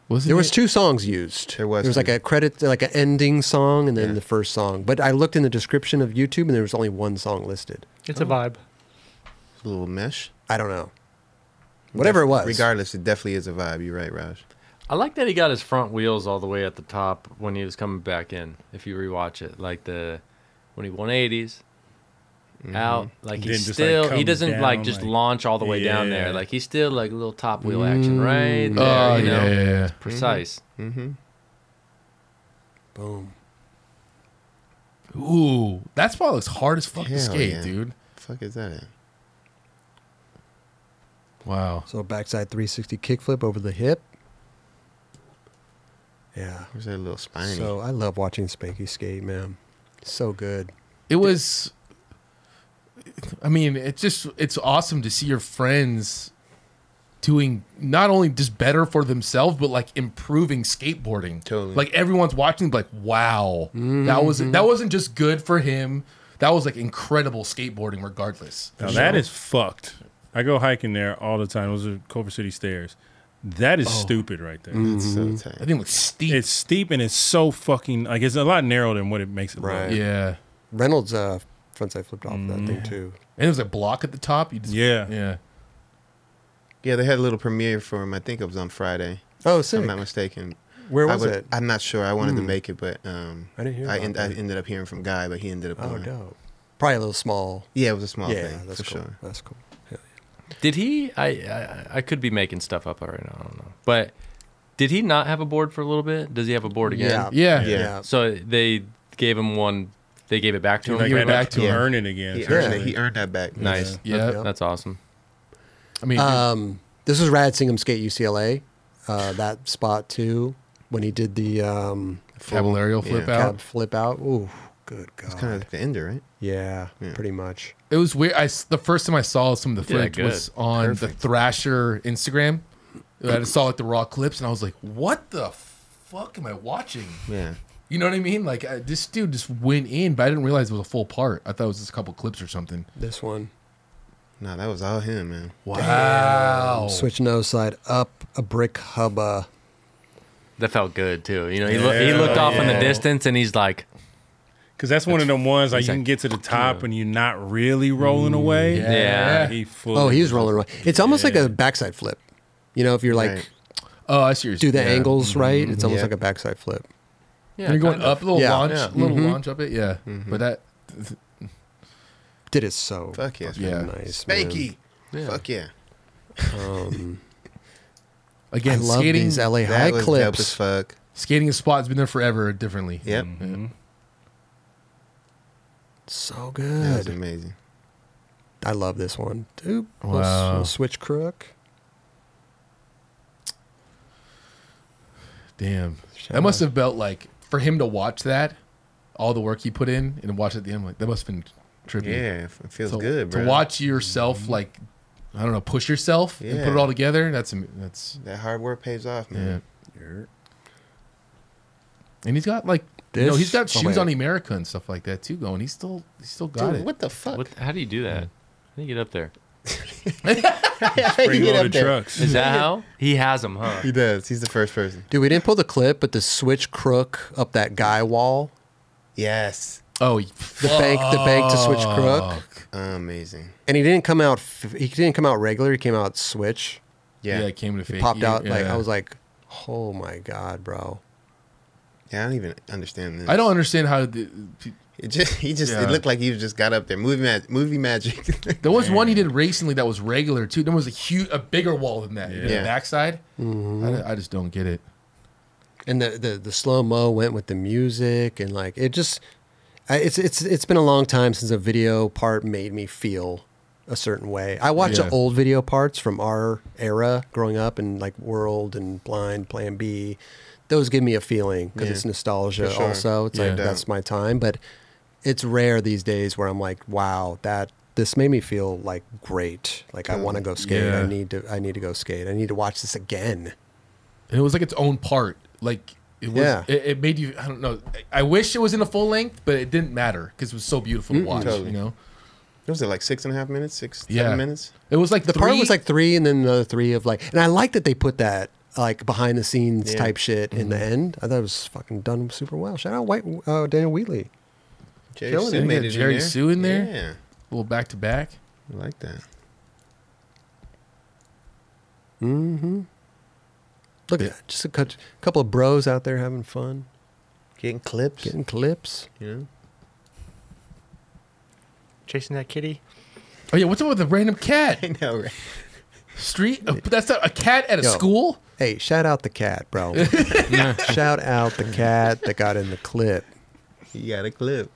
Was
There was
it-
two songs used.
There was
There was like
two.
a credit, like an ending song, and then
Yeah.
the first song. But I looked in the description of YouTube, and there was only one song listed.
It's a vibe.
A little mesh.
I don't know. Whatever it was.
Regardless, it definitely is a vibe. You're right, Raj.
I like that he got his front wheels all the way at the top when he was coming back in. If you rewatch it, like the when he 180s out, like
And
he
then just, like,
still he
comes
doesn't
down,
like just
like-
launch all the way down
Yeah.
there. Like he's still like a little top wheel action right there.
Oh
you know?
yeah, yeah, yeah.
precise.
Mm-hmm.
Boom.
Ooh, that spot looks hard as fuck to
Hell
skate,
yeah.
dude.
Fuck is that? At?
Wow.
So backside 360 kickflip over the hip. Yeah.
Where's that little spiny?
So I love watching Spanky skate, man. So good.
It was. I mean, it's just it's awesome to see your friends doing not only just better for themselves, but like improving skateboarding.
Totally.
Like everyone's watching, like wow, that was that wasn't just good for him. That was like incredible skateboarding, regardless.
Now that is fucked. I go hiking there all the time. Those are Culver City stairs. That is stupid right there.
That's so
That
tight.
thing looks steep.
It's steep and it's so fucking like it's a lot narrower than what it makes it
Right.
look.
yeah,
Reynolds uh, frontside flipped off that thing too.
and it was a block at the top. You just
Yeah.
yeah.
Yeah, they had a little premiere for him. I think it was on Friday.
Oh,
If I'm
sick.
not mistaken.
Where
I
was
would-
it? Hmm.
I'm not sure. I wanted to make it, but um,
I didn't hear
I,
about
end, I
that.
ended up hearing from Guy, but he ended up.
oh,
on it.
dope. Probably a little small.
Yeah, it was a small
yeah,
thing
that's
for
cool.
sure.
That's cool.
Did he? I, I I could be making stuff up right now. I don't know. But did he not have a board for a little bit? Does he have a board again?
Yeah.
Yeah.
So they gave him one. They gave it back to him.
Like,
Give it
I'd
back
have
to
to
him.
earn it again.
He earned
essentially.
it. He earned that back.
Nice.
Yeah.
Yep.
That's awesome.
I mean,
Um, this was Rad Singham skate UCLA. Uh, that spot too when he did the um,
Caballero flip
Yeah.
out.
cab flip out. Ooh, good god.
It's kind of the ender, right?
yeah,
Yeah.
pretty much.
It was weird. I s- the first time I saw some of the
Yeah,
footage
good.
was on the Thrasher Instagram. I just saw like the raw clips, and I was like, "What the fuck am I watching?"
Yeah.
You know what I mean? Like I, this dude just went in, but I didn't realize it was a full part. I thought it was just a couple clips or something.
This one.
No, that was all him, man.
Wow!
Switch nose side up a brick hubba.
That felt good too. You know, he, loo- he
Yeah.
looked off in the
Yeah.
distance and he's like,
Cause that's one of them ones like you
like-
can get to the top and you're not really rolling away.
Yeah.
Yeah.
He fully
Oh, he was rolling around. It's almost like a backside flip. You know, if you're like
Right.
Oh, I see. what
do
you're-
the
yeah.
angles right, it's almost
Mm-hmm. Yeah.
like a backside flip.
yeah,
And you're going
kind of.
up, a little
Yeah. Mm-hmm.
launch,
Yeah.
little launch up it. Yeah, but that.
Did it so
Fuck yes,
fucking
Yeah.
nice, man.
Spanky. Fuck yeah.
I
Again,
love
skating,
these LA
That
high
was dope as
clips.
fuck.
skating a spot's been there forever differently. Mm-hmm.
Yep.
Mm-hmm. So
That was
good.
amazing.
I love this one. Oop, little, s-
Wow.
little switch crook.
Damn.
Shout
That must have felt like for him to watch that, all the work he put in, and watch it at the end. Like that must have been trippy.
Yeah, it feels
to,
good, bro.
To watch
Mm-hmm.
yourself, like I don't know, push yourself and put
Yeah.
it all together. That's am- that's
That hard work pays off,
yeah.
man.
And he's got like you
This-
know he's got
oh,
shoes
man.
on America and stuff like that too going. He's still he's still got
Dude,
it.
what the fuck?
What, how do you do that? How do you get up there?
bring
Get up
loaded
there.
trucks.
Is that how? He has them, huh?
He does. He's the first person.
Dude, we didn't pull the clip, but the switch crook up that guy wall,
Yes.
Oh,
the bank, the bank to switch crook,
Amazing.
and he didn't come out. f- He didn't come out regular. He came out switch.
yeah.
Yeah. Yeah,
it came to fake.
Popped out like
yeah.
I was like, oh my god, bro.
I don't even understand this.
I don't understand how the,
It just he just
Yeah.
it looked like he just got up there. Movie mag- movie magic.
there was one he did recently that was regular too. There was a huge, a bigger wall than that. Yeah.
Yeah.
The backside.
Mm-hmm.
I, I just don't get it.
And the the, the slow mo went with the music, and like it just, I- it's it's it's been a long time since a video part made me feel a certain way. I watch the
Yeah.
old video parts from our era growing up and like World and Blind, Plan B. Those give me a feeling because
Yeah.
it's nostalgia.
For sure.
Also, it's
Yeah.
like that's my time. But it's rare these days where I'm like, wow, that this made me feel like great. Like I want to go skate. I
yeah.
need to. I need to go skate. I need to watch this again.
and it was like its own part. Like it was,
Yeah.
it, it made you. I don't know. I, I wish it was in a full length, but it didn't matter because it was so beautiful to watch.
Totally.
You know,
What was it like six and a half minutes, six,
yeah,
seven minutes?
It was like
The part was like three, and then another three of like, and I like that they put that like behind the scenes
Yeah.
type shit in the end. I thought it was fucking done super well. Shout out White uh, Daniel Wheatley.
Jerry
Killing
Sue
it.
made
Yeah,
it
Jerry
in there.
Sue in there?
Yeah,
a little back to back.
I like that.
Look at that. Just a cou- couple of bros out there having fun,
Getting clips,
getting clips.
you know.
Chasing that kitty.
Oh yeah, what's up with the random cat?
I know, right?
Street? Uh, That's not a cat at a
Yo.
school.
Hey, shout out the cat, bro. shout out the cat that got in the clip.
You got a clip.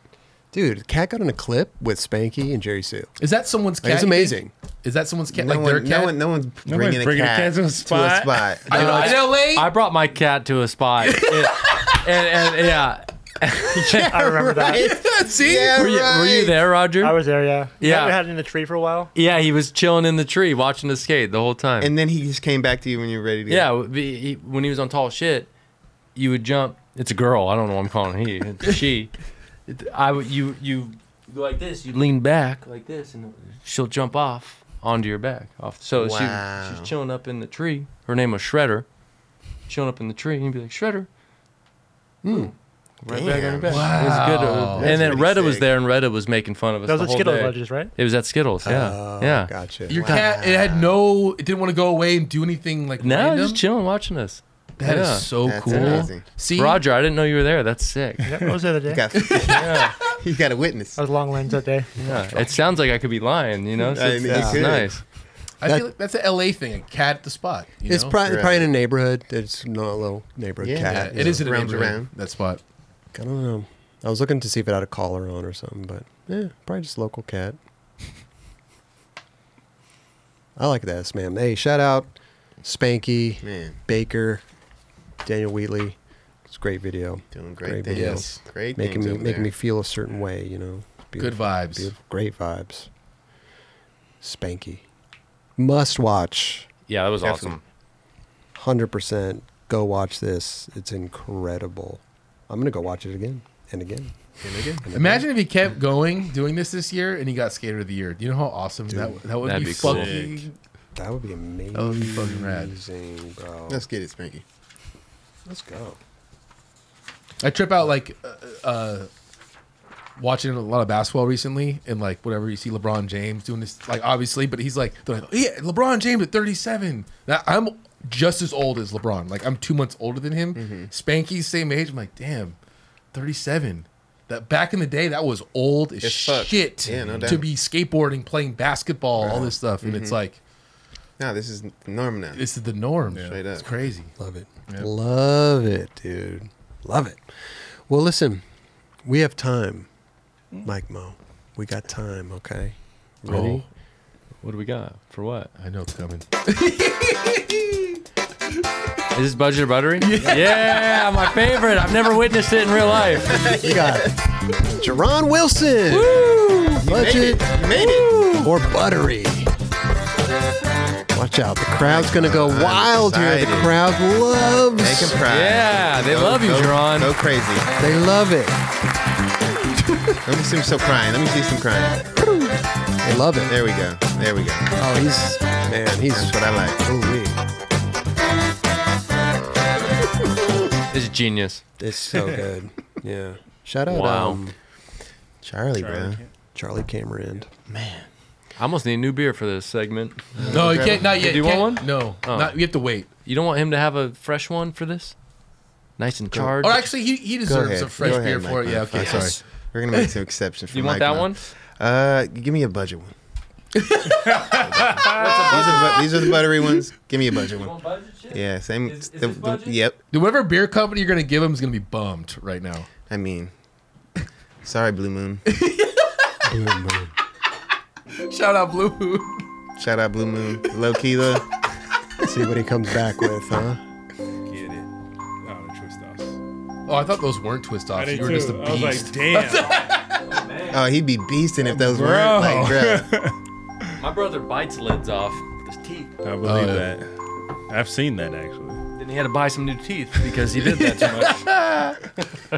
Dude, the cat got in a clip with Spanky and Jerry Sue.
Is that someone's cat?
Like, it's
you think?
amazing.
Is that someone's cat?
No,
like their
one,
cat?
no one, no one's bringing,
bringing
a
a
cat,
cat to a spot.
I, know, I know, Lane.
I brought my cat to a spot. It- and, and yeah.
I remember that.
See?
Yeah,
Were you, were you
right.
there, Roger?
I was there, yeah.
Yeah.
I had it in the tree for a while.
yeah, he was chilling in the tree watching us skate the whole time.
And then he just came back to you when you're ready to.
yeah, w- he, he- when he was on tall shit, you would jump. It's a girl. I don't know. What I'm calling he. It's she. It- I would you you go like this. You lean back like this, and she'll jump off onto your back. Off. So
Wow.
she she's chilling up in the tree. Her name was Shredder. Chilling up in the tree, and you'd be like Shredder. Hmm. Right back on
Damn.
your back. It was good. uh,
Wow.
and then
That's
Retta
pretty
was
sick.
there, and Retta was making fun of us.
That was
the
at
whole
Skittle
day.
Legends, right?
It was at Skittles. Yeah.
Oh,
yeah.
Gotcha.
Your cat, it had no, it didn't want to go away and do anything like
No,
random.
just chilling, watching us.
That is
Yeah.
so
That's
cool.
amazing.
See,
Roger, I didn't know you were there. That's sick.
Yep, that was the other day.
You got, you got a witness.
I was long lens that day.
Yeah, it sounds like I could be lying, you know? So
I
it's,
mean, you
it's
could.
nice.
I feel like that's an LA thing. A cat at the spot. you
It's
know?
probably,
Right.
probably in a neighborhood. It's not a little neighborhood
Yeah.
cat.
Yeah,
you
it is
know.
in a
Roams
neighborhood,
around.
that spot.
I don't know. I was looking to see if it had a collar on or something, but yeah, probably just local cat. I like this, man. Hey, shout out Spanky,
Man.
Baker, Daniel Wheatley. It's a great video.
Doing
Great
great, things.
videos.
Great
Making
things.
me
over
making me
there.
feel a certain way, you know.
Good
Beautiful-
vibes.
beautiful- great vibes. Spanky. Must watch.
Yeah, that was
Definitely.
awesome.
hundred percent. Go watch this. It's incredible. I'm gonna go watch it again and again.
And again,
Imagine if he kept going doing this this year and he got Skater of the Year. Do you know how awesome that that would
that'd
be,
be cool.
fucking.
That would be amazing.
That would be fucking rad.
bro.
Let's get it, Spanky.
Let's go.
I trip out like uh, uh, watching a lot of basketball recently, and like whatever you see LeBron James doing this, like obviously, but he's like, they're like, yeah, LeBron James at 37. Now, I'm just as old as LeBron. Like I'm two months older than him.
Mm-hmm.
Spanky's same age. I'm like, damn, 37. That back in the day, that was old as
It's fucked.
shit
Yeah, no
to
doubt. Mm-hmm.
be skateboarding, playing basketball, all this stuff, and it's like
No, this is norm now.
this is the norm.
Straight up.
It's crazy.
Love it. Love it, dude. Love it. Well, listen, we have time,
Hmm?
Mike Mo. We got time. Okay. Ready?
Oh. What do we got? For what?
I know it's coming.
Is this budget or buttery? Yeah. my favorite. I've never witnessed it in real life.
We got Jerron Wilson.
Made
Budget.
it. You made it.
or buttery. Watch out. The crowd's going to go wild here. The
excited.
crowd
Make him
loves.
proud.
Yeah, they love you,
go,
Jerron.
Go crazy.
They love it.
Let me see some crying. Let me see some crying.
They love it.
There we go. There we go.
Oh, he's man, he's
That's what I like.
ooh-wee.
This is genius.
It's so good. Yeah. Shout out
Wow.
um,
Charlie, bro.
Charlie Cameron.
I almost need a new beer for this segment.
No, you can't. Not yet.
Do you want
Can't-
one?
No,
Oh.
not, you have to wait.
You don't want him to have a fresh one for this? Nice and charred.
Oh,
Or actually, he, he deserves
ahead.
a fresh
Go
beer
ahead,
for it.
Mike.
Yeah, okay,
Yes.
sorry.
We're gonna make some exceptions. For
you want
Mike
that
now.
one?
Uh, give me a budget one. these, are the, bu- these are the buttery ones. Give me a budget one. Yeah, same.
Is- is
the-
this
the-
budget?
yep.
Dude, whatever beer company you're gonna give him is gonna be bummed right now.
I mean, sorry, Blue Moon.
Blue Moon.
Shout out Blue Moon.
Shout out Blue Moon. Low key though.
See what he comes back with, huh?
Get it. Oh, the twist offs.
Oh, I thought those weren't twist
I
offs.
did
You were
too.
just a
I was
beast.
like, damn.
Oh, he'd be beasting if those
Bro.
weren't like, bro.
My brother bites lids off with his teeth.
I believe
yeah.
that. I've seen that actually.
Then he had to buy some new teeth because he did that too much.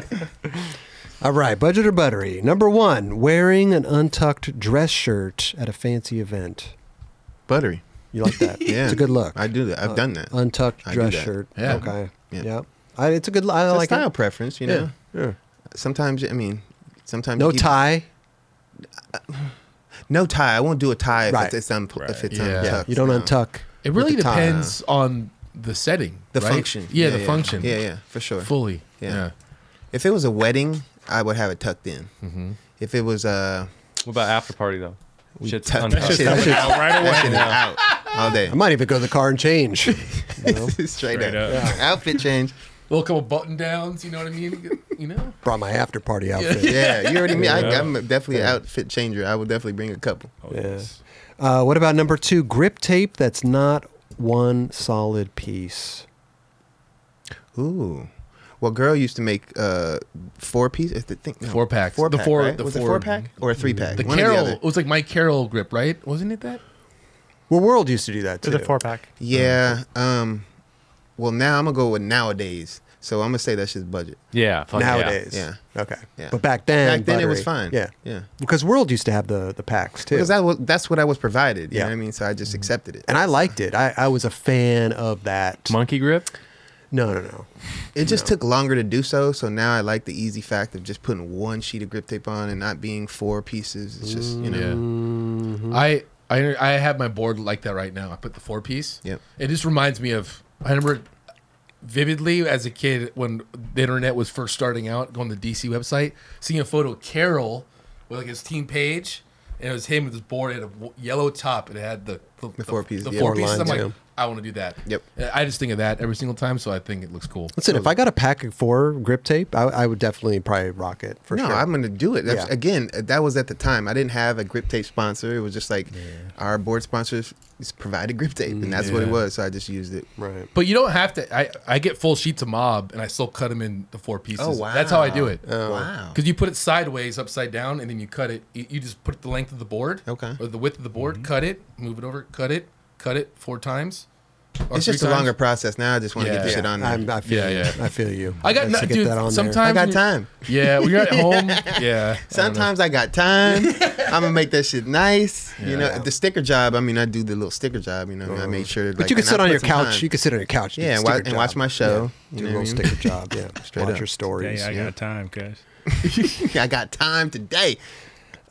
All right, budget or buttery. Number one, wearing an untucked dress shirt at a fancy event.
Buttery.
You like that?
Yeah.
it's a good look. Uh,
I do that. I've done that.
untucked
I do
dress
that.
shirt.
Yeah.
Okay. Yeah.
Yeah.
I, it's a good. I
It's a
like
style
it.
preference, you
Yeah,
know.
yeah.
Sometimes I mean sometimes
No
you keep-
tie.
No tie. I won't do a tie if
Right.
it's, it's unpl- if it's
Right. Yeah.
untucked.
You don't
no.
untuck.
It really
with the tie.
depends on the setting,
the
right?
function.
Yeah, the function.
Yeah, yeah, for sure.
fully.
Yeah.
Yeah.
If it was a wedding, I would have it tucked in.
Mm-hmm.
If it was uh,
What about after party though? Shit's
tuck-
untucked.
shit-
That
that
shit-
shit
Out right away.
is out all day.
I might even go to the car and change. You know?
Straight,
Straight
up.
up.
Outfit change.
Little couple button downs. You know what I mean? You know.
Brought my after party outfit.
Yeah, you already mean. I,
Yeah.
I'm definitely an outfit changer. I would definitely bring a couple.
Oh,
Yeah.
yes.
Uh, what about number two? Grip tape that's not one solid piece.
Ooh. Well, girl used to make uh, four piece. I think no,
Four packs.
Four
The
pack,
four-
right?
the
was it
four- Mm-hmm.
four pack or a three pack?
The
One or
Carol.
other.
it was like my Carol grip, right? Wasn't it that?
Well, World used to do that
To
too.
the four pack.
Yeah. Um. Well, now I'm gonna go with nowadays. So I'm gonna say that's just budget.
Yeah, fuck yeah.
Nowadays.
Oh, Yeah.
Okay.
Yeah.
But back then,
Back then it was
buttery.
fine.
Yeah.
Yeah.
Because World used to have the the packs too.
Because that was, that's what I was provided. You
Yeah.
know what I mean? So I
Mm-hmm.
just accepted it.
and I liked it. I, I was a fan of that.
Monkey grip.
No, no, no.
It just took longer to do so. So now I like the easy fact of just putting one sheet of grip tape on and not being four pieces. It's just, you know.
Mm, Yeah.
Mm-hmm.
I I I have my board like that right now. I put the four piece.
Yep.
It just reminds me of I remember vividly as a kid when the internet was first starting out, going to the DC website, seeing a photo of Carol with like his team page, and it was him with his board. It had a w- yellow top, and it had the the,
four piece,
The
yeah.
four
Four
pieces. I'm
lines,
like,
yeah.
I want to do that.
Yep.
And I just think of that every single time, so I think it looks cool.
Listen, if I got a pack of four grip tape, I, I would definitely probably rock it for
no,
sure.
I'm going to do it. That's,
Yeah.
Again, that was at the time. I didn't have a grip tape sponsor. It was just like our board sponsors just provided grip tape, and that's what it
Yeah.
was. So I just used it.
right.
But you don't have to. I, I get full sheets of mob, and I still cut them in the four pieces.
Oh, wow.
That's how I do it.
wow.
Because you put it sideways, upside down, and then you cut it. You, you just put the length of the board,
Okay.
or the width of the board. Cut it, move it over, cut it, cut it four times. or
It's just a
three times.
longer process. Now I just want to
Yeah.
get the shit on there.
I'm, I feel
Yeah,
you.
yeah.
I feel you.
I got
Let's
no-
get
dude,
that on there.
sometimes-
I got time.
Yeah, when you're at home. Yeah. I don't know.
Sometimes I got time. I'm gonna make that shit nice. You know, the sticker job. I mean, I do the little sticker job. You know, what I mean? I made sure. That,
But
like,
you can
and
sit
I
on
put
your
some
couch.
time.
You can sit on your couch. do
Yeah,
the
and wa-
sticker
and watch
job.
my show.
Yeah,
You
do
know
a little
what I mean?
sticker job. Yeah,
Straight
watch
up.
your stories.
Hey, I
yeah.
got time, cuz.
I got time today.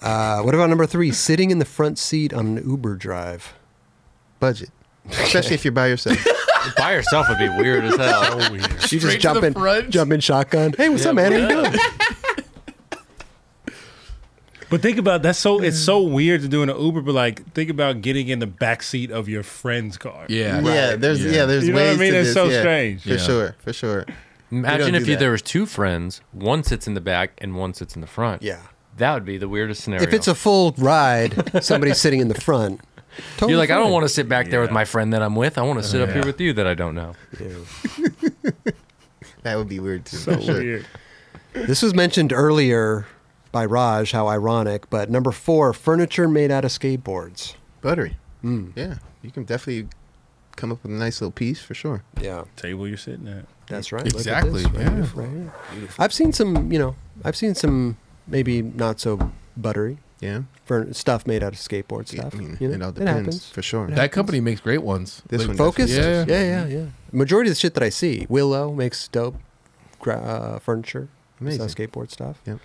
uh, what about number three? Sitting in the front seat on an Uber drive.
Budget, especially if you're by yourself.
By yourself would be weird as hell.
Oh, weird.
You
Straight
just
to
jump
the
in,
front?
jump in shotgun. Hey, what's up, man? How you doing?
But think about that's so it's so weird to do in an Uber, but like think about getting in the back seat of your friend's car.
Yeah.
Yeah, there's yeah, there's
You know what I
ways
mean?
to
It's
this.
so
yeah,
strange.
For
Yeah.
sure, for sure.
Imagine
do
if you,
that.
there was two friends, one sits in the back and one sits in the front.
Yeah.
That would be the weirdest scenario.
If it's a full ride, somebody's sitting in the front. Totally
You're like, I don't
fine.
want to sit back there with
Yeah.
my friend that I'm with. I want to sit up here
Yeah.
with you that I don't know.
That would be weird too.
So
for sure.
weird.
This was mentioned earlier by Raj, how ironic, but number four, furniture made out of skateboards.
Buttery. Yeah, you can definitely come up with a nice little piece for sure.
Yeah,
Table you're sitting at.
that's right. Look at this
Exactly,
right here,
beautiful.
right here. I've seen some, you know, I've seen some maybe not so buttery
Yeah,
furn stuff made out of skateboard stuff.
I mean,
you know?
it all depends for sure.
That company makes great ones.
This one
Focus? Yeah.
Yeah.
yeah, yeah, Majority of the shit that I see, Willow makes dope gra- uh, furniture, it's not
Amazing.
skateboard stuff.
Yep.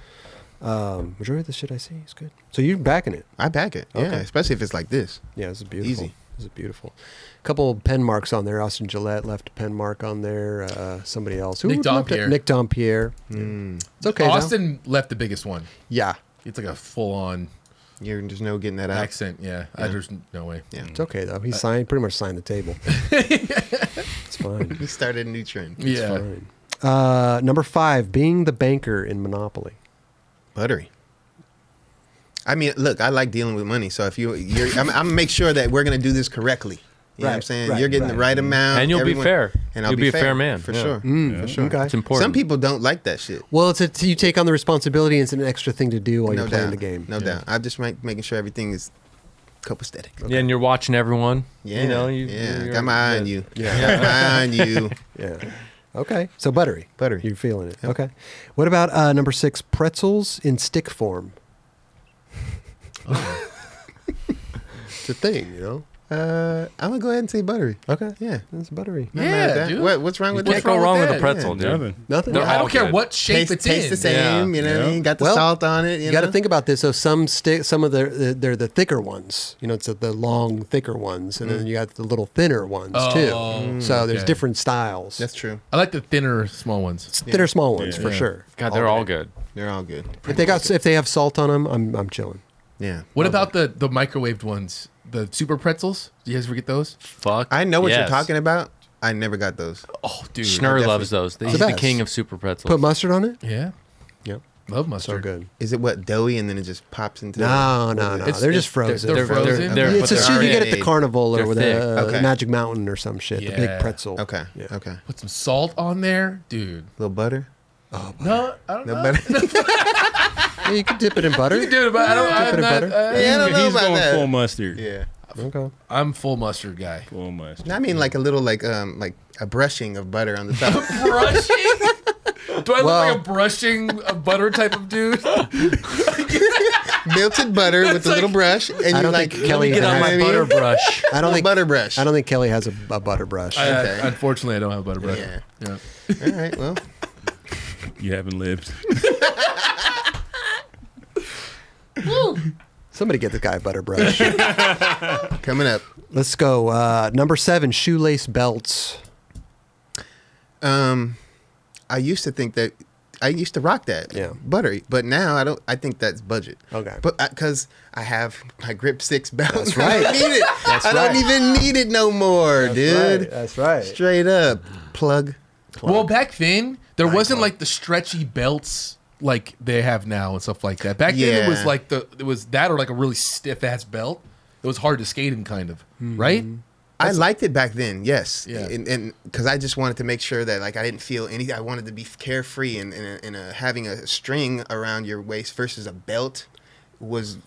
Um, majority of the shit I see is good. So you're backing it.
I back it. Yeah,
Okay.
especially if it's like this.
Yeah, this is beautiful.
Easy.
This is beautiful. couple pen marks on there. Austin Gillette left a pen mark on there. Uh, somebody else.
Nick
would left it?
Dompierre.
Nick Dompierre. It's okay. though.
Austin left the biggest one.
Yeah,
It's like a full on
You're just no getting that out.
accent. Yeah. I, there's no way.
Yeah.
it's okay though. He signed pretty much signed the table. it's fine.
He started a new trend.
Yeah.
Fine. Uh, number five, being the banker in Monopoly.
Buttery. I mean, look, I like dealing with money. So if you, you're, I'm, I'm gonna make sure that we're gonna do this correctly. You know what I'm
Right,
saying?
right,
you're getting the
right. Mm-hmm.
right amount,
And you'll be fair.
and I'll
You'll
be,
be a fair man,
for
yeah.
sure. For sure.
okay.
It's important.
Some people don't like that shit.
Well, it's a, you take on the responsibility. and It's an extra thing to do while
no
you're
doubt.
playing the game.
No doubt. I'm just make, making sure everything is copacetic.
Yeah, and you're watching everyone.
Yeah.
you know, you,
yeah.
you're-
Got my eye on
yeah.
you. Got my eye on you.
Yeah. Okay. So buttery.
Buttery.
You're feeling it. Okay. What about uh, number six? Pretzels in stick form. it's a thing, you know.
Uh, I'm gonna go ahead and say buttery.
Okay.
Yeah.
It's buttery.
Not mad at
Yeah,
that.
dude.
What, what's wrong with
Can't
that?
go
wrong
wrong
with
with a
that?
pretzel, dude.
Nothing.
Nothing.
They're
I
all
don't care
good.
what shape
Taste,
it's
taste
in.
the same.
Yeah.
You know what I
Yeah.
mean? Got the
Well,
salt on it. You,
You got to
know?
think about this. So some stick, some of the, the they're the thicker ones. You know, it's the, the long, thicker ones, and
Mm.
then you got the little thinner ones
Oh,
too. So there's
okay.
different styles.
That's true.
I like the thinner, small ones.
thinner, small ones
Yeah.
for
Yeah.
sure.
God, they're all good.
They're all good.
If they got if they have salt on them, I'm I'm chilling.
Yeah.
What about the the microwaved ones? The super pretzels? Do you guys ever get those?
Fuck.
I know what you're
yes.
talking about. I never got those.
Oh, dude.
Schnurr
I
loves those. He's
The
the,
best.
king of super pretzels.
Put mustard on it.
Yeah.
Yep.
Love
So
mustard.
good.
Is it what doughy and then it just pops into?
No, no, no.
It's-
They're just
it's-
frozen.
they're- they're frozen.
They're,
Yeah,
it's
but
a
they're
shit you get at
already-
the carnival or
they're
with
thick.
a
Okay.
Magic Mountain or some shit. The
Yeah.
big pretzel.
Okay.
Yeah.
Okay. A
Put some salt on there, dude.
little butter.
No, I don't
No
know.
butter.
Yeah, you can dip it in butter.
You can do it, but I don't.
Dip it
I'm,
in
not,
butter.
uh,
Yeah, I don't know
He's
about
going
that.
full mustard.
yeah.
Okay.
I'm full mustard guy.
Full mustard.
I mean, like a little, like um, like a brushing of butter on the top.
brushing? Do I look
Well-
like a brushing a butter type of dude?
Melted butter with a little brush, and
I
you
don't
like
think Kelly
Get on
has-
my
You know what I
butter
mean?
brush.
I don't
Little
think
butter brush.
I don't think Kelly has a, a butter brush.
I- uh,
Okay.
unfortunately, I don't have a butter brush.
Yeah.
Yeah.
All right. Well,
You haven't lived.
Somebody get the guy a butter brush.
coming up.
Let's go. Uh, number seven, shoelace belts.
Um, I used to think that I used to rock that.
Yeah.
Buttery, but now I don't. I think that's budget.
Okay.
But because I, have my grip six belt. That's I
right.
don't need it. I
right.
don't even need it no more, dude.
That's right.
Straight up plug.
Well, back then there wasn't like the stretchy belts like they have now and stuff like that. Back then it was
Yeah.
like the it was that or like a really stiff ass belt. It was hard to skate in, kind of.
Hmm.
Right?
I liked it back then, yes,
Yeah.
and and because I just wanted to make sure that like I didn't feel any. I wanted to be carefree, and and, and uh, having a string around your waist versus a belt was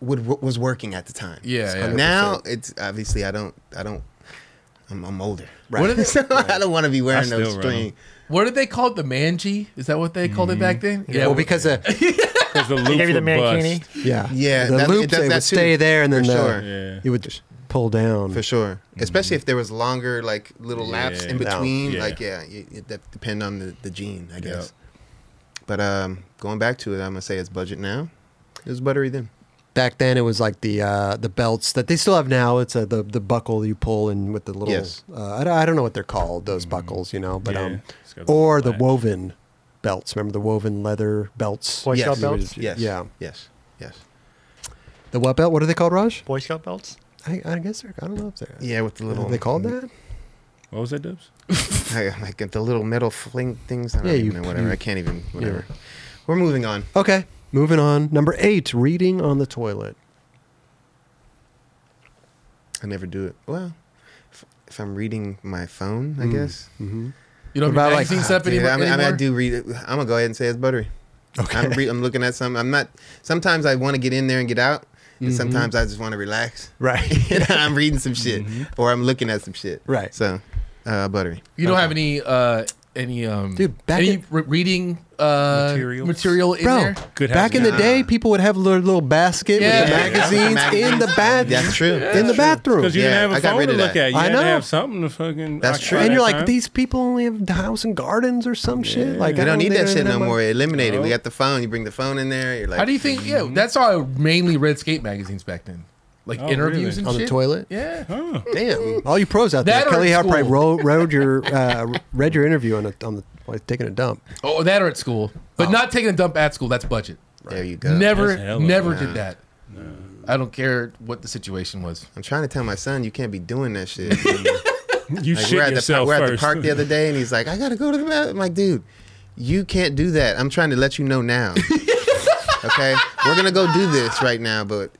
would was working at the time.
Yeah,
So
yeah.
now it's obviously I don't I don't I'm, I'm older.
Right.
What did
So I don't want to be wearing
still
no
run.
string.
What did they call it? The manji? Is that what they called it back then? Yeah.
well, because uh,
Because the loops
They gave you the
were bust.
mankini.
yeah,
Yeah,
the
that-
loops
that-
they
that
would stay
too.
there, and then
For
the,
sure.
Yeah.
it would just pull down.
For sure, especially if there was longer like little laps in
Yeah.
between.
Yeah.
Like Mm-hmm. yeah, it, it dep- depend on the, the gene, I guess. But um, going back to it, I'm gonna say it's budget now. It was buttery then.
Back then, it was like the uh, the belts that they still have now. It's uh the the buckle you pull and with the little.
Yes.
Uh, I, don't- I don't know what they're called. Those buckles, you know, but
Yeah.
um,
It's got the
or the
little
woven belts. Remember the woven leather belts?
Boy Scout
yes.
belts.
Yes.
Yeah.
Yes. Yes.
The what belt? What are they called, Raj?
Boy Scout belts.
I, I guess they're. I don't know if they're.
Yeah, with the
Are
little.
they called that?
What was that, Dubs?
Like the little metal fling things. I don't
Yeah,
even
you-
know, whatever. I can't even. Whatever. We're moving on.
Okay. Moving on. Number eight, reading on the toilet.
I never do it. Well, if, if I'm reading my phone, I guess.
you don't
about, like,
have magazine stuff
Dude,
anymore.
I, mean, I mean, I
anymore?
do read it. I'm gonna go ahead and say it's buttery. Okay. I'm, re- I'm looking at something. I'm not. Sometimes I want to get in there and get out, and sometimes I just want to relax.
Right.
And I'm reading some shit, or I'm looking at some shit.
Right.
So, uh, buttery.
You don't have any uh any um
Dude, back
any
in-
re- reading uh
Materials.
material in
Bro,
there.
Good
back in the
housing.
day, people would have their little basket
Yeah.
with the
Yeah,
magazines
magazines.
in the bathroom.
That's true.
In the bathroom.
Because you
Yeah, I
didn't have a
got
phone
rid
to
of
look
that.
at. You
I
had
know.
to have something to fucking.
That's
occupy
true.
and
that
you're like,
time.
these people only have house and gardens or some shit. Like
We
I
don't need
think
that
I
shit
have
no
my-
more. Eliminated.
No.
We got the phone. You bring the phone in there. You're like, "Mm,
How do you think? Yeah,
Mm-hmm.
that's how I mainly read skate magazines back then, like
Oh,
interviews
really?
and
On the
shit.
toilet?
Yeah.
Oh.
Damn, all you pros out there,
That or
Kelly
at
Harper
school.
wrote, wrote your uh, read your interview on a, on the while taking a dump.
Oh, that or at school, but not taking a dump at school. That's budget.
There you go.
That's
Never,
hella
never
bad.
did that. I don't care what the situation was.
I'm trying to tell my son you can't be doing that shit.
You
Like,
shit
we're at, the, par-
yourself
we're at the
first.
park the other day, and he's like, "I gotta go to the bathroom." I'm like, dude, you can't do that. I'm trying to let you know now. Okay, we're gonna go do this right now, but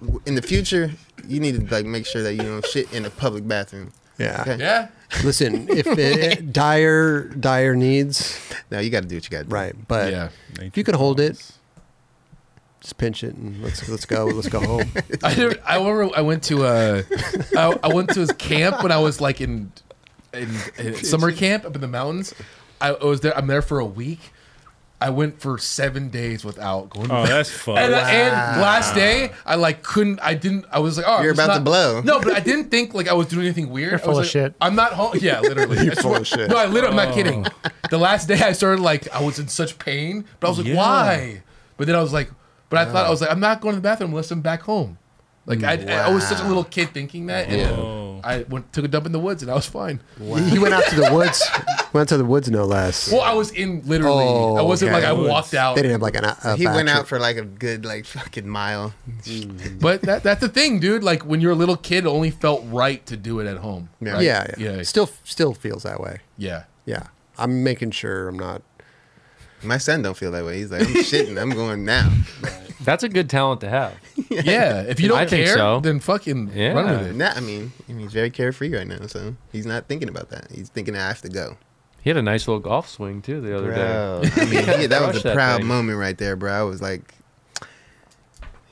w- in the future, you need to like make sure that you don't shit in a public bathroom.
Yeah.
Okay.
Yeah.
Listen, if it, dire dire needs,
Now you got to do what you got to do.
right? But
Yeah.
if you could hold it, just pinch it and let's let's go let's go home.
I, don't- I remember I went to uh, I, I went to his camp when I was like in in, in summer camp up in the mountains. I, I was there. I'm there for a week. I went for seven days without going. to
Oh,
the
that's fun.
and, and last day, I like couldn't. I didn't. I was like, "Oh,
You're
it's
about to
not-
blow.
No, but I didn't think like I was doing anything weird. I
full
was
of
like,
shit.
I'm not home. Yeah, literally. You're
full of shit.
No, I literally.
Oh.
I'm not kidding. The last day, I started like I was in such pain, but I was like,
Yeah.
"Why?" But then I was like, "But I thought I was like, I'm not going to the bathroom unless I'm back home." Like I, I, was such a little kid thinking that, and
Whoa.
I went took a dump in the woods, and I was fine.
He went out to the woods. Went out to the woods, no less.
Well, I was in literally.
Oh,
I wasn't
okay.
like I walked out.
they didn't have like an. A
He went
back-
out for like a good like fucking mile.
But that, that's the thing, dude. Like when you're a little kid, it only felt right to do it at home.
Yeah,
right?
yeah, yeah.
yeah,
Still, still feels that way.
yeah.
Yeah, I'm making sure I'm not.
My son don't feel that way. He's like, I'm shitting. I'm going now.
That's a good talent to have.
Yeah, If you don't
I think
care,
so.
then fucking
Yeah.
run with it.
Nah, I mean, I mean, he's very carefree right now, so he's not thinking about that. He's thinking I have to go.
He had a nice little golf swing too the other day.
Bro, I mean, yeah, that
Crush
was a
that
proud
thing.
moment right there, bro. I was like,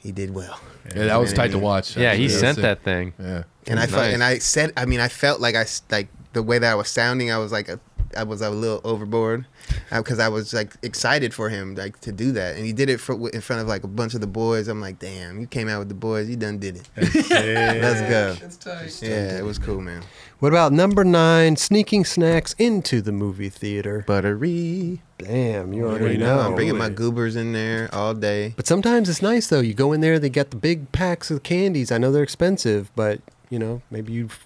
he did well,
Yeah, that was tight to watch.
Yeah, he
That's
sent
it.
that thing.
Yeah.
and I felt,
Nice.
and I said, I mean, I felt like I s- like the way that I was sounding. I was like, a, I was a little overboard because I was like excited for him like to do that, and he did it for, in front of like a bunch of the boys. I'm like, damn, you came out with the boys, you done did it. Let's go. Yeah, it was cool, man.
What about number nine? Sneaking snacks into the movie theater.
Buttery.
Damn, you already
Wait,
know.
no,
I'm bringing my goobers in there all day.
But sometimes it's nice though. You go in there, they got the big packs of candies. I know they're expensive, but you know maybe you f-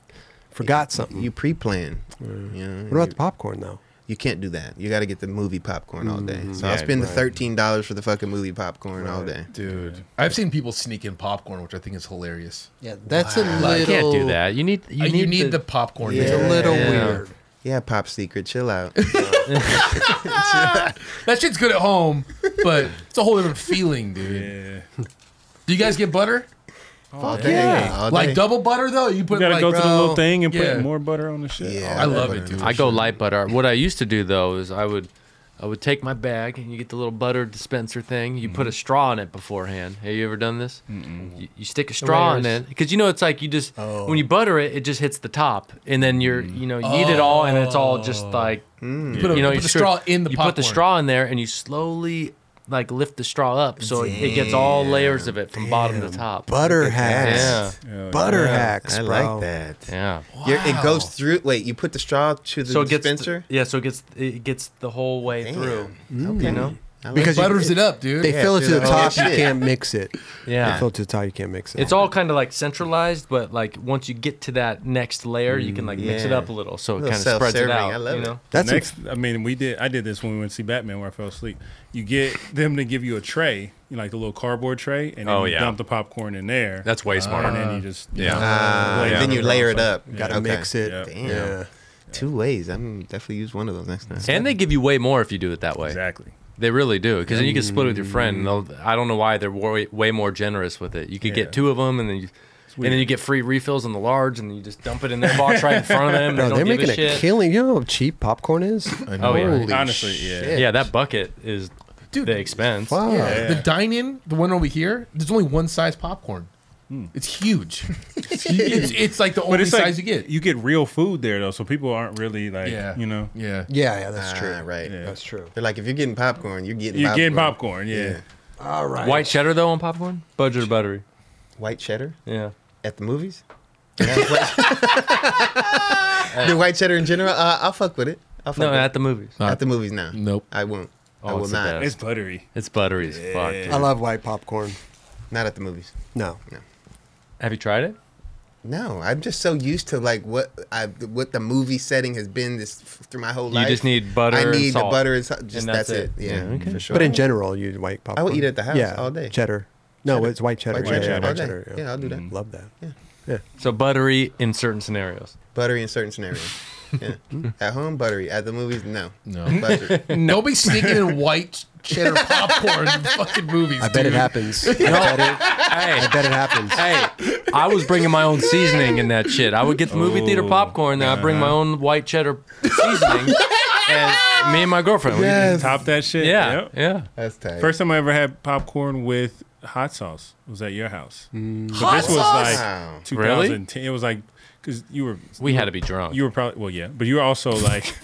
forgot something.
You pre-plan. You know,
what about the popcorn though?
You can't do that. You got to get the movie popcorn all day. So I'll
Yeah,
spend the thirteen dollars for the fucking movie popcorn all day.
Dude, I've seen people sneak in popcorn, which I think is hilarious.
Yeah, that's a
Like,
little.
You can't do that. You need you
Uh, You
need,
need, the, popcorn.
It's
man.
a little
Yeah.
weird.
Yeah, pop secret, chill out.
That shit's good at home, but it's a whole different feeling, dude.
Yeah.
Do you guys get butter?
all day, yeah. all day.
Like double butter though? You
You
put
gotta
like
go to the
bro,
little thing and
yeah.
put more butter on the shit.
Yeah.
Oh, I love it, dude.
I go light butter. What I used to do though is I would I would take my bag and you get the little butter dispenser thing. You
Mm-hmm.
put a straw in it beforehand. Have you ever done this? You, you stick a straw in
Layers.
it because you know it's like you just when you
Oh.
butter it, it just hits the top, and then you're
Mm-hmm.
you know you eat it all, and it's all just
Oh.
like
You put, a,
you know
put
you
the
screw-
straw in the
you
popcorn.
put the straw in there, and you slowly like lift the straw up so it- it gets all layers of it from bottom to top.
Butter hacks.
Yeah.
Oh, Yeah.
Butter
Yeah.
hacks,
I
bro.
like that.
Yeah.
You're- It goes
Wow.
through. Wait, you put the straw to the
So it gets the-
dispenser.
yeah, so it gets it gets the whole way
Damn.
through.
Okay.
You know?
I like
Because you-
butters it up, dude.
They
Yeah,
fill it
dude,
to the
I like
top. You
that shit.
can't mix it. They
Yeah.
fill it to the top. You can't mix it.
It's all kind of like centralized, but like once you get to that next layer, you can like mix it
Mm, yeah.
up a little, so it
Little
kind of spreads it
self-serving,
out.
I love
you
it.
know?
That's
next. I mean, we did. I did this when we went to see Batman, where I fell asleep. You get them to give you a tray, you know, like the little cardboard tray, and then
Oh,
you
yeah.
dump the popcorn in there.
That's way smarter.
and then you just
yeah.
Ah,
Yeah.
Then you layer it up.
Got to
Okay.
mix it.
Yeah.
Damn.
Yeah.
Two ways. I'm definitely use one of those next time.
And they give you way more if you do it that way.
exactly.
They really do, because then you can split with your friend. And they'll, I don't know why they're way, way more generous with it. You could
Yeah.
get two of them, and then you, and then
weird.
you get free refills in the large, and then you just dump it in their box right in front of them. and
Bro,
they
they're
don't
making
give a,
a,
shit.
killing. You know how cheap popcorn is?
Oh yeah,
Holy
Honestly, yeah.
yeah. That bucket is
Dude,
the expense.
Wow.
The dine-in, the one over here, there's only one size popcorn. It's huge. it's, it's like the only
Hmm. But it's
size
like
you get.
you get real food there though, so people aren't really like
yeah,
you know
Yeah,
Yeah, yeah, that's true.
Ah, right.
Yeah.
That's true.
They're like, if you're getting popcorn, you're getting
you're
popcorn.
getting popcorn. Yeah.
Yeah.
All right.
White cheddar though on popcorn, budget or buttery.
White cheddar
Yeah.
at the movies. the white cheddar in general. Uh, I'll fuck with it. I'll fuck
No,
with it.
at the movies.
at the movies now.
Nope.
I won't. I
Oh,
will
it's the
not.
best.
It's buttery.
It's buttery as fuck. dude.
I love white popcorn.
Not at the movies.
No.
Have you tried it?
No, I'm just so used to like what I what the movie setting has been this through my whole
You
life.
just need butter
I
and
need the
salt.
butter and salt. Just
And
that's,
that's
it.
it.
Yeah,
Yeah, okay.
for sure.
But in general, you white popcorn.
eat it at the house
yeah,
all day.
Cheddar. No, it's white cheddar.
White
yeah,
cheddar
yeah, Mm.
all
white
day.
cheddar.
Yeah, I'll do that.
Love that.
So buttery in certain scenarios.
buttery in certain scenarios. Yeah. at home, buttery. At the movies, no.
No.
Buttery.
Nobody's sneaking in white cheddar popcorn in fucking movies.
I bet
dude.
it happens. I, bet it, I
Hey,
bet it happens.
hey, I was bringing my own seasoning in that shit. I would get the movie theater
Oh,
popcorn, then I bring my own white cheddar seasoning, and me and my girlfriend. we-
Top that shit.
Yeah,
Yep.
yeah.
That's tight.
First time I ever had popcorn with hot sauce was at your house.
Mm.
But this was like
Wow.
2010. It was like because you were
We had to be drunk.
you were probably well, yeah, but you were also like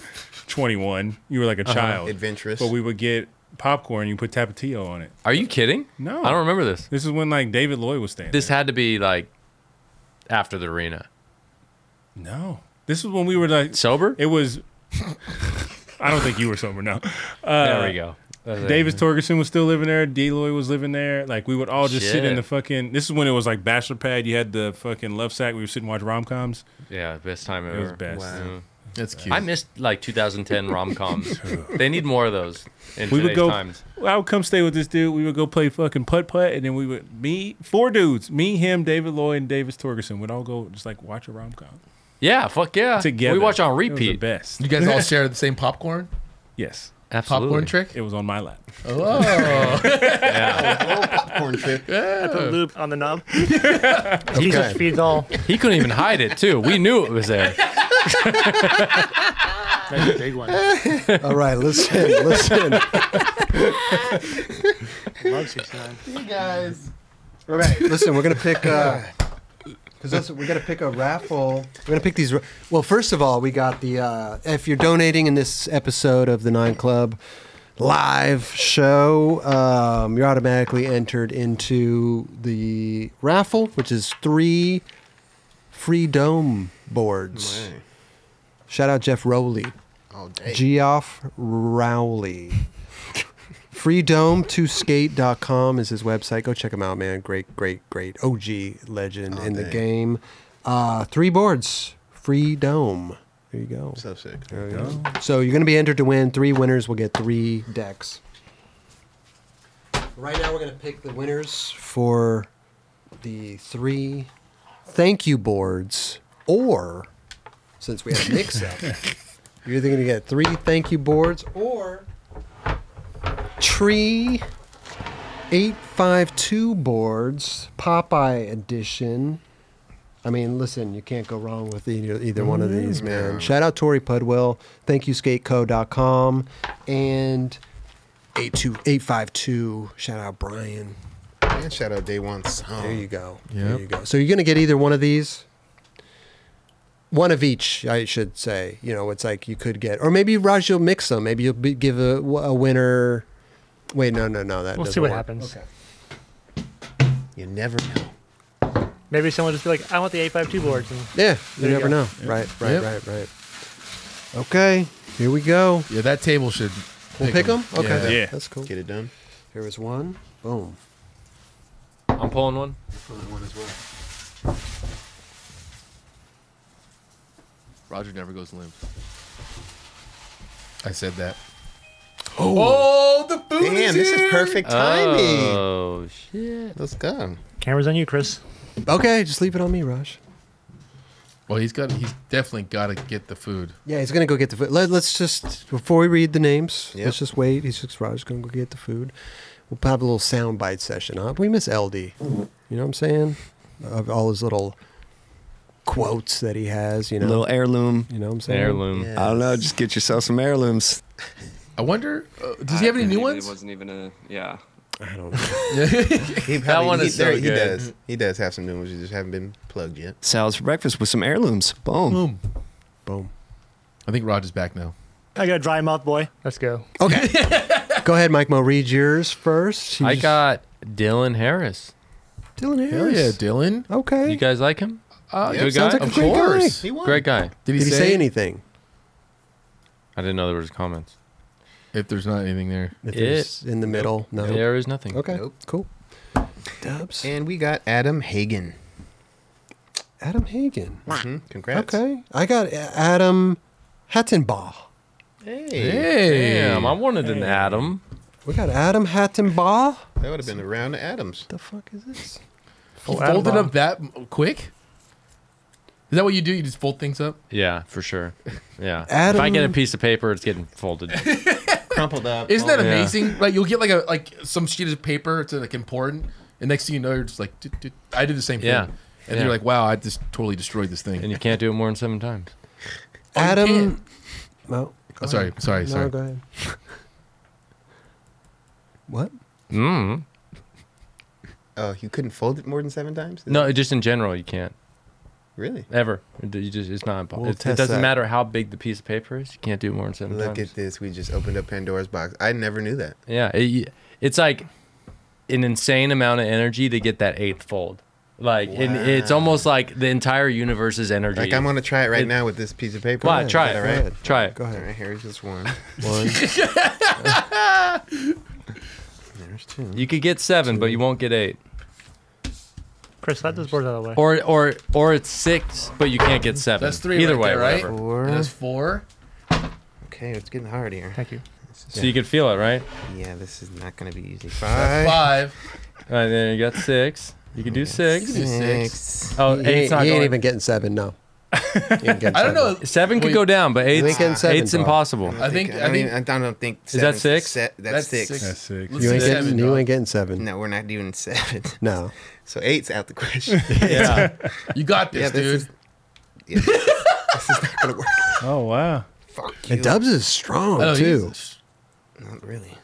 21. You were like a child,
Adventurous.
But we would get popcorn. You put tapatio on it.
Are you kidding?
No.
I don't remember this.
This is when like David Lloyd was standing.
This had to be like after the arena.
no, this is when we were like
Sober?
It was. I don't think you were sober. No,
there we go. That's it.
Davis Torgerson was still living there. Deloy was living there. Like we would all just sit in
Shit.
the fucking. This is when it was like bachelor pad. You had the fucking love sack. We were sitting and watch rom coms.
Yeah, best time ever. Mm-hmm.
It was best.
Wow.
That's cute.
I missed like 2010 rom coms. they need more of those in
We would
today's
go.
times.
I would come stay with this dude. We would go play fucking putt putt, and then we would me four dudes, me, him, David Lloyd, and Davis Torgerson would all go just like watch a rom com
Yeah, fuck yeah.
together.
We watch on
It was the
repeat.
best.
you guys all share the same popcorn?
Yes,
Absolutely.
Popcorn trick?
it was on my lap.
Oh.
Yeah.
Popcorn trip.
Lube on the knob. Jesus
Okay.
feeds all.
he couldn't even hide it too. We knew it was there.
That's a big one.
All right, listen, listen.
Love 69.
guys. All right.
Listen, we're gonna pick. Uh, Because we got to pick a raffle. We're going to pick these. ra- Well, first of all, we got the. Uh, if you're donating in this episode of the Nine Club live show, um, you're automatically entered into the raffle, which is three free dome boards. Shout out Jeff Rowley.
All day.
Geoff Rowley. Freedome2skate.com is his website. Go check him out, man. Great, great, great OG legend in the
dang.
game. Uh, three boards. Free Dome. There you go.
So sick.
There you go. So you're going to be entered to win. Three winners will get three decks. Right now, we're going to pick the winners for the three thank you boards, or since we had a mix up, you're either going to get three thank you boards or tree 852 boards, Popeye edition. I mean, listen, you can't go wrong with either, either one of these, man. Shout out Tori Pudwell, thankyouskateco.com, and 82 852. Shout out Brian.
And shout out Day One song.
There you go. There
Yep.
you go. So you're going to get either one of these. One of each, I should say. You know, it's like you could get, or maybe Raj, you'll mix them. Maybe you'll be, give a, a winner. Wait, no, no, no. That
We'll see
doesn't
what
work.
happens.
You never know.
Maybe someone will just be like, I want the 852 boards. And
Yeah, you
There you
never
go.
know. Right, right,
Yep.
right, right. Okay, here we go.
yeah, that table should.
We'll pick them. Okay,
Yeah.
that's cool.
Get it done.
Here was one. Boom.
I'm pulling one.
Roger never goes limp. I said that.
Oh, the food Damn,
is
this
here.
is perfect timing.
Oh shit.
Let's go.
Camera's on you, Chris.
Okay, just leave it on me, Raj.
Well, he's got. He's definitely got to get the food.
Yeah, he's gonna go get the food. Let, us just before we read the names,
Yep.
let's just wait. He's just Raj gonna go get the food. We'll have a little sound bite session, huh? We miss LD. You know what I'm saying? Of all his little quotes that he has, you know.
Little heirloom.
you know what I'm saying?
Heirloom.
Yeah.
I don't know. Just get yourself some heirlooms.
I wonder. Uh, does he have any new ones?
It wasn't even a yeah.
I don't know.
He probably-
one
he,
is
there-
so
he
good.
does. He does have some new ones. You just haven't been plugged yet.
Salads for breakfast with some heirlooms. Boom.
Boom.
Boom.
I think Roger's back now.
I got a dry mouth, boy. Let's go.
Go ahead, Mike Mo. Read yours first. You
I
just-
got Dylan Harris.
Dylan
Hell yeah,
Harris.
Dylan.
Okay.
You guys like him?
Uh,
Yeah,
Good guy.
sounds like a
of
great guy.
course.
He won.
Great guy.
Did he,
Did he
say,
say anything?
I didn't know there was comments.
If there's not anything there.
If it's in the middle, no.
There is nothing.
Okay,
Nope.
cool. Dubs.
And we got Adam Hagen.
Adam Hagen.
hmm Congrats.
Okay, I got Adam Hattenbaugh.
Hey.
Hey.
Damn, I wanted an Adam.
We got Adam Hattenbaugh.
That would have been around the Adams.
The fuck is this?
He
Oh, Adam
folded
Bomb.
up that m- quick? Is that what you do? You just fold things up?
Yeah, for sure. Yeah. If I
Adam-
get a piece of paper, it's getting folded.
crumpled up.
Isn't
Oh,
that
all-
Yeah.
amazing? Like you'll get like a like some sheet of paper. It's like important, and next thing you know, you're just like, "Dude, dude, I did the same thing.
Yeah.
And
Yeah.
you're like, wow, I just totally destroyed this thing.
and you can't do it more than seven times.
Adam. No.
Oh, sorry, sorry,
no,
sorry.
go ahead. what?
Mm.
Oh, you couldn't fold it more than seven times? Is
No,
that-
just in general, you can't
really.
ever. It- You just it's not impo-
We'll
it's- it
test
doesn't
that.
matter how big the piece of paper is. You can't do it more than seven
Look
times.
at this. We just opened up Pandora's box. I never knew that.
Yeah, it, it's like an insane amount of energy to get that eighth fold. Like, and it's
Wow.
almost like the entire universe's energy.
Like I'm gonna try it right
It-
now with this piece of paper.
Why?
Is
Try
that
it.
all right?
Try it.
Go
All right,
ahead.
here's just one. There's two.
You could get seven, but you won't get eight.
Chris, slap this board out of the way.
Or or or it's six, but you can't get seven.
That's three.
Either
right
way,
there, right?
whatever.
Four.
And that's four.
Okay, it's getting hard here.
Thank you.
This is-
So you could feel it, right?
yeah, this is not gonna be easy.
That's
Five.
five.
All right, then you got six. You could do six.
do six.
six.
Oh,
he
eight's
ain't,
not
he ain't
going.
even getting seven. No. He ain't getting
I don't know.
seven.
Seven could
Wait,
go down, but eight's,
ain't getting seven,
eight's
bro.
impossible.
I think-
I,
I
don't
think-
even- I don't think.
Is that
seven's
six?
se- that's, six.
That's six.
Let's
You ain't
say
getting.
seven,
you
dog.
ain't getting seven.
No, we're not doing seven.
No.
So eight's out the question.
Yeah.
You got this,
Yeah, this
dude.
is- Yeah, this is not gonna work.
Oh wow.
Fuck you.
And Dubs is strong
I know,
too.
Oh, he's-
Not really.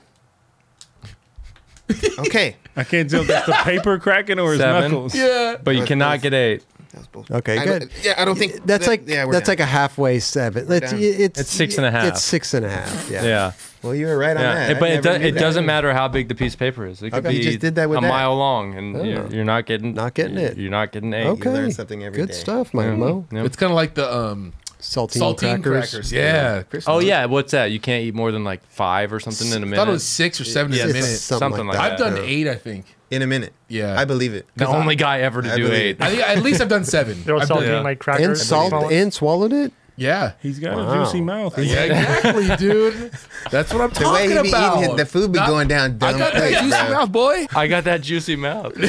Okay.
I can't tell if that's the paper cracking or his
Seven.
knuckles.
Yeah.
But you
Let's-
cannot
let's-
get eight.
That was bullshit.
Okay,
I
good.
don't- Yeah, I don't think
That's
that-
like
yeah, we're
that's
done.
like a halfway seven. It's,
done.
it's
It's six and a half.
It's six and a half. Yeah.
Yeah.
Well, you were right on
Yeah,
that. I
but it,
never
do,
knew
it
that.
doesn't matter how big the piece of paper is. It could
Okay.
be
You just did that with
a
that.
mile long, and you're,
Oh.
you're not getting
Not getting it.
You're not getting eight.
Okay.
learn something every
Good
day.
stuff, Mike Mo.
Yep.
It's kind of like the um
Saltine,
saltine
crackers.
crackers. Yeah. Chris
oh
knows.
yeah, what's that? You can't eat more than like five or something in a
I
minute.
thought it was six or seven
It's
in a
just
minute.
Something,
Something
like
like
that.
I've done
Yeah.
eight, I think.
In a minute.
Yeah.
I believe it.
the
'Cause I-
only guy ever to
I
do
believe
eight.
it.
I think at least I've done seven.
They're all
I've
salting
done-
like crackers.
And salt
Follow-
and swallowed it.
yeah.
He's got
Wow.
a juicy mouth.
Yeah, exactly, dude. That's what I'm
The way
talking
he be
about.
eating, it, the food be
Not-
going
I
down dumb
got that
quick,
juicy
bro.
mouth, boy.
I got that juicy mouth.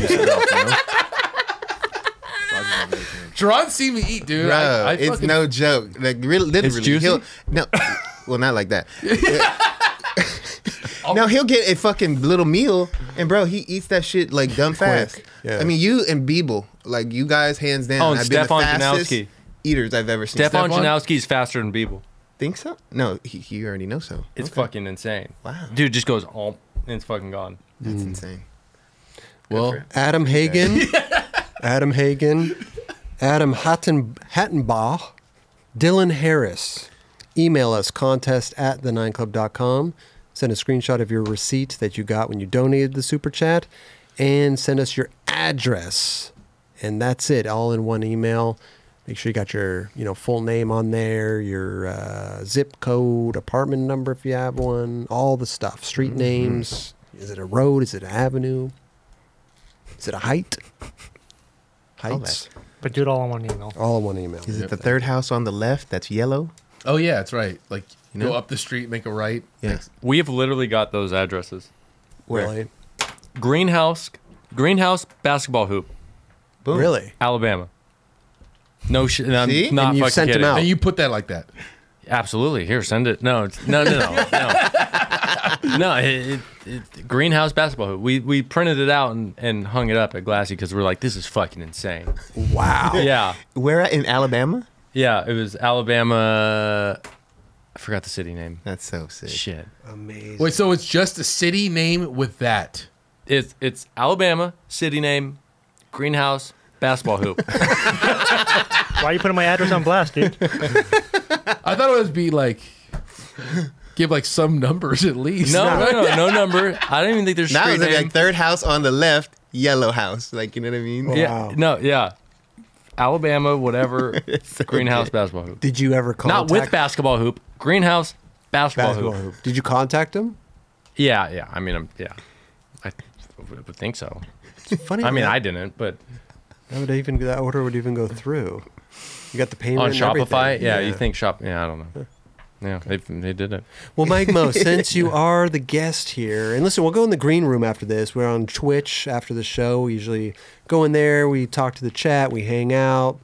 Jerron see me eat, dude.
Bro,
I, I
it's
fucking,
no joke. Like really, literally,
juicy?
he'll no. well, not like that.
I'll-
no, he'll get a fucking little meal, and bro, he eats that shit like dumb fast.
yeah.
I mean, you and Beeble, like you guys, hands down.
Oh, and
I've been the
Stefan
fastest
Janowski.
eaters I've ever seen.
Stefan
Stefan?
Janowski's faster than Beeble.
think so? No, he, you already know so.
It's fucking insane.
Wow.
Dude just goes oh, and it's fucking gone.
That's insane.
well,
Adam Hagen, Adam Hagen, Adam Hatten, Hattenbaugh, Dylan Harris. Email us contest at the nineclub.com. Send a screenshot of your receipt that you got when you donated the super chat and send us your address. And that's it, all in one email. Make sure you got your, you know, full name on there, your uh, zip code, apartment number if you have one, all the stuff, street names. Is it a road? Is it an avenue? Is it a height? Heights.
But do it all in one email.
All in one email.
Is it the third house on the left that's yellow?
oh yeah, that's right. Like you
know-
go up the street, make a right.
Yeah.
We have literally got those addresses.
Really?
Greenhouse, greenhouse basketball hoop,
Boom.
Really?
Alabama. No shit. I'm
See?
not
And you
fucking
sent 'em
kidding.
out.
And you put that like that.
Absolutely. Here, send it. No, it's, no, no, no, no. no, it, it, it, greenhouse basketball. hoop. We we printed it out and, and hung it up at Glassy because we're like, this is fucking insane.
Wow.
Yeah,
Where at in Alabama?
yeah. It was Alabama. I forgot the city name.
That's so sick.
Shit.
Amazing.
Wait, so it's just a city name with that.
It's it's Alabama city name, greenhouse basketball hoop.
Why are you putting my address on blast, dude?
I thought it would be like give like some numbers at least.
No, no, no, no number. I don't even think there's
That
street
was like,
name.
like third house on the left, yellow house. Like you know what I mean?
Yeah.
yeah, no, yeah. Alabama, whatever. greenhouse basketball hoop.
Did you ever
Not
contact
with basketball hoop. Greenhouse basketball,
basketball
hoop.
hoop? Did you contact him?
Yeah, yeah. I mean, I'm, yeah. I would would think so.
Funny.
I mean,
how
I didn't, but
that would even that order would even go through. You got the payment
on
and
Shopify,
everything.
yeah, you think shop? Yeah, I don't know. Yeah, they, they did it.
Well, Mike Mo, since you are the guest here, and listen, we'll go in the green room after this. We're on Twitch after the show. We usually go in there, we talk to the chat, we hang out.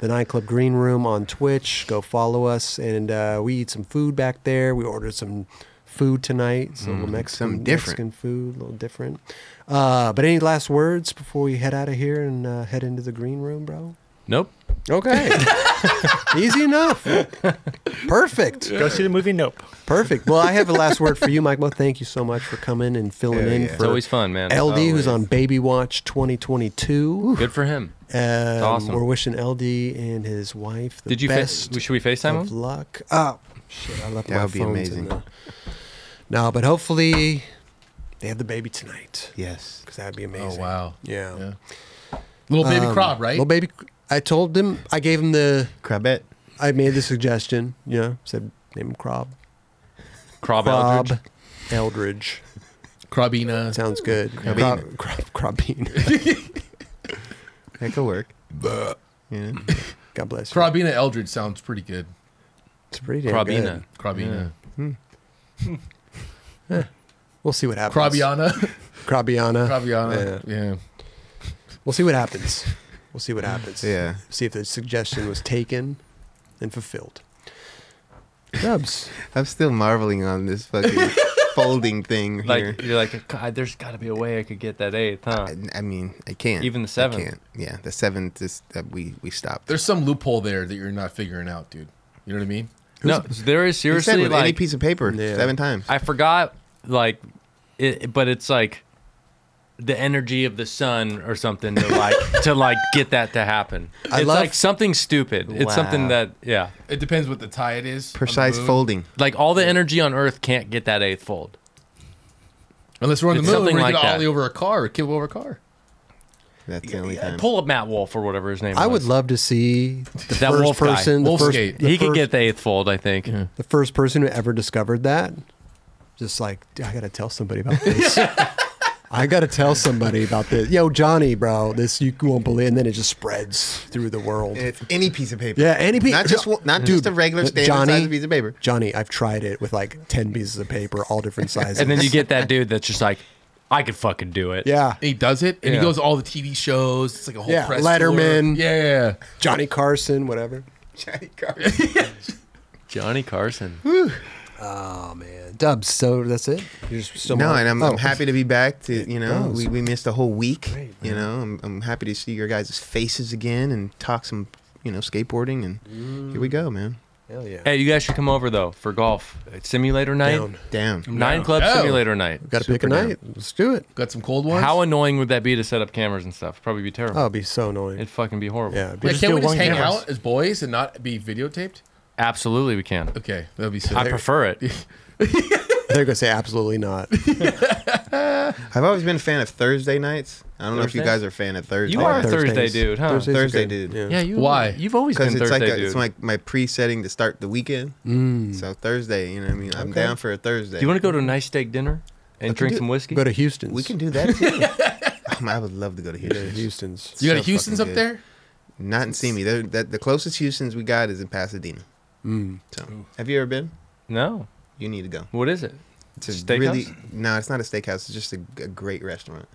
The nightclub green room on Twitch. Go follow us, and uh, we eat some food back there. We ordered some food tonight. So little Mexican,
Mm, something different.
Mexican food, a little different. Uh, but any last words before we head out of here and uh, head into the green room, bro?
Nope.
Okay. Easy enough. Perfect.
Go see the movie Nope.
Perfect. Well, I have a last word for you, Mike. Well, thank you so much for coming and filling in for
It's always fun, man.
LD, who's on Baby Watch 2022.
Good for him.
Um,
awesome.
We're wishing LD and his wife the
Did you? Fa-
best
should we Facetime
of
him?
luck. Oh, shit. I left
That
my
would be
phones in
amazing.
the... No, but hopefully they have the baby tonight
Yes.
because that would be
Oh
amazing.
wow.
Yeah.
Yeah. Little baby
Um,
crop, right?
Little baby. I told him, I gave him the,
Crabette.
I made the suggestion, you know, said name him Crob.
Crob
Crob
Eldridge.
Eldridge.
Crobina.
Sounds good.
Crabbean.
Crab, crab, crabbing.
That could work. Yeah.
God bless you.
Crobina Eldridge sounds pretty good.
It's pretty damn
Crobina.
good.
Crobina.
We'll see what happens.
Crobiana.
Crabiana.
Crobiana.
Yeah.
Yeah.
We'll see what happens. We'll see what happens.
Yeah.
See if the suggestion was taken and fulfilled. Dubs.
I'm still marveling on this fucking folding thing here.
Like you're like, God, there's got to be a way I could get that eighth, huh?
I, I mean, I can't.
Even the
I
seventh.
can't. Yeah, the seventh is that we we stopped.
There's some loophole there that you're not figuring out, dude. You know what I mean?
No, there is
You
seriously
said with any
like
piece of paper
Yeah.
seven times.
I forgot like it, but it's like the energy of the sun or something to like to like get that to happen.
I
it's
love-
like something stupid. It's something
Wow.
that yeah.
It depends what the tie it is. on the
Precise
moon.
folding.
Like all the energy on earth can't get that eighth fold.
Unless we're on the
It's
moon,
something
we're
like
gonna
that.
ollie over a car or kill over a car.
That's the only time.
Pull up Matt Wolf or whatever his name
I would
was.
love to see the
That
first
wolf guy.
person, the first,
Wolfskate.
the
he could
first-
get the eighth fold, I think.
the first person who ever discovered that. Just like "Dude, I gotta tell somebody about this. I gotta tell somebody about this. Yo, Johnny, bro, this you won't believe. And then it just spreads through the world.
And it's any piece of paper.
Yeah, any piece-
Not just one- not just a regular standard size piece of paper.
Johnny, I've tried it with like ten pieces of paper, all different sizes.
And then you get that dude that's just like, I could fucking do it.
yeah,
And he does it, and
Yeah.
he goes to all the TV shows. It's like a whole
Yeah,
press
Letterman.
tour. Yeah, yeah,
Johnny Carson, whatever.
Johnny Carson.
Oh man, Dubs. So that's it. You're just still
No,
on-
and I'm,
oh.
I'm happy to be back. To you know,
does.
we, we missed a whole week.
Great,
you know, I'm, I'm happy to see your guys' faces again and talk some you know skateboarding and here we go, man.
Hell yeah.
Hey, you guys should come over though for golf. It's simulator night.
Down.
Down.
Nine club
Oh.
simulator night.
Got to pick a
Super down.
night. Let's do it.
Got some cold ones.
How annoying would that be to set up cameras and stuff? Probably be terrible.
Oh, it'd be so annoying.
It'd fucking be horrible.
yeah. it'd be-
Yeah,
just
can't
do
we just
one
hang
camera.
out as boys and not be videotaped?
Absolutely, we can.
Okay, that'd be sick.
I prefer it.
They're gonna say absolutely not.
I've always been a fan of Thursday nights. I don't know if you
Thursdays?
guys are a fan of Thursday.
You are a
nights.
Thursday
Thursdays.
dude, huh?
Thursdays are
Thursday
good.
dude.
Yeah.
Yeah, you.
Why?
You've always been
Because it's
Thursday,
like a,
dude. Mm.
it's my, my pre-setting to start the weekend. So Thursday, you know what I mean? I'm down for a Thursday.
do you want to go to a nice steak dinner and drink some whiskey?
Go to Houston's.
we can do that too. Um, I would love to go to
Go to
Houston.
Houston's.
you got a
so
Houston's up
fucking good.
there?
Not in Simi. They're- That the closest Houston's we got is in Pasadena.
Mm.
So, have you ever been?
no.
You need to go.
What is it?
It's a
Steakhouse?
really no. It's not a steakhouse. It's just a, a great restaurant.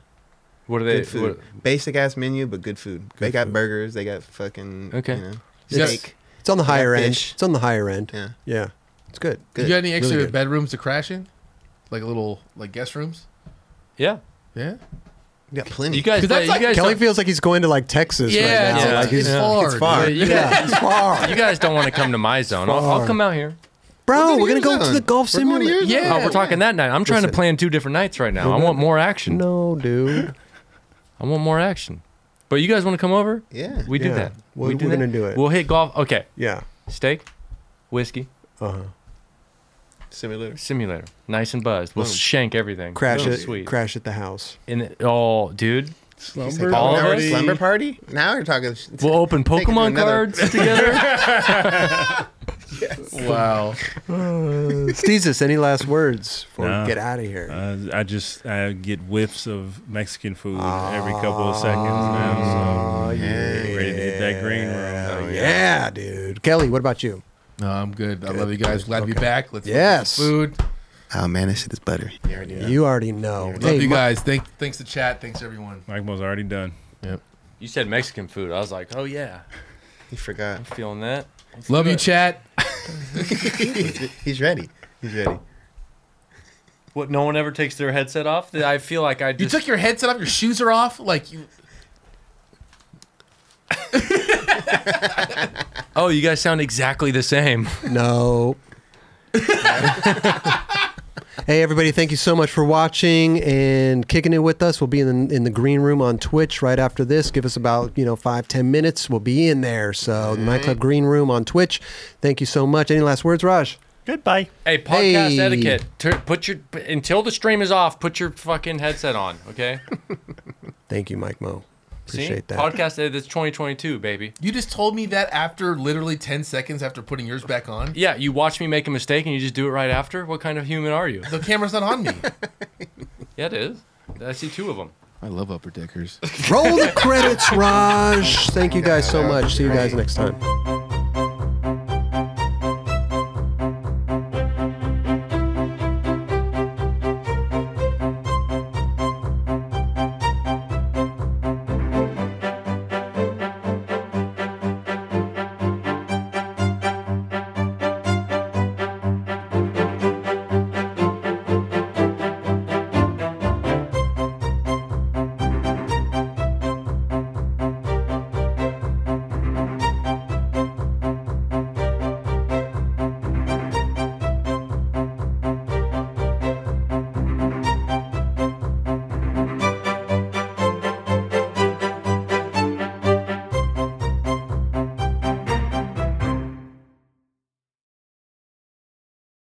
What are they?
Good food. Basic ass menu, but good food. they got burgers. They got fucking
Okay.
You know,
Yes.
steak.
It's on the
They got
higher end.
fish.
It's on the higher end.
Yeah.
Yeah. It's good.
Good.
You got any
Really
extra
good.
bedrooms to crash in? Like little like guest rooms?
Yeah.
Yeah.
We got plenty.
You guys.
'Cause that's
Play,
like
you guys.
Kelly
Don't,
feels like he's going to like Texas
Yeah,
right now.
it's-
Like he's,
it's far,
It's far.
dude. You
yeah, it's far.
you guys don't want to come to my zone. I'll, I'll
Far.
come out here.
Bro,
We're
we're gonna
gonna
go
use
to
it.
the golf
We're going to
simulator.
use it.
Yeah.
oh, we're talking that night. I'm trying to
Listen.
plan two different nights right now. I want more action.
No, dude.
I want more action. But you guys want to come over?
Yeah.
We do
Yeah.
that.
Oh, We're-
we do
we're
that.
gonna do it.
We'll hit golf. Okay.
Yeah.
Steak, whiskey,
Uh huh.
similar.
simulator. Nice and buzzed. We'll
Boom.
shank everything.
Crash
Boom.
it.
Sweet.
Crash at the house.
And it, oh, dude,
Slumber
All of
now we're
us?
at slumber party. Now we're talking.
we'll open
Take it to
Pokemon
another-
cards together.
Wow.
Steezus, any last words before
Nah.
we get out of here?
Uh, I just I get whiffs of Mexican food every couple of seconds now, so
yeah.
ready to hit that green room.
Oh,
Oh,
yeah. dude. Kelly, what about you?
No, I'm good. I love you guys. Glad to be back. Let's
Yes.
get some food.
Oh man, this shit is buttery.
You already know.
Love you
Mi-
guys. Thank thanks to chat. Thanks everyone.
Mike was already done.
you said Mexican food. I was like, oh yeah,
He forgot.
feeling that.
Love you, chat.
He's ready. He's ready.
What? No one ever takes their headset off. That I feel like I
You
just
took your headset off. Your shoes are off. Like you.
Oh, you guys sound exactly the same.
No. hey everybody, thank you so much for watching and kicking it with us. We'll be in the, in the green room on Twitch right after this. Give us about, you know, five, ten minutes. We'll be in there. So the nightclub green room on Twitch. Thank you so much. Any last words, Raj?
Goodbye.
Hey, podcast
Hey.
etiquette. Tur- Put your until the stream is off. Put your fucking headset on. Okay.
Thank you, Mike Mo.
See?
Appreciate that.
Podcast etiquette. It's 2022, baby.
You just told me that after literally ten seconds after putting yours back on.
Yeah, you watch me make a mistake and you just do it right after. What kind of human are you?
The camera's not on me.
Yeah, it is. I see two of them.
I love upper deckers.
Roll the credits, Raj. Thank you guys so much. See you guys next time.